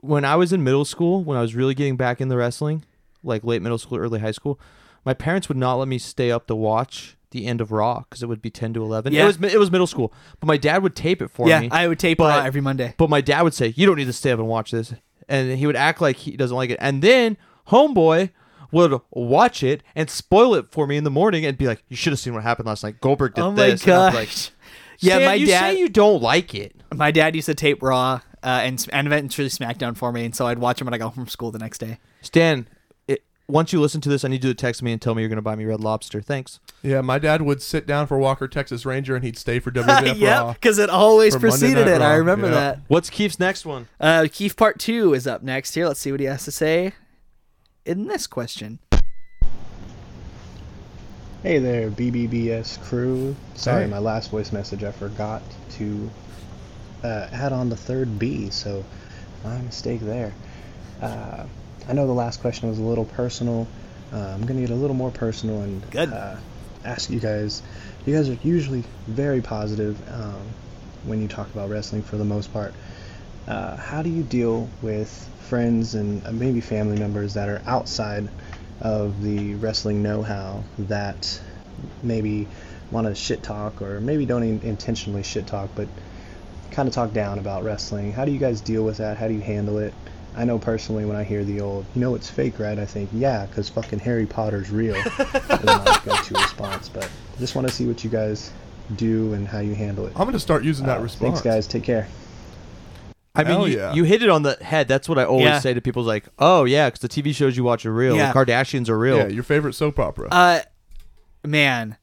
D: When I was in middle school, when I was really getting back into wrestling, like late middle school, early high school, my parents would not let me stay up to watch the end of Raw because it would be ten to eleven. It
C: Yeah.
D: was mi- it was middle school, but my dad would tape it for
C: Yeah,
D: me.
C: I would tape
D: but,
C: Raw every Monday.
D: But my dad would say, "You don't need to stay up and watch this," and he would act like he doesn't like it. And then homeboy would watch it and spoil it for me in the morning and be like, "You should have seen what happened last night. Goldberg did
C: Oh my
D: this." And I'd be
C: gosh.
D: like,
C: Yeah,
D: "Stan,
C: my
D: you
C: dad-
D: say you don't like it.
C: My dad used to tape Raw uh, and and eventually SmackDown for me, and so I'd watch him when I got home from school the next day.
D: Stan, it, once you listen to this, I need you to text me and tell me you're going to buy me Red Lobster. Thanks.
B: Yeah, my dad would sit down for Walker Texas Ranger, and he'd stay for WWF Raw.
C: yep, because it always
B: For Monday
C: preceded
B: Night
C: it. I
B: Raw,
C: remember
B: yeah.
C: that.
D: What's Keith's next one?
C: Uh, Keith Part Two is up next. Here, let's see what he has to say in this question.
S: Hey there, BBBS crew. Sorry,
B: Hey.
S: my last voice message, I forgot to uh, add on the third B, so my mistake there. Uh, I know the last question was a little personal. Uh, I'm going to get a little more personal and Uh, ask you guys. You guys are usually very positive um, when you talk about wrestling for the most part. Uh, how do you deal with friends and uh, maybe family members that are outside of the wrestling know-how that maybe want to shit talk or maybe don't in- intentionally shit talk but kind of talk down about wrestling how do you guys deal with that how do you handle it i know personally when i hear the old you know it's fake right i think yeah because fucking harry potter's real is my go-to response but I just want to see what you guys do and how you handle it Uh,
B: i'm going to start using that
S: thanks
B: response.
S: guys take care
D: I mean,
S: Hell
D: you,
S: yeah.
D: you hit it on the head. That's what I always
C: Yeah.
D: say to people: is like, oh yeah, because the TV shows you watch are real.
C: Yeah.
D: The Kardashians are real.
C: Yeah,
B: your favorite soap opera.
C: Uh, man,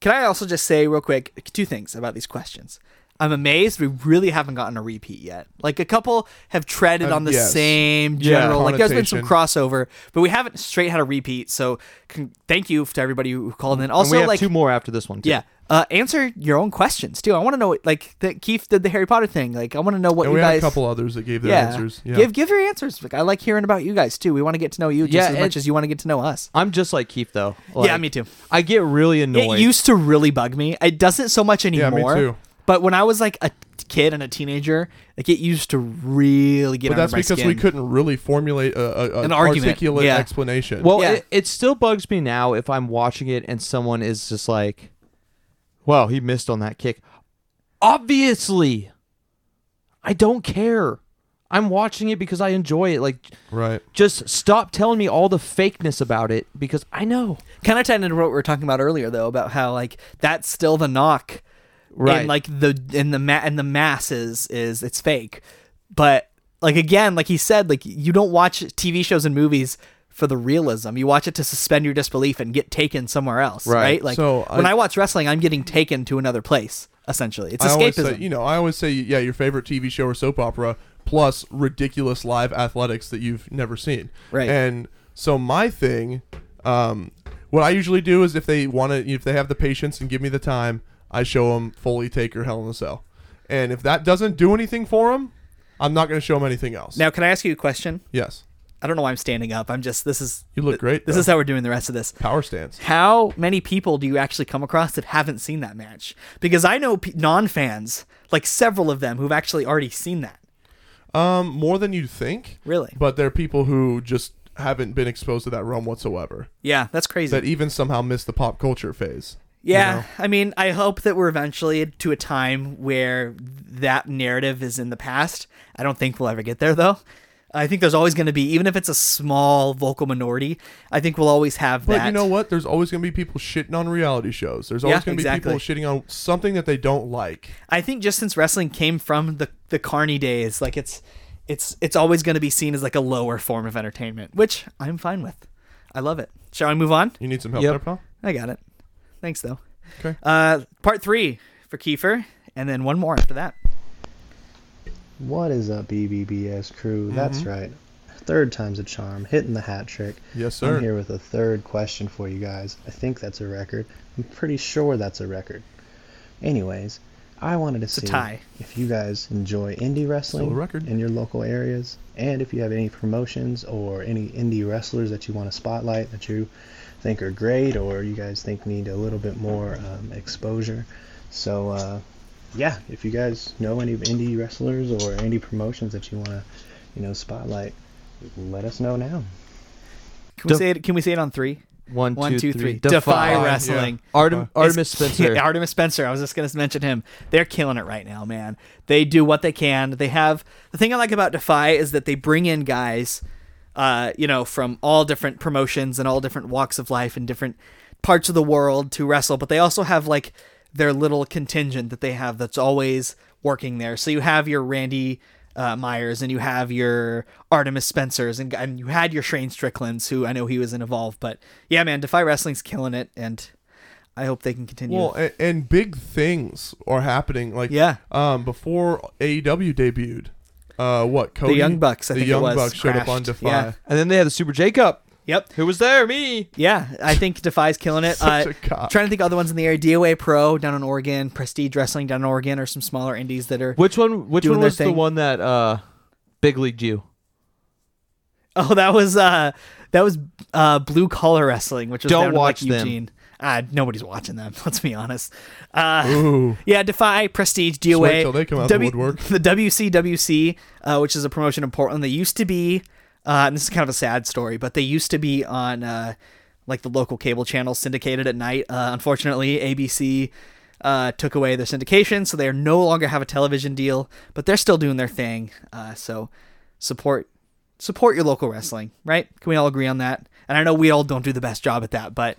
C: can I also just say real quick two things about these questions? I'm amazed we really haven't gotten a repeat yet. Like a couple have treaded
B: Um,
C: on the
B: yes.
C: same
B: Yeah.
C: general. Like there's been some
B: Connotation.
C: crossover, but we haven't straight had a repeat. So con- thank you to everybody who called in.
D: And
C: Also,
D: we have
C: like
D: two more after this one. Too.
C: Yeah. Uh, answer your own questions too. I want to know, like, that Keith did the Harry Potter thing. Like, I want to know what
B: And
C: you
B: we had a
C: guys.
B: couple others that gave their
C: Yeah.
B: answers. Yeah.
C: Give give your answers. Like, I like hearing about you guys too. We want to get to know you just
D: Yeah,
C: as much
D: and-
C: as you want to get to know us.
D: I'm just like Keith though.
C: Yeah,
D: Like,
C: me too.
D: I get really annoyed.
C: It used to really bug me. It doesn't so much
D: me
C: anymore.
D: too.
C: But when I was like a kid and a teenager, like it used to really get
B: But
C: under
B: that's
C: my
B: because
C: skin.
B: we couldn't really formulate a, a, a
C: An argument,
B: articulate
C: yeah.
B: explanation.
D: Well, it, it still bugs me now if I'm watching it and someone is just like, "Wow, he missed on that kick." Obviously, I don't care. I'm watching it because I enjoy it. Like,
B: right?
D: Just stop telling me all the fakeness about it because I know.
C: Kind of tied into what we were talking about earlier, though, about how like that's still the knock,
D: Right.
C: And like the in the ma- and the masses is it's fake, but like again, like he said, like you don't watch TV shows and movies for the realism. You watch it to suspend your disbelief and get taken somewhere else,
B: Right.
C: right? Like
B: So
C: when
B: I-
C: I watch wrestling, I'm getting taken to another place. Essentially, it's
B: I always
C: escapism.
B: say, you know, I always say, yeah, your favorite TV show or soap opera plus ridiculous live athletics that you've never seen.
C: Right.
B: And so my thing, um, what I usually do is if they want to, if they have the patience and give me the time, I show them Foley Taker Hell in a Cell. And if that doesn't do anything for them, I'm not going to show them anything else.
C: Now, can I ask you a question?
B: Yes.
C: I don't know why I'm standing up. I'm just this is
B: You look great.
C: this
B: though.
C: is how we're doing the rest of this.
B: Power stance.
C: How many people do you actually come across that haven't seen that match? Because I know p- non-fans, like several of them, who've actually already seen that.
B: Um, more than you'd think.
C: Really?
B: But there are people who just haven't been exposed to that realm whatsoever.
C: Yeah, that's crazy.
B: That even somehow missed the pop culture phase. you
C: Yeah,
B: know?
C: I mean, I hope that we're eventually to a time where that narrative is in the past. I don't think we'll ever get there, though. I think there's always going to be, even if it's a small vocal minority, I think we'll always have
B: But
C: that.
B: you know what? There's always going to be people shitting on reality shows. There's
C: Yeah,
B: always going to
C: exactly.
B: be people shitting on something that they don't like.
C: I think just since wrestling came from the the Carney days, like it's it's it's always going to be seen as like a lower form of entertainment, which I'm fine with. I love it. Shall I move on?
B: You need some help there, pal?
C: I got it. Thanks though.
B: Okay.
C: Uh, part three for Kiefer, and then one more after that.
S: What is up, BBBS
B: Mm-hmm.
S: crew? That's
C: Mhm.
S: right. Third time's a charm, hitting the hat trick.
B: Yes,
S: I'm
B: sir.
S: here with a third question for you guys. I think that's a record. I'm pretty sure that's a record. Anyways, I wanted to
C: a
S: see
C: tie.
S: if you guys enjoy indie wrestling
B: a record.
S: in your local areas, and if you have any promotions or any indie wrestlers that you want to spotlight that you think are great or you guys think need a little bit more um, exposure. So, uh, yeah, if you guys know any indie wrestlers or indie promotions that you want to, you know, spotlight, let us know now.
C: Can we
S: Def-
C: say it? Can we say it on three?
D: One,
C: One,
D: two,
C: two,
D: three.
C: three.
D: Defy.
C: Defy,
D: Yeah.
C: wrestling.
D: Artem-
C: It's-
D: Artemis Spencer.
C: Yeah, Artemis Spencer. I was just gonna mention him. They're killing it right now, man. They do what they can. They have the thing I like about Defy is that they bring in guys, uh, you know, from all different promotions and all different walks of life and different parts of the world to wrestle. But they also have like their little contingent that they have that's always working there. So you have your Randy uh, Myers and you have your Artemis Spencers and, and you had your Shane Stricklands, who I know he was in Evolve. But yeah, man, Defy Wrestling's killing it, and I hope they can continue.
B: Well, and, and big things are happening. Like
C: Yeah.
B: um, before AEW debuted, uh, what Cody
C: Young Bucks, I
B: the
C: think it
B: Young
C: was,
B: Bucks showed up
C: crashed.
B: on Defy.
C: Yeah.
D: And then they had the Super J Cup.
C: Yep.
D: Who was there? Me.
C: Yeah, I think Defy's killing it.
D: Such
C: uh,
D: a cock.
C: Trying to think of other ones in the area. DOA Pro down in Oregon, Prestige Wrestling down in Oregon, or some smaller indies that are.
D: Which one? Which
C: doing
D: one
C: their
D: was the
C: thing.
D: one that uh, big leagued you?
C: Oh, that was uh, that was uh, Blue Collar Wrestling, which was
D: Don't
C: down in,
D: watch
C: like,
D: them.
C: Eugene. Uh, nobody's watching them. Let's be honest. Uh,
B: Ooh.
C: Yeah, Defy, Prestige, DOA.
B: wait till they come out the woodwork.
C: The WCWC, uh, which is a promotion in Portland, they used to be, uh, and this is kind of a sad story, but they used to be on uh, like the local cable channel syndicated at night. Uh, unfortunately, ABC uh, took away their syndication, so they are no longer have a television deal, but they're still doing their thing. Uh, so support support your local wrestling, right? Can we all agree on that? And I know we all don't do the best job at that, but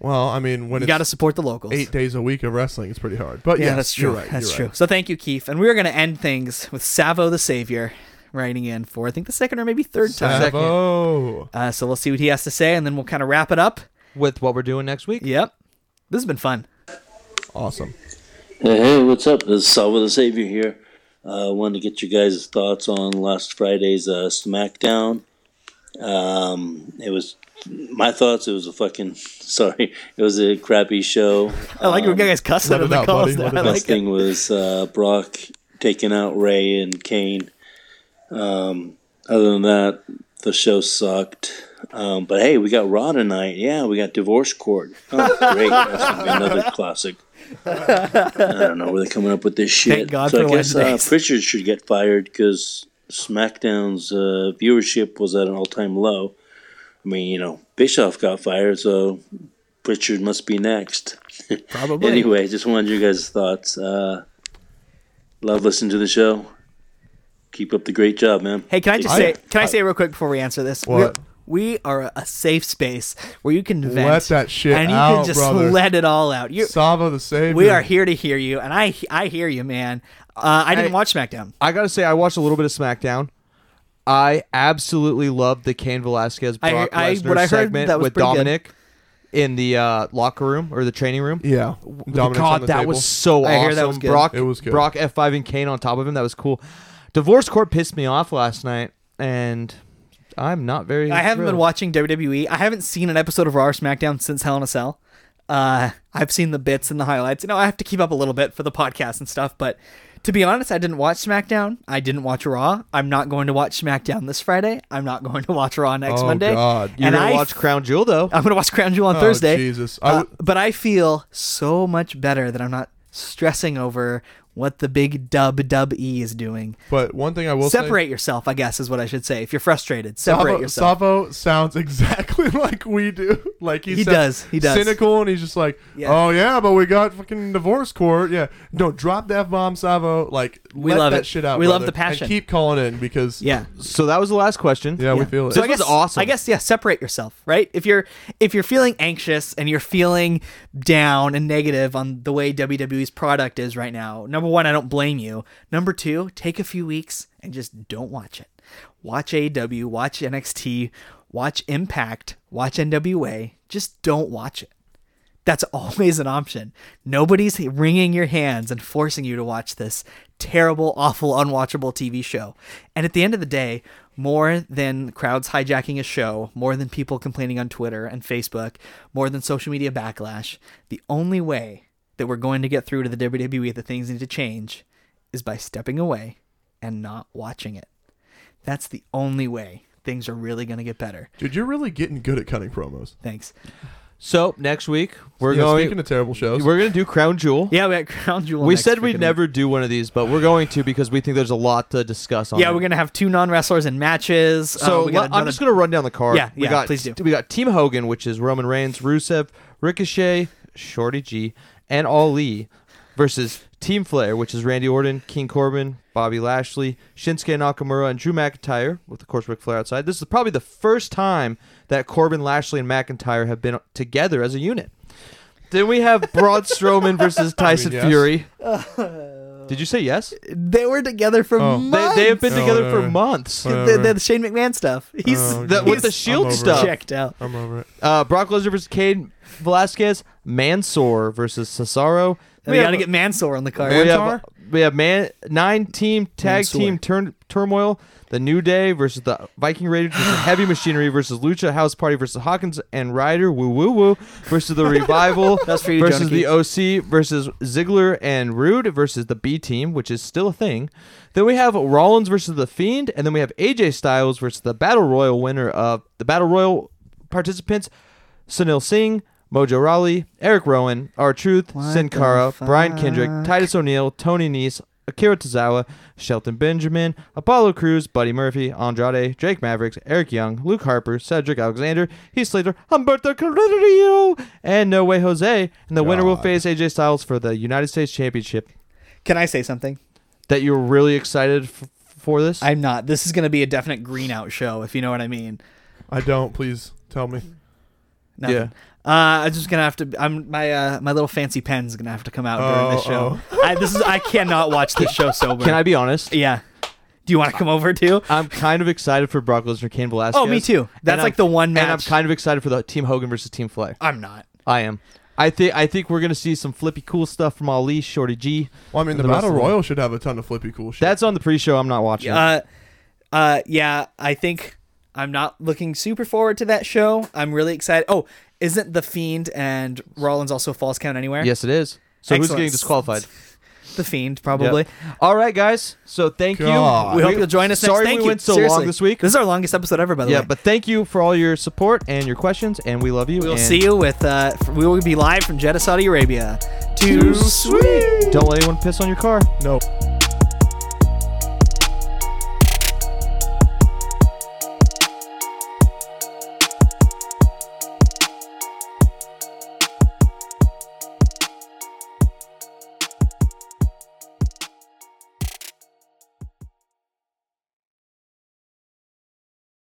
B: Well, I mean, when
C: You
B: it's
C: gotta support the locals.
B: Eight days a week of wrestling, it's pretty hard. But
C: yeah,
B: yes,
C: that's true.
B: you're right.
C: that's
B: you're
C: true.
B: right.
C: So thank you, Keith. And we're going to end things with Savo the Savior writing in for I think the second or maybe third time.
D: Savo.
C: Uh, so we'll see what he has to say, and then we'll kind of wrap it up
D: with what we're doing next week.
C: Yep, this has been fun.
B: Awesome.
T: Hey, hey, what's up? This is Salva the Savior here. I uh, wanted to get you guys' thoughts on last Friday's uh, SmackDown. Um, it was my thoughts. It was a fucking sorry. It was a crappy show.
C: I like
T: um,
C: when guys cuss out of the calls. now. I
T: best
C: like it.
T: thing was uh, Brock taking out Ray and Kane. Um, other than that, the show sucked. Um, but hey, we got Raw tonight. Yeah, we got Divorce Court. Oh, great! That's gonna be another classic. I don't know where they're coming up with this shit.
C: Thank God
T: so
C: for
T: I guess uh,
C: Wednesdays.
T: Pritchard should get fired because SmackDown's uh, viewership was at an all-time low. I mean, you know, Bischoff got fired, so Pritchard must be next.
C: Probably.
T: anyway, just wanted your guys' thoughts. Uh, love listening to the show. Keep up the great job, man.
C: Hey, can I just say? Can I, say real quick before we answer this? We're-
T: What?
C: We are a safe space where you can vent
B: Let that shit
C: and you can
B: out,
C: just
B: brother.
C: let it all out. You're,
B: Savo the Savior.
C: we are here to hear you, and I I hear you, man. Uh, I didn't watch SmackDown.
D: I gotta say, I watched a little bit of SmackDown. I absolutely loved the Cain Velasquez
C: I
D: Brock
C: hear- I-
D: Lesnar
C: what I heard,
D: segment
C: that was
D: with
C: pretty good.
D: Dominic in the uh, locker room or the training room.
B: Yeah,
D: W-
B: Dominic's on
D: God,
B: the
D: that
B: table.
D: was so
B: I
D: awesome.
B: hear that was good.
D: Brock,
B: It was good.
D: Brock F five and Kane on top of him. That was cool. Divorce Court pissed me off last night, and I'm not very.
C: I haven't been
D: thrilled.
C: watching WWE. I haven't seen an episode of Raw or SmackDown since Hell in a Cell. Uh, I've seen the bits and the highlights. You know, I have to keep up a little bit for the podcast and stuff. But to be honest, I didn't watch SmackDown. I didn't watch Raw. I'm not going to watch SmackDown this Friday. I'm not going to watch Raw next
D: Oh,
C: Monday.
D: God. You're
C: and
D: gonna
C: I
D: watch Crown Jewel though.
C: I'm gonna watch Crown Jewel on
D: Oh,
C: Thursday.
D: Jesus.
B: I
C: Uh,
B: w-
C: but I feel so much better that I'm not stressing over what the big dub dub e is doing.
B: But one thing I will say-
C: separate yourself. I guess is what I should say. If you're frustrated, separate
B: Savo,
C: yourself.
B: Savo sounds exactly like we do. Like he's
C: He
B: sounds
C: does, he does.
B: Cynical, and he's just like,
C: Yeah.
B: "Oh yeah, but we got fucking divorce court. Yeah, no, drop the f bomb, Savo. Like
C: We
B: let
C: love
B: that
C: it.
B: shit out.
C: We love
B: brother,
C: the passion.
B: And keep calling in because
C: yeah.
D: So that was the last question.
B: Yeah, we feel it.
C: So I guess, I guess yeah, separate yourself, right? If you're if you're feeling anxious and you're feeling down and negative on the way WWE's product is right now, number one, I don't blame you. Number two, take a few weeks and just don't watch it. Watch AEW, watch NXT, watch Impact, watch NWA. Just don't watch it. That's always an option. Nobody's wringing your hands and forcing you to watch this terrible, awful, unwatchable TV show. And at the end of the day, more than crowds hijacking a show, more than people complaining on Twitter and Facebook, more than social media backlash, the only way that we're going to get through to the WWE that things need to change is by stepping away and not watching it. That's the only way things are really going to get better.
B: dude, you're really getting good at cutting promos.
C: Thanks.
D: So next week we're
B: Yeah,
D: going.
B: speaking of terrible shows.
D: we're gonna do Crown Jewel.
C: Yeah, we got Crown Jewel.
D: We
C: next
D: said we'd
C: freaking
D: never do one of these, but we're going to because we think there's a lot to discuss on.
C: Yeah,
D: it.
C: we're gonna have two non wrestlers and matches.
D: So
C: Uh, we got
D: le- I'm
C: another-
D: just gonna run down the card.
C: Yeah,
D: we
C: yeah,
D: got,
C: please do.
D: We got Team Hogan, which is Roman Reigns, Rusev, Ricochet, Shorty G, and Ali, versus Team Flair, which is Randy Orton, King Corbin, Bobby Lashley, Shinsuke Nakamura, and Drew McIntyre, with of course Ric Flair outside. This is probably the first time that Corbin, Lashley, and McIntyre have been together as a unit. Then we have Braun Strowman versus Tyson
B: yes.
D: Fury. Did you say yes?
C: They were together for
D: Oh. They- they
C: months.
D: have been Oh, together for whatever. months.
C: The,
D: Whatever.
C: the, the Shane McMahon stuff. He's
D: Oh, The- with the
C: he's
D: Shield I'm over stuff. it.
C: checked out.
B: I'm over it.
D: Uh, Brock Lesnar versus Cade Velasquez, Mansoor versus Cesaro,
C: We, got to Oh, get Mansoor on the card.
D: We have, we have man nine team tag
C: Mansoor.
D: team turn, turmoil. The New Day versus the Viking Raiders versus Heavy Machinery versus Lucha House Party versus Hawkins and Ryder. Woo woo woo versus the Revival
C: That's for you,
D: versus
C: Jonah
D: the OC versus Ziggler and Rude versus the B Team, which is still a thing. Then we have Rollins versus the Fiend, and then we have AJ Styles versus the Battle Royal winner of the Battle Royal participants: Sunil Singh, Mojo Rawley, Eric Rowan, R Truth, Sin
C: the
D: Cara, Brian Kendrick,
C: fuck?
D: Titus O'Neil, Tony Nese, Akira Tozawa, Shelton Benjamin, Apollo Cruz, Buddy Murphy, Andrade, Drake Mavericks, Eric Young, Luke Harper, Cedric Alexander, Heath Slater, Humberto Carrillo, and No Way Jose. And the winner will face AJ Styles for the United States Championship.
C: Can I say something?
D: That you're really excited f- for this?
C: I'm not. This is going to be a definite green out show, if you know what I mean.
B: I don't. Please tell me.
C: Nothing.
B: Yeah.
C: Uh, I'm just gonna have to. I'm my uh, my little fancy pen's gonna have to come out during this
D: Oh,
C: show. I, this is I cannot watch this show sober.
D: Can I be honest?
C: Yeah. Do you want to come over too?
D: I'm kind of excited for Brock Lesnar, Cain Velasquez.
C: Oh, me too. That's
D: And
C: like
D: I'm-
C: the one
D: And I'm
C: match.
D: kind of excited for the Team Hogan versus Team Flair.
C: I'm not.
D: I am. I think I think we're gonna see some flippy cool stuff from Ali, Shorty G.
B: Well, I mean, the, Battle Royal should have a ton of flippy cool shit.
D: That's on the pre-show. I'm not watching.
C: Uh, uh, yeah. I think I'm not looking super forward to that show. I'm really excited. Oh, isn't the Fiend and Rollins also false count anywhere?
D: Yes, it is. So who's
C: Excellent.
D: getting disqualified?
C: The Fiend, probably.
D: All right, guys. So thank you.
C: We, hope you'll join us next.
D: Sorry
C: Thank
D: we
C: you.
D: went so
C: Seriously.
D: long this week.
C: This is our longest episode ever, by the
D: yeah,
C: way.
D: but thank you for all your support and your questions, and we love you.
C: We'll see you with. Uh, f- we will be live from Jeddah, Saudi Arabia. Too,
D: Too sweet. Don't let anyone piss on your car.
B: No.